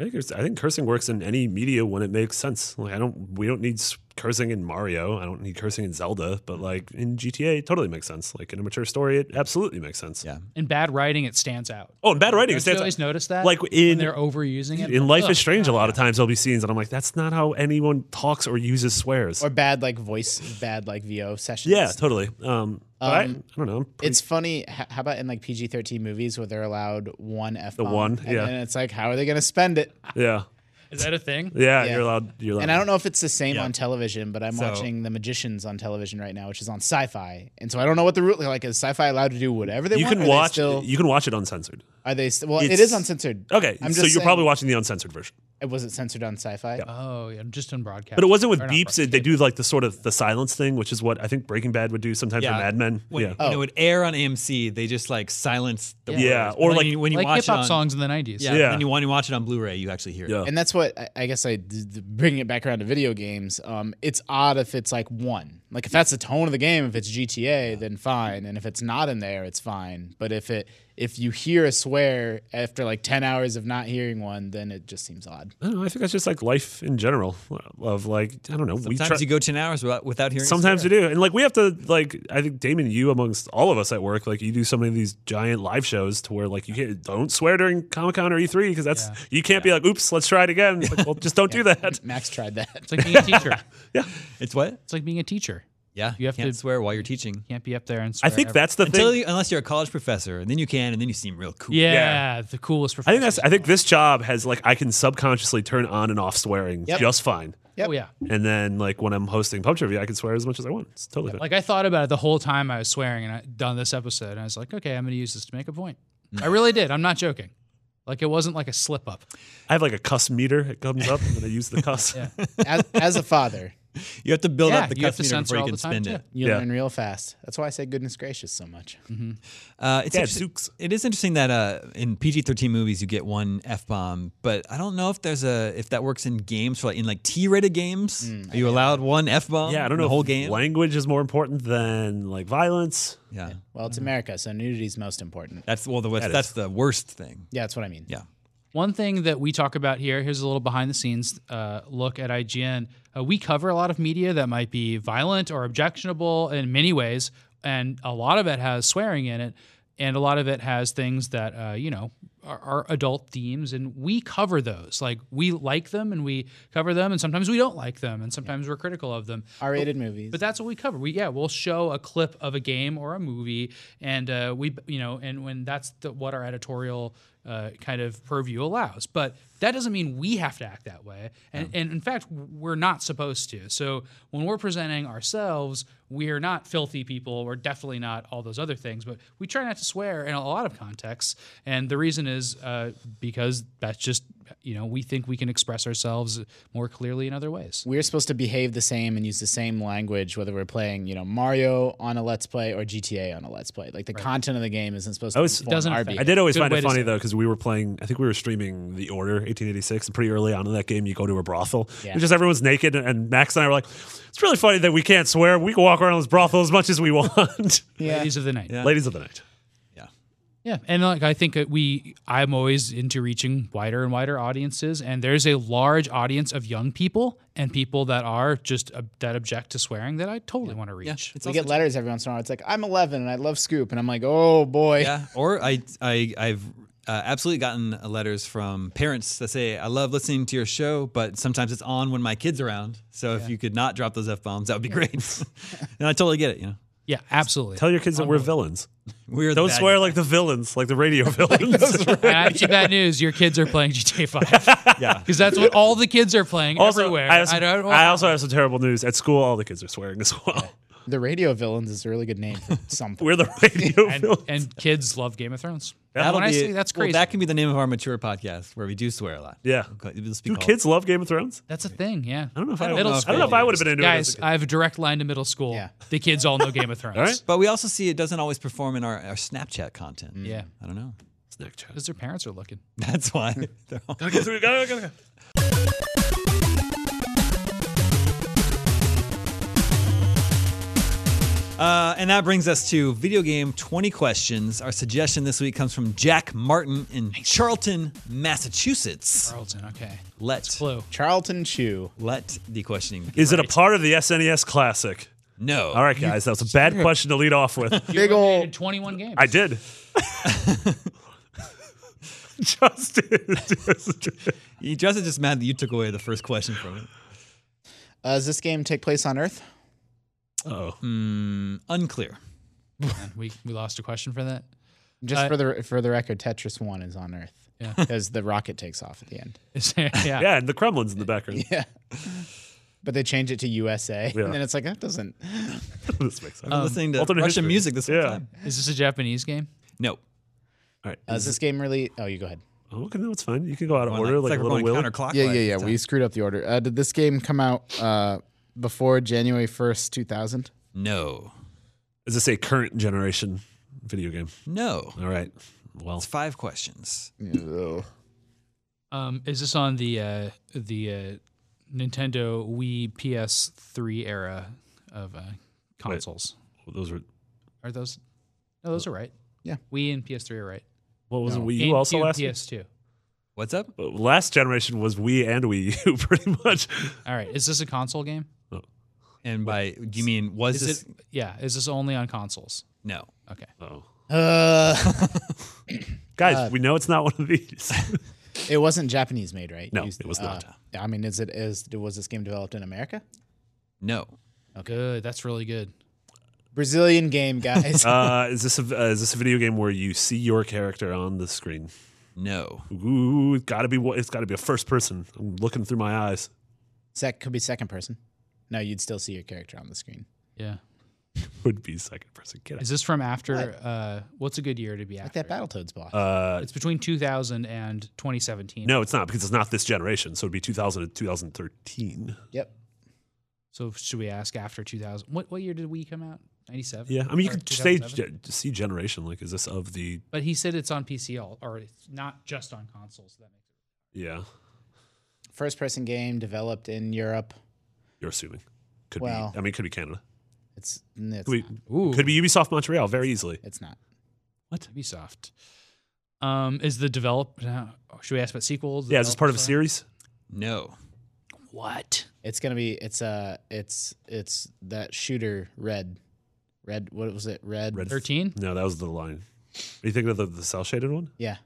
Speaker 6: I think, it's- I think cursing works in any media when it makes sense. Like I don't, we don't need s- cursing in Mario. I don't need cursing in Zelda,
Speaker 5: Mm-hmm.
Speaker 6: but like in GTA, it totally makes sense. Like in a mature story, it absolutely makes sense.
Speaker 3: Yeah.
Speaker 5: In bad writing, it stands out.
Speaker 6: Oh, and bad writing.
Speaker 5: Don't
Speaker 6: it
Speaker 5: you
Speaker 6: stands
Speaker 5: always
Speaker 6: out.
Speaker 5: notice that?
Speaker 6: Like
Speaker 5: when
Speaker 6: in
Speaker 5: they're overusing it.
Speaker 6: in Life
Speaker 5: Ugh.
Speaker 6: is Strange, a lot of times there'll be scenes, and I'm like, that's not how anyone talks or uses swears.
Speaker 4: or bad like voice, bad like VO sessions.
Speaker 6: yeah, totally. Um, but I, I don't know. I'm pretty-
Speaker 4: It's funny. h- How about in like PG thirteen movies where they're allowed one f
Speaker 6: one,
Speaker 4: and,
Speaker 6: yeah.
Speaker 4: and it's like how are they going to spend it?
Speaker 6: yeah.
Speaker 5: Is that a thing?
Speaker 6: Yeah,
Speaker 4: Yeah.
Speaker 6: you're allowed. You're allowed.
Speaker 4: And I don't know if it's the same
Speaker 3: Yeah.
Speaker 4: on television, but I'm
Speaker 3: So-
Speaker 4: watching The Magicians on television right now, which is on Sci-Fi, and so I don't know what the rule like. Is Sci-Fi allowed to do whatever they
Speaker 6: You
Speaker 4: want?
Speaker 6: can
Speaker 4: Are they
Speaker 6: watch.
Speaker 4: Still,
Speaker 6: You can watch it uncensored.
Speaker 4: are they? St- well, it
Speaker 6: it's-
Speaker 4: is uncensored.
Speaker 6: Okay,
Speaker 4: I'm
Speaker 6: so
Speaker 4: just
Speaker 6: you're probably
Speaker 4: saying-
Speaker 6: watching the uncensored version,
Speaker 4: It wasn't censored on Sci-Fi.
Speaker 5: Oh, yeah, just on broadcast.
Speaker 6: but it wasn't with
Speaker 5: Or not
Speaker 6: beeps. It, they do like the sort of the silence thing, which is what I think Breaking Bad would do sometimes
Speaker 3: Yeah.
Speaker 6: for Mad Men.
Speaker 3: When,
Speaker 6: yeah, Oh.
Speaker 3: when it would air on AMC, they just like silence the
Speaker 5: Yeah.
Speaker 3: words.
Speaker 6: Yeah,
Speaker 3: But
Speaker 6: or
Speaker 3: when
Speaker 6: like-
Speaker 3: you, when you
Speaker 5: like
Speaker 3: watch
Speaker 5: hip hop
Speaker 3: it on-
Speaker 5: songs in the nineties.
Speaker 3: Yeah,
Speaker 6: Yeah.
Speaker 3: When you, when you watch it on Blu-ray, you actually hear it.
Speaker 6: yeah.
Speaker 4: And that's what I- I guess I d- d- bringing it back around to video games. Um, it's odd if it's like one, like if that's the tone of the game. If it's GTA, then fine, and if it's not in there, it's fine. But if it if you hear a swear after like ten hours of not hearing one, then it just seems odd.
Speaker 6: I, don't know, I think that's just like life in general. Of like, I don't know. we
Speaker 3: Sometimes
Speaker 6: try,
Speaker 3: you go ten hours without, without hearing. a
Speaker 6: Sometimes
Speaker 3: swear.
Speaker 6: we do, and like we have to like I think Damon, you amongst all of us at work, like you do so many of these giant live shows to where like you can't, don't swear during Comic Con or E three because that's you can't be like, oops, let's try it again. It's like, well, just don't do that.
Speaker 4: Max tried that.
Speaker 5: It's like being a teacher.
Speaker 3: It's what?
Speaker 5: It's like being a teacher.
Speaker 3: Yeah,
Speaker 5: You have
Speaker 3: can't
Speaker 5: to-
Speaker 3: swear while you're teaching.
Speaker 5: Can't be up there and.
Speaker 6: I
Speaker 5: Swear
Speaker 6: think
Speaker 5: ever.
Speaker 6: that's the
Speaker 3: Until
Speaker 6: thing.
Speaker 3: you, unless you're a college professor, and then you can, and then you seem real cool.
Speaker 5: Yeah,
Speaker 6: Yeah.
Speaker 5: the coolest
Speaker 6: I
Speaker 5: professor.
Speaker 6: think that's I think this job has like I can subconsciously turn on and off swearing
Speaker 4: Yep.
Speaker 6: just fine.
Speaker 5: Oh yeah.
Speaker 6: And then like when I'm hosting pub trivia, I can swear as much as I want. It's totally fine.
Speaker 5: Like I thought about it the whole time I was swearing and I done this episode, and I was like, okay, I'm going to use this to make a point.
Speaker 6: Mm.
Speaker 5: I really did. I'm not joking. Like it wasn't like a slip up.
Speaker 6: I have like a cuss meter. It comes up and then I use the cuss.
Speaker 5: Yeah.
Speaker 4: As, as a father,
Speaker 3: You have to build
Speaker 5: Yeah,
Speaker 3: up the
Speaker 5: you have
Speaker 3: cuss
Speaker 5: to
Speaker 3: meter before
Speaker 5: censor
Speaker 3: you
Speaker 5: all
Speaker 3: can
Speaker 5: the time,
Speaker 3: spend it.
Speaker 5: too.
Speaker 4: you
Speaker 6: Yeah.
Speaker 4: learn real fast. That's why I say goodness gracious so much.
Speaker 3: Uh, it's
Speaker 6: Yeah,
Speaker 3: interesting-
Speaker 6: Zooks.
Speaker 3: It is interesting that uh, in PG-13 movies you get one f-bomb, but I don't know if there's a if that works in games for like in like T-rated games. Are you allowed one f-bomb?
Speaker 6: Mm, Yeah, I
Speaker 3: in
Speaker 6: don't know.
Speaker 3: the whole
Speaker 6: if
Speaker 3: game.
Speaker 6: Language is more important than like violence.
Speaker 3: yeah,
Speaker 4: Well, it's America, so nudity's most important.
Speaker 3: that's well, the,
Speaker 6: That
Speaker 3: that's
Speaker 6: is.
Speaker 3: the worst thing.
Speaker 4: Yeah, that's what I mean.
Speaker 3: Yeah,
Speaker 5: One thing that we talk about here, here's a little behind the scenes uh, look at IGN. Uh, we cover a lot of media that might be violent or objectionable in many ways, and a lot of it has swearing in it, and a lot of it has things that, uh, you know, are, are adult themes, and we cover those. Like, we like them and we cover them, and sometimes we don't like them, and sometimes we're critical of them.
Speaker 4: R-rated movies.
Speaker 5: But that's what we cover. We yeah, we'll show a clip of a game or a movie, and uh, we you know, and when that's the, what our editorial uh, kind of purview allows. But that doesn't mean we have to act that way, and and in fact, we're not supposed to. So when we're presenting ourselves, we're not filthy people. We're definitely not all those other things. But we try not to swear in a lot of contexts, and the reason is uh, because that's just you know we think we can express ourselves more clearly in other ways.
Speaker 4: we're supposed to behave the same and use the same language whether we're playing, you know, Mario on a Let's Play or GTA on a Let's Play. Like the content of the game isn't supposed to.
Speaker 6: was-
Speaker 4: inform
Speaker 5: Doesn't
Speaker 4: our
Speaker 5: affect-
Speaker 4: behavior.
Speaker 6: I did always
Speaker 5: Good
Speaker 6: find
Speaker 5: way
Speaker 6: it
Speaker 5: to say
Speaker 6: funny
Speaker 5: it.
Speaker 6: though because we were playing. I think we were streaming The Order 1886, and pretty early on in that game, you go to a brothel.
Speaker 4: Yeah.
Speaker 6: And just everyone's naked, and Max and I were like, "It's really funny that we can't swear. We can walk around this brothel as much as we want."
Speaker 4: Yeah.
Speaker 5: Ladies of the night.
Speaker 6: Ladies of the night.
Speaker 3: yeah.
Speaker 5: Yeah, and like I think that we, I'm always into reaching wider and wider audiences, and there's a large audience of young people and people that are just uh, that object to swearing that I totally want to reach.
Speaker 3: It's
Speaker 4: We
Speaker 3: also
Speaker 4: get letters every once in a while. It's like I'm 11 and I love Scoop, and I'm like, oh boy.
Speaker 3: yeah or i i i've uh, absolutely gotten uh, letters from parents that say i love listening to your show but sometimes it's on when my kids around so if you could not drop those f-bombs that would be great and i totally get it you know
Speaker 5: Yeah, absolutely.
Speaker 6: Tell your kids that we're villains.
Speaker 3: we're
Speaker 6: Don't
Speaker 3: the bad
Speaker 6: swear
Speaker 3: guys.
Speaker 6: like the villains, like the radio villains.
Speaker 5: and I have bad news: your kids are playing GTA Five. yeah, because that's what all the kids are playing
Speaker 6: also,
Speaker 5: everywhere.
Speaker 6: I, have some-
Speaker 5: I don't.
Speaker 6: I also have some terrible news. At school, all the kids are swearing as well.
Speaker 4: The radio villains is a really good name for something.
Speaker 6: We're the radio
Speaker 5: and,
Speaker 6: villains.
Speaker 5: and kids love Game of Thrones.
Speaker 3: That'll
Speaker 5: when I
Speaker 3: be-
Speaker 5: say that's
Speaker 3: well,
Speaker 5: crazy,
Speaker 3: that can be the name of our mature podcast where we do swear a lot
Speaker 6: yeah.
Speaker 3: Okay, this be
Speaker 6: Do
Speaker 3: called-
Speaker 6: kids love Game of Thrones?
Speaker 5: that's a thing. Yeah,
Speaker 6: I don't know if I,
Speaker 5: don't
Speaker 6: would-
Speaker 5: know
Speaker 3: Oh,
Speaker 6: I
Speaker 5: if
Speaker 6: don't know if
Speaker 5: they
Speaker 6: I
Speaker 5: do.
Speaker 6: would have been into it. as
Speaker 5: guys,
Speaker 6: a kid.
Speaker 5: I have a direct line to middle school.
Speaker 4: Yeah.
Speaker 5: the kids all know Game of Thrones.
Speaker 6: right.
Speaker 3: but we also see it doesn't always perform in our, our snapchat content
Speaker 6: Mm.
Speaker 5: Yeah,
Speaker 3: i don't know
Speaker 6: Snack chat.
Speaker 5: because their parents are looking.
Speaker 3: that's why they're all-
Speaker 6: Gotta get through. Gotta, gotta, gotta.
Speaker 3: Uh, and that brings us to video game 20 questions. Our suggestion this week comes from Jack Martin in Charlton, Massachusetts.
Speaker 5: Carlton, okay.
Speaker 3: Let
Speaker 5: Blue.
Speaker 4: Charlton Chew.
Speaker 3: let the questioning begin.
Speaker 6: Is it a part of the SNES Classic?
Speaker 3: No.
Speaker 5: Oh,
Speaker 6: All right, guys, that was a bad question to lead off with.
Speaker 4: Big
Speaker 5: Rated
Speaker 4: old.
Speaker 5: 21 games.
Speaker 6: I did. Justin.
Speaker 3: You just just mad that you took away the first question from it.
Speaker 4: Uh, does this game take place on Earth?
Speaker 6: Oh,
Speaker 5: Hmm.
Speaker 3: Unclear.
Speaker 5: Man, we, we lost a question for that.
Speaker 4: Just
Speaker 5: Uh,
Speaker 4: for the for the record, Tetris One is on Earth.
Speaker 5: Yeah.
Speaker 4: because the rocket takes off at the end.
Speaker 5: yeah.
Speaker 6: Yeah, and the Kremlin's in the background.
Speaker 4: Yeah. But they change it to USA,
Speaker 6: Yeah.
Speaker 4: and then it's like that doesn't. uh,
Speaker 6: this makes
Speaker 5: Uh,
Speaker 6: sense.
Speaker 3: I'm listening to
Speaker 6: Um, alternate
Speaker 3: Russian
Speaker 6: history.
Speaker 3: music this whole
Speaker 6: Yeah.
Speaker 3: time.
Speaker 5: Is this a Japanese game?
Speaker 3: No.
Speaker 6: All right.
Speaker 4: Uh, is this game really? Oh, you go ahead.
Speaker 6: oh, okay, no, it's fine. You can go out of
Speaker 3: Well,
Speaker 6: order,
Speaker 3: it's
Speaker 6: like,
Speaker 3: like
Speaker 6: a
Speaker 3: we're
Speaker 6: little
Speaker 3: going
Speaker 6: will.
Speaker 3: counterclockwise.
Speaker 4: Yeah, yeah, yeah.
Speaker 3: this
Speaker 4: We
Speaker 3: time.
Speaker 4: screwed up the order. Uh, did this game come out uh, before January first, two thousand?
Speaker 3: No.
Speaker 6: Is this a current generation video game?
Speaker 3: No.
Speaker 6: All right. Well,
Speaker 3: It's five questions.
Speaker 5: Um, is this on the uh, the uh, Nintendo Wii PS3 era of uh, consoles?
Speaker 6: those were.
Speaker 5: Are those? No, those are right.
Speaker 4: Yeah.
Speaker 5: Wii and PS3 are right.
Speaker 6: What was
Speaker 4: No.
Speaker 6: it? Wii U also
Speaker 5: GameCube,
Speaker 6: last? year?
Speaker 5: PS2.
Speaker 3: What's up?
Speaker 6: Uh, Last generation was Wii and Wii U, pretty much.
Speaker 5: All right. Is this a console game?
Speaker 3: And by do you mean was
Speaker 5: Is
Speaker 3: this?
Speaker 5: it? Yeah. Is this only on consoles?
Speaker 3: No.
Speaker 5: Okay.
Speaker 6: Oh,
Speaker 4: Uh,
Speaker 6: guys, we know it's not one of these.
Speaker 4: it wasn't Japanese made, right?
Speaker 6: No,
Speaker 4: You- uh,
Speaker 6: it was not.
Speaker 4: I mean, is it is was this game developed in America?
Speaker 3: No.
Speaker 5: Good. That's really good.
Speaker 4: Brazilian game, guys.
Speaker 6: uh, is this a uh, is this a video game where you see your character on the screen?
Speaker 3: No.
Speaker 6: Ooh, it's gotta be what? It's gotta be a first person. I'm looking through my eyes.
Speaker 4: Sec could be second person. No, you'd still see your character on the screen.
Speaker 5: Yeah.
Speaker 6: Would be second person. Get out.
Speaker 5: Is this from after? Uh, what's a good year to be
Speaker 4: Like
Speaker 5: after?
Speaker 4: that Battletoads boss.
Speaker 6: Uh,
Speaker 5: It's between 2000 and 2017.
Speaker 6: no, it's not because it's not this generation. So it'd be 2000 to 2013.
Speaker 4: yep.
Speaker 5: So should we ask after 2000? What what year did Wii come out? 97.
Speaker 6: Yeah, I mean, you
Speaker 5: Or
Speaker 6: could say
Speaker 5: 2007?
Speaker 6: ge- see generation. Like, is this of the?
Speaker 5: But he said it's on PC all, or it's not just on consoles. So that makes
Speaker 6: Yeah,
Speaker 4: First person game developed in Europe.
Speaker 6: you're assuming. Could
Speaker 4: Well-
Speaker 6: be. I mean, could be Canada.
Speaker 4: It's it's
Speaker 6: Could be,
Speaker 4: not.
Speaker 5: Ooh.
Speaker 6: could be Ubisoft Montreal very easily.
Speaker 4: It's not.
Speaker 5: What? Ubisoft. Um, is the develop? no, Should we ask about sequels?
Speaker 6: Yeah, is this part of a
Speaker 5: Developers?
Speaker 6: series?
Speaker 3: No.
Speaker 5: What?
Speaker 4: It's gonna be. It's uh. It's it's that shooter red, red. What was it? Red.
Speaker 6: Red.
Speaker 5: 13?
Speaker 6: No, that was the line. Are you thinking of the, the cell shaded one?
Speaker 4: Yeah.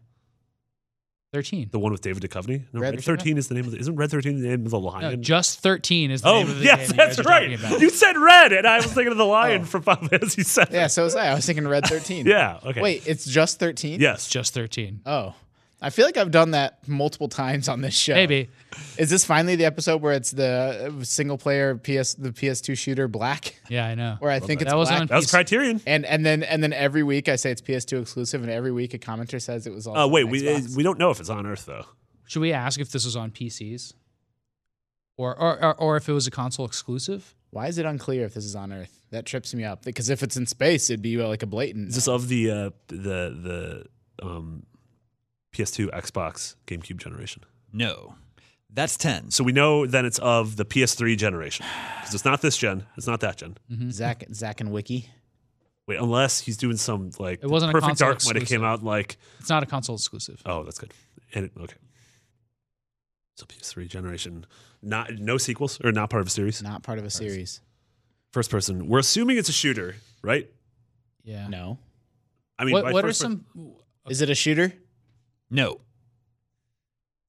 Speaker 5: 13.
Speaker 6: The one with David Duchovny? No,
Speaker 4: Red-
Speaker 6: Red, Thirteen is the name of the. Isn't Red Thirteen the name of the
Speaker 5: No,
Speaker 6: lion?
Speaker 5: just 13 is the
Speaker 6: oh
Speaker 5: name of the
Speaker 6: yes,
Speaker 5: game you guys
Speaker 6: that's
Speaker 5: are
Speaker 6: right.
Speaker 5: talking about. Oh.
Speaker 6: You said red, and I was thinking of the lion from Final Fantasy Seven.
Speaker 4: Yeah. So was I. I was thinking red thirteen.
Speaker 6: Yeah. Okay.
Speaker 4: Wait. It's just thirteen.
Speaker 6: Yes.
Speaker 5: Just 13.
Speaker 4: Oh. I feel like I've done that multiple times on this show.
Speaker 5: Maybe.
Speaker 4: Is this finally the episode where it's the uh, single player PS the PS2 shooter black?
Speaker 5: Yeah, I know.
Speaker 4: Where I think it's
Speaker 5: that was
Speaker 4: black.
Speaker 5: on
Speaker 6: that was
Speaker 5: PC.
Speaker 6: Criterion.
Speaker 4: And and then and then every week I say it's PS2 exclusive, and every week a commenter says it was. also
Speaker 6: Uh, wait,
Speaker 4: on
Speaker 6: we uh,
Speaker 4: Xbox.
Speaker 6: we don't know if it's on Earth though.
Speaker 5: Should we ask if this was on PCs? Or or, or, or if it was a console exclusive?
Speaker 4: Why is it unclear if this is on Earth? That trips me up because if it's in space, it'd be uh, like a blatant.
Speaker 6: Is this of the uh, the the um, PS2, Xbox, GameCube generation?
Speaker 3: No. That's ten.
Speaker 6: So we know then it's of the PS3 generation because it's not this gen, it's not that gen.
Speaker 4: Zach Zach and Wiki.
Speaker 6: Wait, unless he's doing some like
Speaker 5: It wasn't a
Speaker 6: Perfect
Speaker 5: console
Speaker 6: Dark might have
Speaker 5: exclusive.
Speaker 6: came out like
Speaker 5: It's not a console exclusive.
Speaker 6: oh that's good and it, okay. So PS3 generation, not no sequels or not part of a series.
Speaker 4: Not part of a series.
Speaker 6: First person. We're assuming it's a shooter, right?
Speaker 5: Yeah.
Speaker 4: No.
Speaker 6: I mean,
Speaker 5: what
Speaker 6: by
Speaker 5: what are
Speaker 6: first
Speaker 5: some
Speaker 4: Is it a shooter?
Speaker 3: No.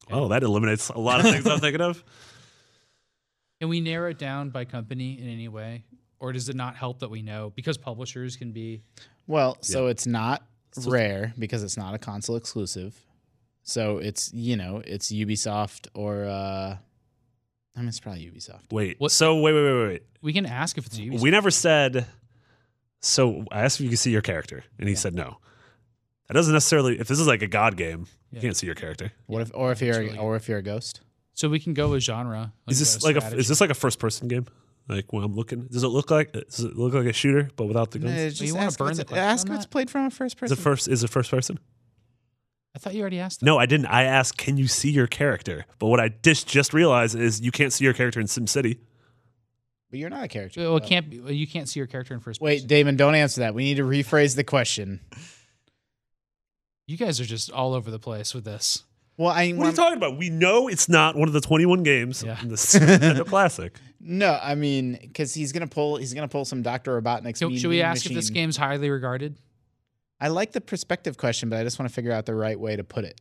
Speaker 6: per- oh, that eliminates a lot of things I'm thinking of.
Speaker 5: Can we narrow it down by company in any way? Or does it not help that we know? Because publishers can be
Speaker 4: Well, so it's not rare because it's not a console exclusive. So it's you know it's Ubisoft or uh, I mean it's probably Ubisoft.
Speaker 6: Wait,
Speaker 5: What-
Speaker 6: so wait, wait, wait, wait.
Speaker 5: we can ask if it's Ubisoft.
Speaker 6: We never said. So I asked if you could see your character, and he said no. That doesn't necessarily. If this is like a god game, you can't see your character.
Speaker 4: What if or if you're
Speaker 5: really good.
Speaker 4: or if you're a ghost?
Speaker 5: so we can go with genre.
Speaker 6: Is this like a? Is this like a first person game? Like when I'm looking, does it look like does it look like a shooter but without the guns?
Speaker 4: It's
Speaker 5: you wanna
Speaker 4: ask if
Speaker 5: burn
Speaker 4: it's-
Speaker 5: the question
Speaker 4: ask
Speaker 5: on
Speaker 4: if it's
Speaker 5: that?
Speaker 4: played from a first
Speaker 6: Is
Speaker 4: person.
Speaker 6: it first? Is it first person?
Speaker 5: I thought you already asked that.
Speaker 6: No, I didn't. I asked, can you see your character? But what I just just realized is you can't see your character in SimCity.
Speaker 4: but you're not a character.
Speaker 5: Well, it can't be, you can't see your character in first
Speaker 4: Uh, Wait,
Speaker 5: person.
Speaker 4: Damon, don't answer that. We need to rephrase the question.
Speaker 5: You guys are just all over the place with this.
Speaker 4: Well, I
Speaker 6: What are you talking about? We know it's not one of the 21 games
Speaker 5: Yeah.
Speaker 6: in the Nintendo Classic.
Speaker 4: No, I mean, because he's gonna pull, he's gonna pull some Doctor Robotnik's.
Speaker 5: Can-
Speaker 4: mean
Speaker 5: should we
Speaker 4: mean
Speaker 5: ask if this
Speaker 4: machine.
Speaker 5: game's highly regarded?
Speaker 4: I like the perspective question, but I just want to figure out the right way to put it.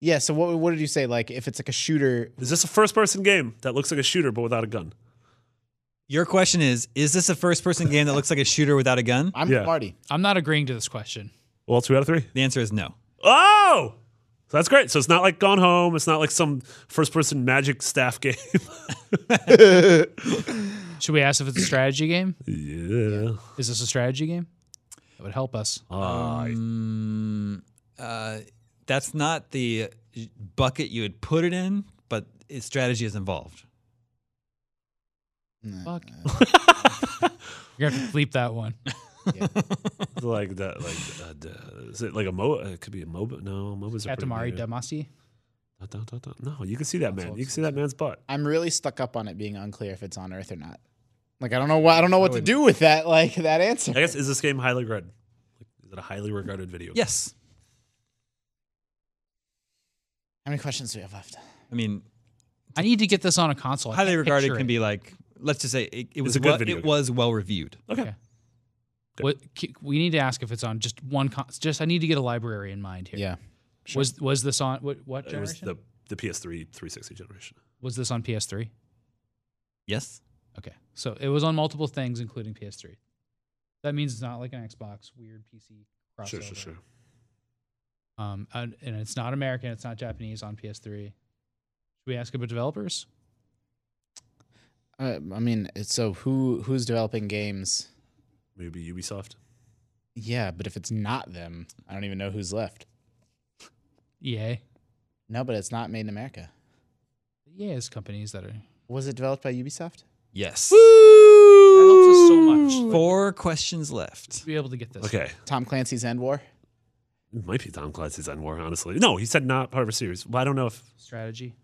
Speaker 4: Yeah. So what? What did you say? Like, if it's like a shooter,
Speaker 6: Is this a first person game that looks like a shooter but without a gun?
Speaker 3: Your question is: Is this a first-person game that looks like a shooter without a gun?
Speaker 4: I'm
Speaker 6: Yeah.
Speaker 4: Marty.
Speaker 5: I'm not agreeing to this question.
Speaker 6: Well, two out of three.
Speaker 3: The answer is no.
Speaker 6: Oh! So that's great. So it's not like Gone Home. It's not like some first person magic staff game.
Speaker 5: Should we ask if it's a strategy game?
Speaker 6: yeah.
Speaker 5: Is this a strategy game? That would help us.
Speaker 4: Uh,
Speaker 3: Uh, That's not the bucket you would put it in, but it- strategy is involved.
Speaker 5: Fuck.
Speaker 4: uh.
Speaker 5: You're gonna have to bleep that one.
Speaker 6: like that. Like uh, d- is it like a mo? uh, It could be a moba. No, mobas are pretty
Speaker 5: Katamari
Speaker 6: big.
Speaker 5: Damacy.
Speaker 6: Dun, dun, dun, dun. No, you can see that man. You can see that man's butt.
Speaker 4: I'm really stuck up on it being unclear if it's on Earth or not. Like I don't know what I don't know what to do with that like that answer.
Speaker 6: I guess is this game highly regarded? Is it a highly regarded video? game?
Speaker 3: Yes.
Speaker 4: How many questions do we have left?
Speaker 3: I mean,
Speaker 5: I need to get this on a console. I
Speaker 3: highly
Speaker 5: can't
Speaker 3: regarded
Speaker 5: picture
Speaker 3: can
Speaker 5: it.
Speaker 3: be like, let's just say it, it was
Speaker 6: a good
Speaker 3: well,
Speaker 6: video
Speaker 3: it
Speaker 6: game.
Speaker 3: was well reviewed.
Speaker 6: Okay.
Speaker 5: What, c- we need to ask if it's on just one. Con- just I need to get a library in mind here.
Speaker 4: Yeah.
Speaker 5: Was was this on what what
Speaker 6: It was
Speaker 5: generation?
Speaker 6: the the PS3 360 generation.
Speaker 5: was this on PS3?
Speaker 3: Yes.
Speaker 5: Okay, so it was on multiple things, including PS3. That means it's not like an Xbox weird PC crossover.
Speaker 6: Sure, sure, sure.
Speaker 5: Um, and, and it's not American. It's not Japanese on PS3. Should we ask about developers?
Speaker 4: Uh, I mean, it's- so who who's developing games?
Speaker 6: Maybe Ubisoft.
Speaker 4: Yeah, but if it's not them, I don't even know who's left.
Speaker 5: EA.
Speaker 4: No, but it's not made in America.
Speaker 5: EA is companies that are. That
Speaker 4: Was it developed by Ubisoft?
Speaker 3: Yes.
Speaker 5: helps us so much.
Speaker 3: Four questions left.
Speaker 5: To be able to get this.
Speaker 6: Okay.
Speaker 4: Tom Clancy's End War?
Speaker 6: It might be Tom Clancy's End War, honestly. No, he said not part of a series. Well, I don't know if.
Speaker 5: Strategy.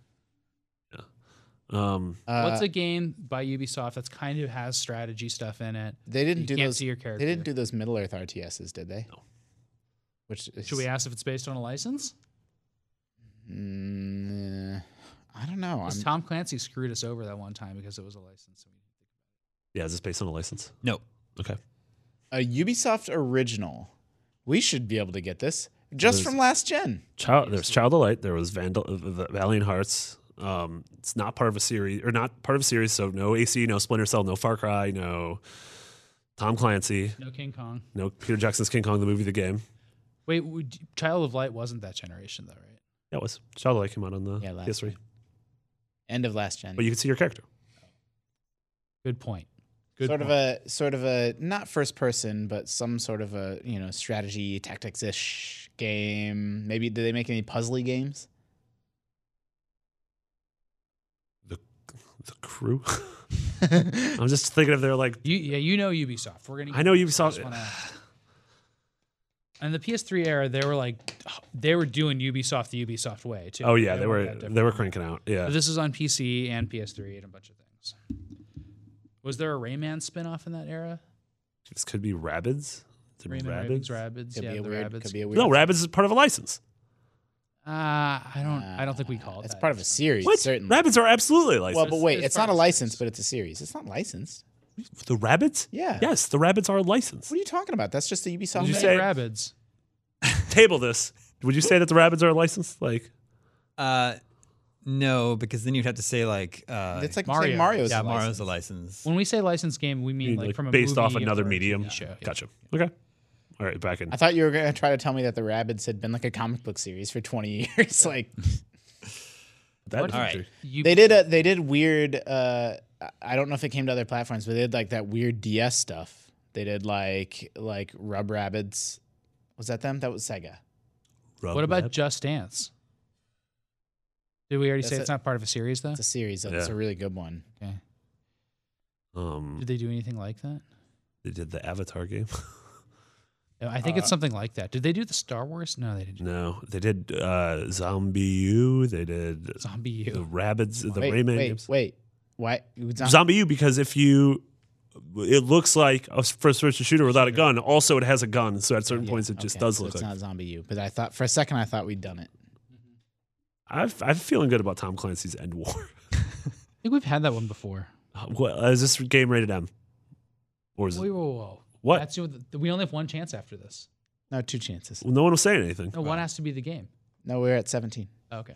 Speaker 6: Um,
Speaker 4: Uh,
Speaker 5: What's a game by Ubisoft that's kind of has strategy stuff in it?
Speaker 4: They didn't
Speaker 5: you
Speaker 4: do
Speaker 5: can't
Speaker 4: those.
Speaker 5: see your
Speaker 4: They
Speaker 5: character.
Speaker 4: didn't do those Middle Earth RTSs, did they?
Speaker 6: No.
Speaker 4: Which is,
Speaker 5: Should we ask if it's based on a license?
Speaker 4: Mm, uh, I don't know. I'm,
Speaker 5: Because Tom Clancy screwed us over that one time because it was a license.
Speaker 6: yeah, is this based on a license?
Speaker 3: No.
Speaker 6: Okay.
Speaker 4: a Ubisoft original. We should be able to get this just
Speaker 6: There's-
Speaker 4: from last gen.
Speaker 6: Child, there was Child of Light. There was Vandal, uh, V- Valiant Hearts. Um, it's not part of a series, or not part of a series. So no AC, no Splinter Cell, no Far Cry, no Tom Clancy,
Speaker 5: No King Kong.
Speaker 6: no Peter Jackson's King Kong, the movie, the game.
Speaker 5: Wait, would, Child of Light wasn't that generation though, right?
Speaker 6: Yeah, it was Child of Light came out on the
Speaker 4: Yeah, last
Speaker 6: PS3,
Speaker 4: year. End of last gen.
Speaker 6: but you could see your character.
Speaker 5: Good point. Good.
Speaker 4: sort
Speaker 5: point.
Speaker 4: of a sort of a not first person, but some sort of a you know strategy tactics ish game. Maybe did they make any puzzly games?
Speaker 6: The crew. I'm just thinking of their like.
Speaker 5: You, yeah, you know Ubisoft. We're gonna.
Speaker 6: I know
Speaker 5: get this
Speaker 6: Ubisoft-
Speaker 5: one out. And the PS3 era, they were like, they were doing Ubisoft the Ubisoft way too.
Speaker 6: Oh yeah, they
Speaker 5: weren't
Speaker 6: were
Speaker 5: that
Speaker 6: they were cranking out.
Speaker 5: But
Speaker 6: Yeah,
Speaker 5: This is on PC and PS3 and a bunch of things. Was there a Rayman spin-off in that era?
Speaker 6: this could be Rabbids. Did
Speaker 5: Rayman, Rabbids, Rabbids,
Speaker 4: Could
Speaker 5: yeah,
Speaker 4: be a
Speaker 5: the
Speaker 4: weird.
Speaker 5: Rabbids.
Speaker 4: Could be a weird.
Speaker 6: No, Rabbids is part of a license.
Speaker 5: uh, I don't, I don't think we call it.
Speaker 4: It's
Speaker 5: that.
Speaker 4: part of a series,
Speaker 6: What?
Speaker 4: certainly.
Speaker 6: Rabbits are absolutely licensed.
Speaker 4: well, but wait,
Speaker 5: It's
Speaker 4: it's,
Speaker 5: part
Speaker 4: not a
Speaker 5: of a
Speaker 4: license,
Speaker 5: series.
Speaker 4: but it's a series. It's not licensed.
Speaker 6: the rabbits?
Speaker 4: Yeah.
Speaker 6: Yes, the rabbits are licensed.
Speaker 4: What are you talking about? That's just the Ubisoft.
Speaker 5: Did you
Speaker 4: name.
Speaker 5: say
Speaker 6: say-
Speaker 5: Rabbids?
Speaker 6: Table this. Would you say that the rabbits are licensed? Like,
Speaker 3: Uh, no, because then you'd have to say like uh,
Speaker 4: It's like
Speaker 5: Mario.
Speaker 4: saying Mario's.
Speaker 3: yeah,
Speaker 4: a license.
Speaker 3: Mario's a license.
Speaker 5: When we say licensed game, we mean
Speaker 6: mean,
Speaker 5: like,
Speaker 6: like,
Speaker 5: from a
Speaker 6: based off
Speaker 5: movie
Speaker 6: another
Speaker 5: or a TV
Speaker 6: medium.
Speaker 5: Show. Yeah.
Speaker 6: Gotcha. Okay. All right, back in.
Speaker 4: I thought you were gonna try to tell me that the Rabbids had been like a comic book series for 20 years. like
Speaker 6: That-
Speaker 5: What-
Speaker 3: All right.
Speaker 5: You-
Speaker 4: they did a they did weird. Uh, I- I don't know if it came to other platforms, but they did like that weird DS stuff. They did like like Rub Rabbids. Was that them? That was Sega.
Speaker 6: Rub
Speaker 5: What about
Speaker 6: Rabbit.
Speaker 5: Just Dance? Did we already say
Speaker 4: That's
Speaker 5: it's
Speaker 4: it.
Speaker 5: not part of a series though?
Speaker 4: It's a series. though. It's
Speaker 6: Yeah.
Speaker 4: a really good one.
Speaker 5: Okay.
Speaker 6: Um,
Speaker 5: Did they do anything like that?
Speaker 6: they did the Avatar game.
Speaker 5: No, I think it's
Speaker 6: Uh,
Speaker 5: something like that. Did they do the Star Wars? No, they didn't.
Speaker 6: no, they did uh, Zombie U. They did
Speaker 5: Zombie
Speaker 6: the
Speaker 5: U.
Speaker 6: rabbits, the
Speaker 4: wait,
Speaker 6: Rayman
Speaker 4: wait,
Speaker 6: games.
Speaker 4: wait. Why? It's not-
Speaker 6: Zombie U because if you, it looks like a first-person shooter without a gun. Also, it has a gun, so at certain
Speaker 4: Yeah,
Speaker 6: points, it just
Speaker 4: okay,
Speaker 6: does
Speaker 4: so
Speaker 6: look
Speaker 4: it's
Speaker 6: like.
Speaker 4: not Zombie U, but I thought for a second I thought we'd done it.
Speaker 6: I've, I'm feeling good about Tom Clancy's End War.
Speaker 5: I think we've had that one before.
Speaker 6: Uh, What uh, is this game rated M? Or is
Speaker 5: Whoa,
Speaker 6: it?
Speaker 5: whoa, whoa.
Speaker 6: What?
Speaker 5: That's the- we only have one chance after this.
Speaker 4: No, two chances.
Speaker 6: Well, no one was saying anything.
Speaker 5: No, one has to be the game. Oh,
Speaker 4: No, we're at 17.
Speaker 5: Okay.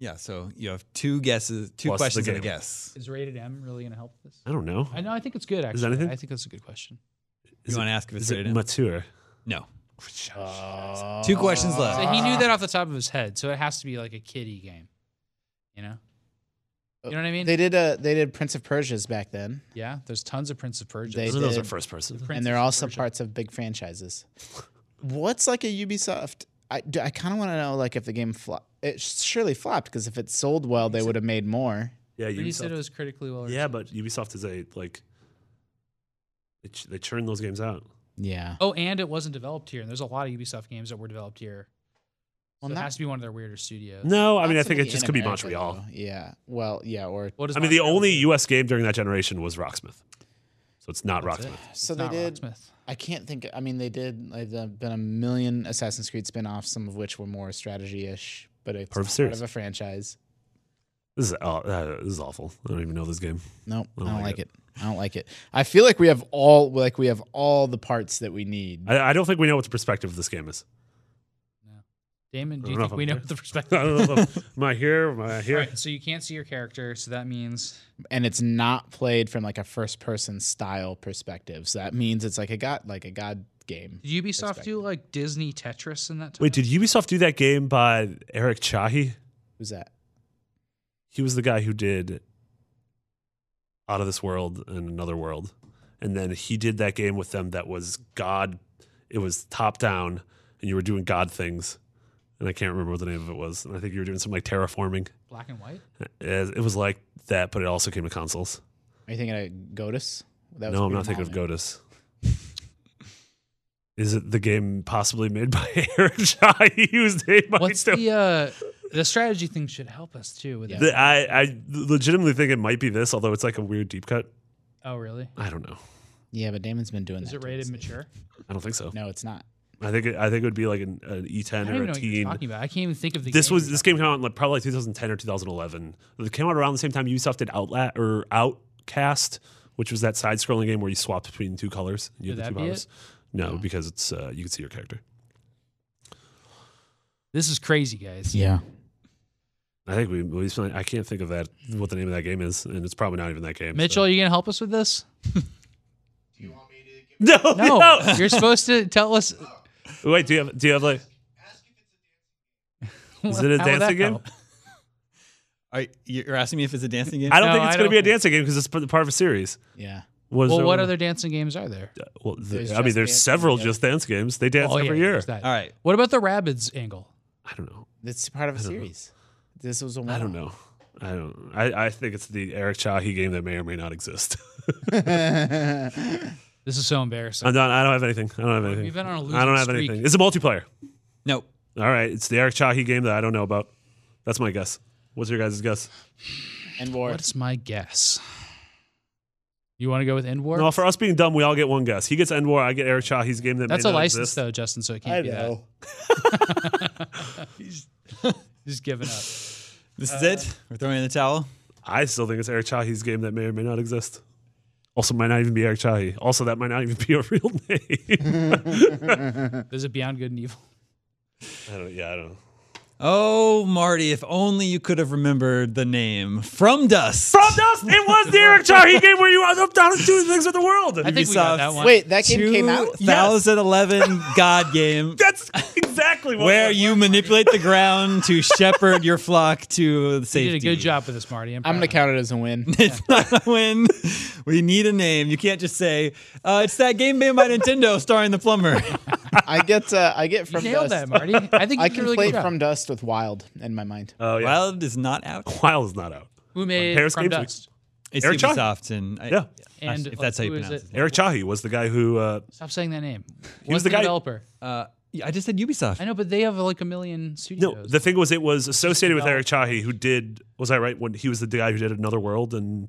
Speaker 3: Yeah, so you have two guesses, two
Speaker 6: Plus the
Speaker 3: questions and a
Speaker 6: game.
Speaker 3: guess.
Speaker 5: Is rated M really going to help this?
Speaker 6: I don't know.
Speaker 5: I know. I think it's good. Actually,
Speaker 6: anything?
Speaker 5: I think that's a good question.
Speaker 6: Is
Speaker 3: you want
Speaker 6: it-
Speaker 3: to ask if it's
Speaker 6: Is it
Speaker 3: rated M?
Speaker 6: mature?
Speaker 3: No. Two questions
Speaker 6: Uh,
Speaker 3: left.
Speaker 5: So he knew that off the top of his head. So it has to be like a kiddie game. You know? You know what I mean?
Speaker 4: They did. Uh, they did Prince of Persia's back then,
Speaker 5: yeah, there's tons of Prince of Persia.
Speaker 4: They
Speaker 6: Those are- those are
Speaker 4: did.
Speaker 6: first person.
Speaker 5: Prince
Speaker 4: and they're
Speaker 5: of
Speaker 4: also
Speaker 5: Persia.
Speaker 4: parts of big franchises. What's like a Ubisoft? I, do- I kind of want to know like if the game flop. It surely flopped because if it sold well, they would have made more.
Speaker 6: Yeah,
Speaker 5: But you said it
Speaker 6: Ubisoft.
Speaker 5: was critically well
Speaker 6: Yeah, but Ubisoft is a like. They, ch- they churn those games out.
Speaker 4: Yeah.
Speaker 5: Oh, and it wasn't developed here. And there's a lot of Ubisoft games that were developed here.
Speaker 4: Well,
Speaker 5: so it
Speaker 4: not-
Speaker 5: has to be one of their weirder studios.
Speaker 6: No, I mean I
Speaker 4: Not so
Speaker 6: think it
Speaker 4: many
Speaker 6: just
Speaker 4: in
Speaker 6: could be
Speaker 4: America,
Speaker 6: Montreal.
Speaker 4: though. Yeah. Well, yeah. Or
Speaker 5: What is
Speaker 6: I mean the
Speaker 5: Montreal
Speaker 6: only
Speaker 5: do?
Speaker 6: U.S. game during that generation was Rocksmith, so it's not
Speaker 5: That's it.
Speaker 6: Rocksmith.
Speaker 4: so
Speaker 5: It's
Speaker 4: they
Speaker 5: not
Speaker 4: did.
Speaker 5: Rocksmith.
Speaker 4: I can't think. I mean, they did. Like, there have been a million Assassin's Creed spin-offs, some of which were more strategy-ish, but it's
Speaker 6: Part of
Speaker 4: part
Speaker 6: series.
Speaker 4: of a franchise.
Speaker 6: This is oh, uh, this is awful. I don't even know this game.
Speaker 4: Nope, I don't, like, it. I don't like it. I feel like we have all like we have all the parts that we need.
Speaker 6: I, I don't think we know what the perspective of this game is.
Speaker 5: Damon, do
Speaker 6: I
Speaker 5: you
Speaker 6: don't know
Speaker 5: think
Speaker 6: if
Speaker 5: we
Speaker 6: I'm
Speaker 5: know
Speaker 6: there.
Speaker 5: the
Speaker 6: I
Speaker 5: perspective?
Speaker 6: don't know if I'm- am I here? Am I
Speaker 5: All
Speaker 6: here?
Speaker 5: right, so you can't see your character, so that means
Speaker 4: and it's not played from like a first person style perspective. So that means it's like a god like a god game.
Speaker 5: did Ubisoft do like Disney Tetris in that time?
Speaker 6: Wait, did Ubisoft do that game by Eric Chahi?
Speaker 4: Who's that?
Speaker 6: He was the guy who did Out of This World and Another World, and then he did that game with them that was God. It was top down, and you were doing God things, and I can't remember what the name of it was. And I think you were doing some like terraforming.
Speaker 5: black and white?
Speaker 6: It it was like that, but it also came to consoles.
Speaker 4: Are you thinking of Godus? That
Speaker 6: no, I'm not thinking of Godus. Is it the game possibly made by Eric Chahi, whose name I
Speaker 5: What's
Speaker 6: don't
Speaker 5: the uh, the strategy thing should help us too with that.
Speaker 6: The- I, I legitimately think it might be this, although it's like a weird deep cut.
Speaker 5: Oh, really?
Speaker 6: I don't know.
Speaker 4: Yeah, but Damon's been doing
Speaker 5: Is
Speaker 4: that.
Speaker 5: it
Speaker 4: to
Speaker 5: rated
Speaker 4: us.
Speaker 5: mature?
Speaker 6: I don't think so.
Speaker 4: No, it's not.
Speaker 6: I think it, I think it would be like an, an
Speaker 5: I
Speaker 6: E10
Speaker 5: don't
Speaker 6: or
Speaker 5: even know
Speaker 6: a
Speaker 5: what you're
Speaker 6: teen.
Speaker 5: talking about. I can't even think of the.
Speaker 6: This
Speaker 5: game
Speaker 6: was
Speaker 5: you're
Speaker 6: this
Speaker 5: talking
Speaker 6: game came out in like probably like 2010 or 2011. It came out around the same time Ubisoft did Outla or Outcast, which was that side-scrolling game where you swapped between two colors. You
Speaker 5: Could that
Speaker 6: had the two
Speaker 5: be it?
Speaker 6: powers. No, because it's uh, you can see your character.
Speaker 5: about. This is crazy, guys.
Speaker 4: Yeah.
Speaker 6: I think we, we spent- I can't think of that what the name of that game is, and it's probably not even that game. so-
Speaker 5: Mitchell, you gonna help us with this?
Speaker 6: No,
Speaker 5: No,
Speaker 6: no,
Speaker 5: you're supposed to tell us.
Speaker 6: Wait, do you have do you have like Is it a
Speaker 5: How would that
Speaker 6: dancing game?
Speaker 5: help?
Speaker 3: Are you, you're asking me if it's a dancing game?
Speaker 6: I don't
Speaker 5: No,
Speaker 6: think it's
Speaker 5: I
Speaker 6: going to be a
Speaker 5: don't think-
Speaker 6: dancing game because it's part part of a series.
Speaker 4: Yeah.
Speaker 6: What is
Speaker 5: Well,
Speaker 6: there
Speaker 5: what
Speaker 6: one-
Speaker 5: other dancing games are there?
Speaker 6: Well, the-
Speaker 4: There's
Speaker 6: I mean,
Speaker 4: Just
Speaker 6: there's
Speaker 4: Dance,
Speaker 6: several
Speaker 4: yeah.
Speaker 6: just dance games. They dance
Speaker 5: oh,
Speaker 6: every
Speaker 5: yeah,
Speaker 6: year.
Speaker 5: there's that.
Speaker 3: All right.
Speaker 5: What about the rabbits angle?
Speaker 6: I don't know.
Speaker 4: It's part of a
Speaker 6: I don't know.
Speaker 4: series. This was a one.
Speaker 6: I don't know. I don't. I, I think it's the Eric Chahi game that may or may not exist.
Speaker 5: This is so embarrassing.
Speaker 6: I'm not, I don't have anything. I don't have anything.
Speaker 5: We've been on a
Speaker 6: I don't
Speaker 5: losing
Speaker 6: have
Speaker 5: streak.
Speaker 6: anything. It's a multiplayer.
Speaker 3: No.
Speaker 6: All right, it's the Eric Chahi game that I don't know about. That's my guess. What's your guys' guess?
Speaker 4: And war.
Speaker 5: What's my guess? You want to go with End War?
Speaker 6: No, for us being dumb, we all get one guess. He gets End War. I get Eric Chahi's game that
Speaker 5: That's
Speaker 6: may
Speaker 5: a
Speaker 6: not
Speaker 5: license
Speaker 6: exist.
Speaker 5: though, Justin. So it can't be
Speaker 4: Oh.
Speaker 5: that. He's just giving up.
Speaker 3: This
Speaker 4: Uh,
Speaker 3: is it. We're throwing in the towel.
Speaker 6: I still think it's Eric Chahi's game that may or may not exist. Also, might not even be Eric Chahi. Also, that might not even be a real name.
Speaker 5: Is it Beyond Good and Evil?
Speaker 6: I don't. Yeah, I don't. know.
Speaker 3: Oh, Marty, if only you could have remembered the name. From Dust.
Speaker 6: From Dust, it was the Eric Chahi game where you are up down and doing things with the world.
Speaker 5: I think we got that
Speaker 3: Ubisoft.
Speaker 5: one.
Speaker 4: Wait, that game came out.
Speaker 3: 2011 God game.
Speaker 6: That's exactly what
Speaker 3: Where you manipulate the ground to shepherd your flock to
Speaker 5: you
Speaker 3: safety.
Speaker 5: did a good job with this, Marty. I'm,
Speaker 4: I'm
Speaker 5: proud
Speaker 4: gonna
Speaker 5: of you.
Speaker 4: count it as a win.
Speaker 3: It's not a win. We need a name. You can't just say uh, it's that game made by Nintendo starring the plumber.
Speaker 4: I get. Uh, I get from
Speaker 5: Nailed
Speaker 4: dust.
Speaker 5: that, Marty. I think you
Speaker 4: I
Speaker 5: did a
Speaker 4: can
Speaker 5: really
Speaker 4: play
Speaker 5: good job.
Speaker 4: from dust with wild in my mind.
Speaker 6: Oh yeah,
Speaker 3: Wild is not out.
Speaker 6: Wild is not out.
Speaker 5: Who made
Speaker 6: Paris
Speaker 5: From
Speaker 6: Games Week.
Speaker 5: Dust?
Speaker 3: It's
Speaker 6: Eric Chong.
Speaker 3: Ubisoft, and I,
Speaker 6: Yeah,
Speaker 5: And
Speaker 3: if that's how you
Speaker 5: who is
Speaker 3: pronounce
Speaker 5: it?
Speaker 6: Eric Chahi was the guy who. Uh,
Speaker 5: Stop saying that name.
Speaker 6: He was
Speaker 5: What's
Speaker 6: the
Speaker 5: the,
Speaker 6: guy-
Speaker 5: developer?
Speaker 3: uh, I just said Ubisoft.
Speaker 5: I know, but they have like a million studios.
Speaker 6: no, the thing was, it was associated with Eric Chahi, who did. Was I right? When he was the guy who did Another World, and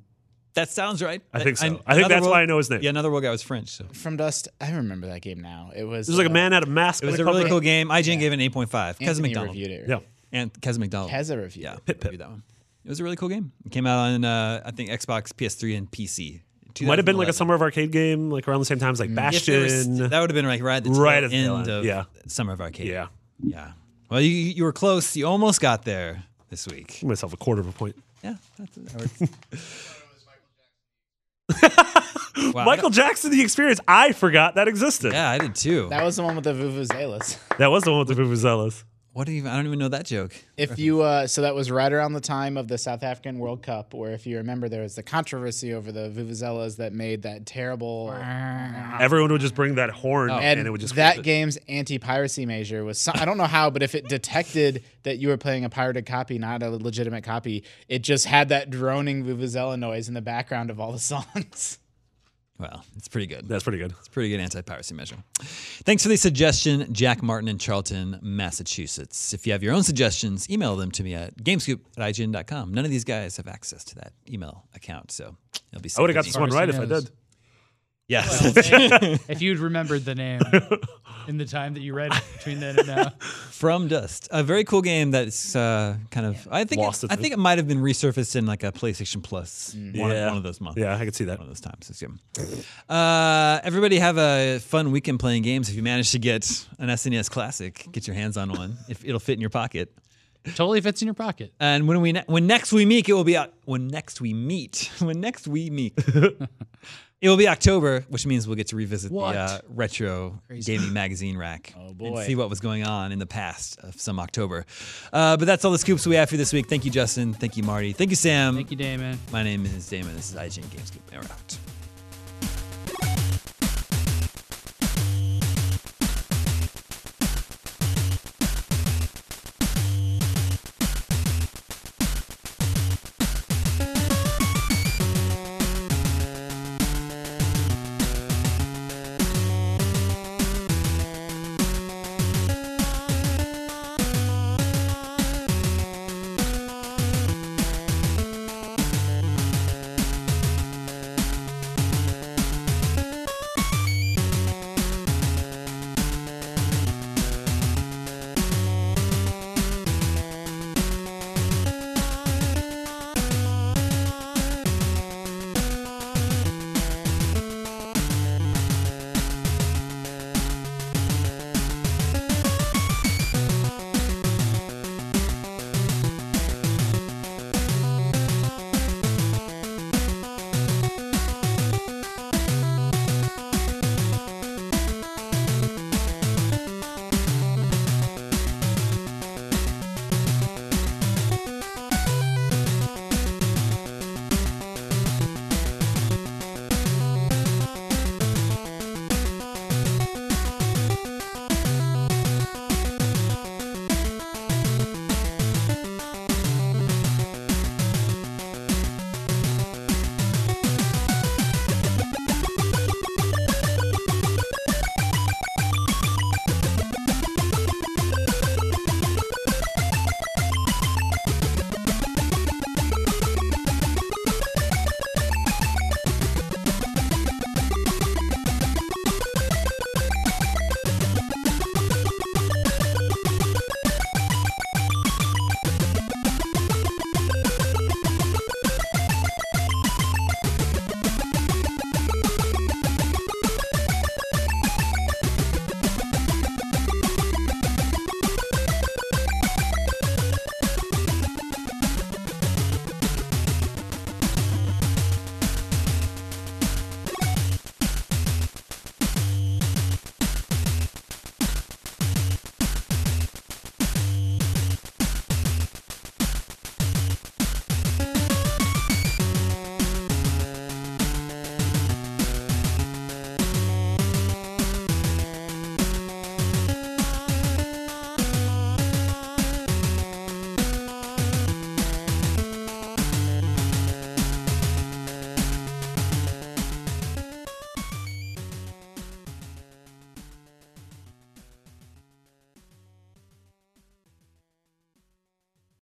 Speaker 3: That sounds right.
Speaker 6: I think so.
Speaker 3: And
Speaker 6: I think
Speaker 3: Another
Speaker 6: that's
Speaker 3: World-
Speaker 6: why I know his name.
Speaker 3: Yeah, another world guy was French. So.
Speaker 4: From dust. I remember that game now. It was.
Speaker 6: it was like a
Speaker 4: uh,
Speaker 6: man had a mask.
Speaker 3: It was
Speaker 6: on
Speaker 3: a
Speaker 6: the
Speaker 3: really
Speaker 6: cover.
Speaker 3: cool game. IGN gave it an 8.5. Keza
Speaker 4: Anthony
Speaker 3: McDonald.
Speaker 4: reviewed it.
Speaker 6: Yeah,
Speaker 3: And Keza McDonald.
Speaker 4: Has a review.
Speaker 3: yeah, reviewed that one. It was a really cool game. It came out on uh, I think Xbox, PS3, and PC.
Speaker 6: might have been like
Speaker 3: 2011.
Speaker 6: a summer of arcade game, like around the same time as like
Speaker 3: Mm. If there was-
Speaker 6: Bastion.
Speaker 3: that would have been right, right at the
Speaker 6: Right
Speaker 3: tail
Speaker 6: at the tail
Speaker 3: end
Speaker 6: end,
Speaker 3: of
Speaker 6: yeah.
Speaker 3: Summer of Arcade.
Speaker 6: yeah,
Speaker 3: Yeah. Well, you, you were close. You almost got there this week.
Speaker 6: give myself a quarter of a point.
Speaker 3: Yeah. That's, that works. Wow.
Speaker 6: Michael Jackson, the experience. I forgot that existed.
Speaker 3: Yeah, I did too.
Speaker 4: That was the one with the vuvuzelas.
Speaker 6: That was the one with the vuvuzelas.
Speaker 3: What even? I don't even know that joke.
Speaker 4: If you uh, so that was right around the time of the South African World Cup, where if you remember, there was the controversy over the vuvuzelas that made that terrible.
Speaker 6: Everyone would just bring that horn
Speaker 3: Oh.
Speaker 6: Oh, and,
Speaker 4: and
Speaker 6: it would just
Speaker 4: that
Speaker 6: clip it.
Speaker 4: game's anti-piracy measure was some, I don't know how, but if it detected that you were playing a pirated copy, not a legitimate copy, it just had that droning vuvuzela noise in the background of all the songs.
Speaker 3: Well, it's pretty good.
Speaker 6: That's pretty good.
Speaker 3: pretty good anti-piracy measure. Thanks for the suggestion, Jack Martin in Charlton, Massachusetts. If you have your own suggestions, email them to me at gamescoop at IGN.com. None of these guys have access to that email account, so it'll be
Speaker 6: I would have got
Speaker 3: something.
Speaker 6: this one right if I did.
Speaker 3: Yes.
Speaker 5: if you'd remembered the name in the time that you read it between then and now.
Speaker 3: From Dust, a very cool game that's uh, kind of I think
Speaker 6: Lost
Speaker 3: it,
Speaker 6: it
Speaker 3: I
Speaker 6: to-
Speaker 3: think it might have been resurfaced in like a PlayStation Plus one, of,
Speaker 6: Yeah.
Speaker 3: one of those months.
Speaker 6: Yeah, I could see that.
Speaker 3: One of those times. This game. Uh, everybody have a fun weekend playing games. If you manage to get an SNES Classic, get your hands on one. if it'll fit in your pocket.
Speaker 5: Totally fits in your pocket.
Speaker 3: And when we ne- when next we meet, it will be out. When next we meet, when next we meet, it will be October, which means we'll get to revisit
Speaker 5: What?
Speaker 3: the uh, retro gaming magazine rack and
Speaker 4: boy.
Speaker 3: see what was going on in the past of some October. Uh, but that's all the scoops we have for this week. Thank you, Justin. Thank you, Marty. Thank you, Sam.
Speaker 5: Thank you, Damon.
Speaker 3: My name is Damon. This is IGN Gamescoop. And we're out.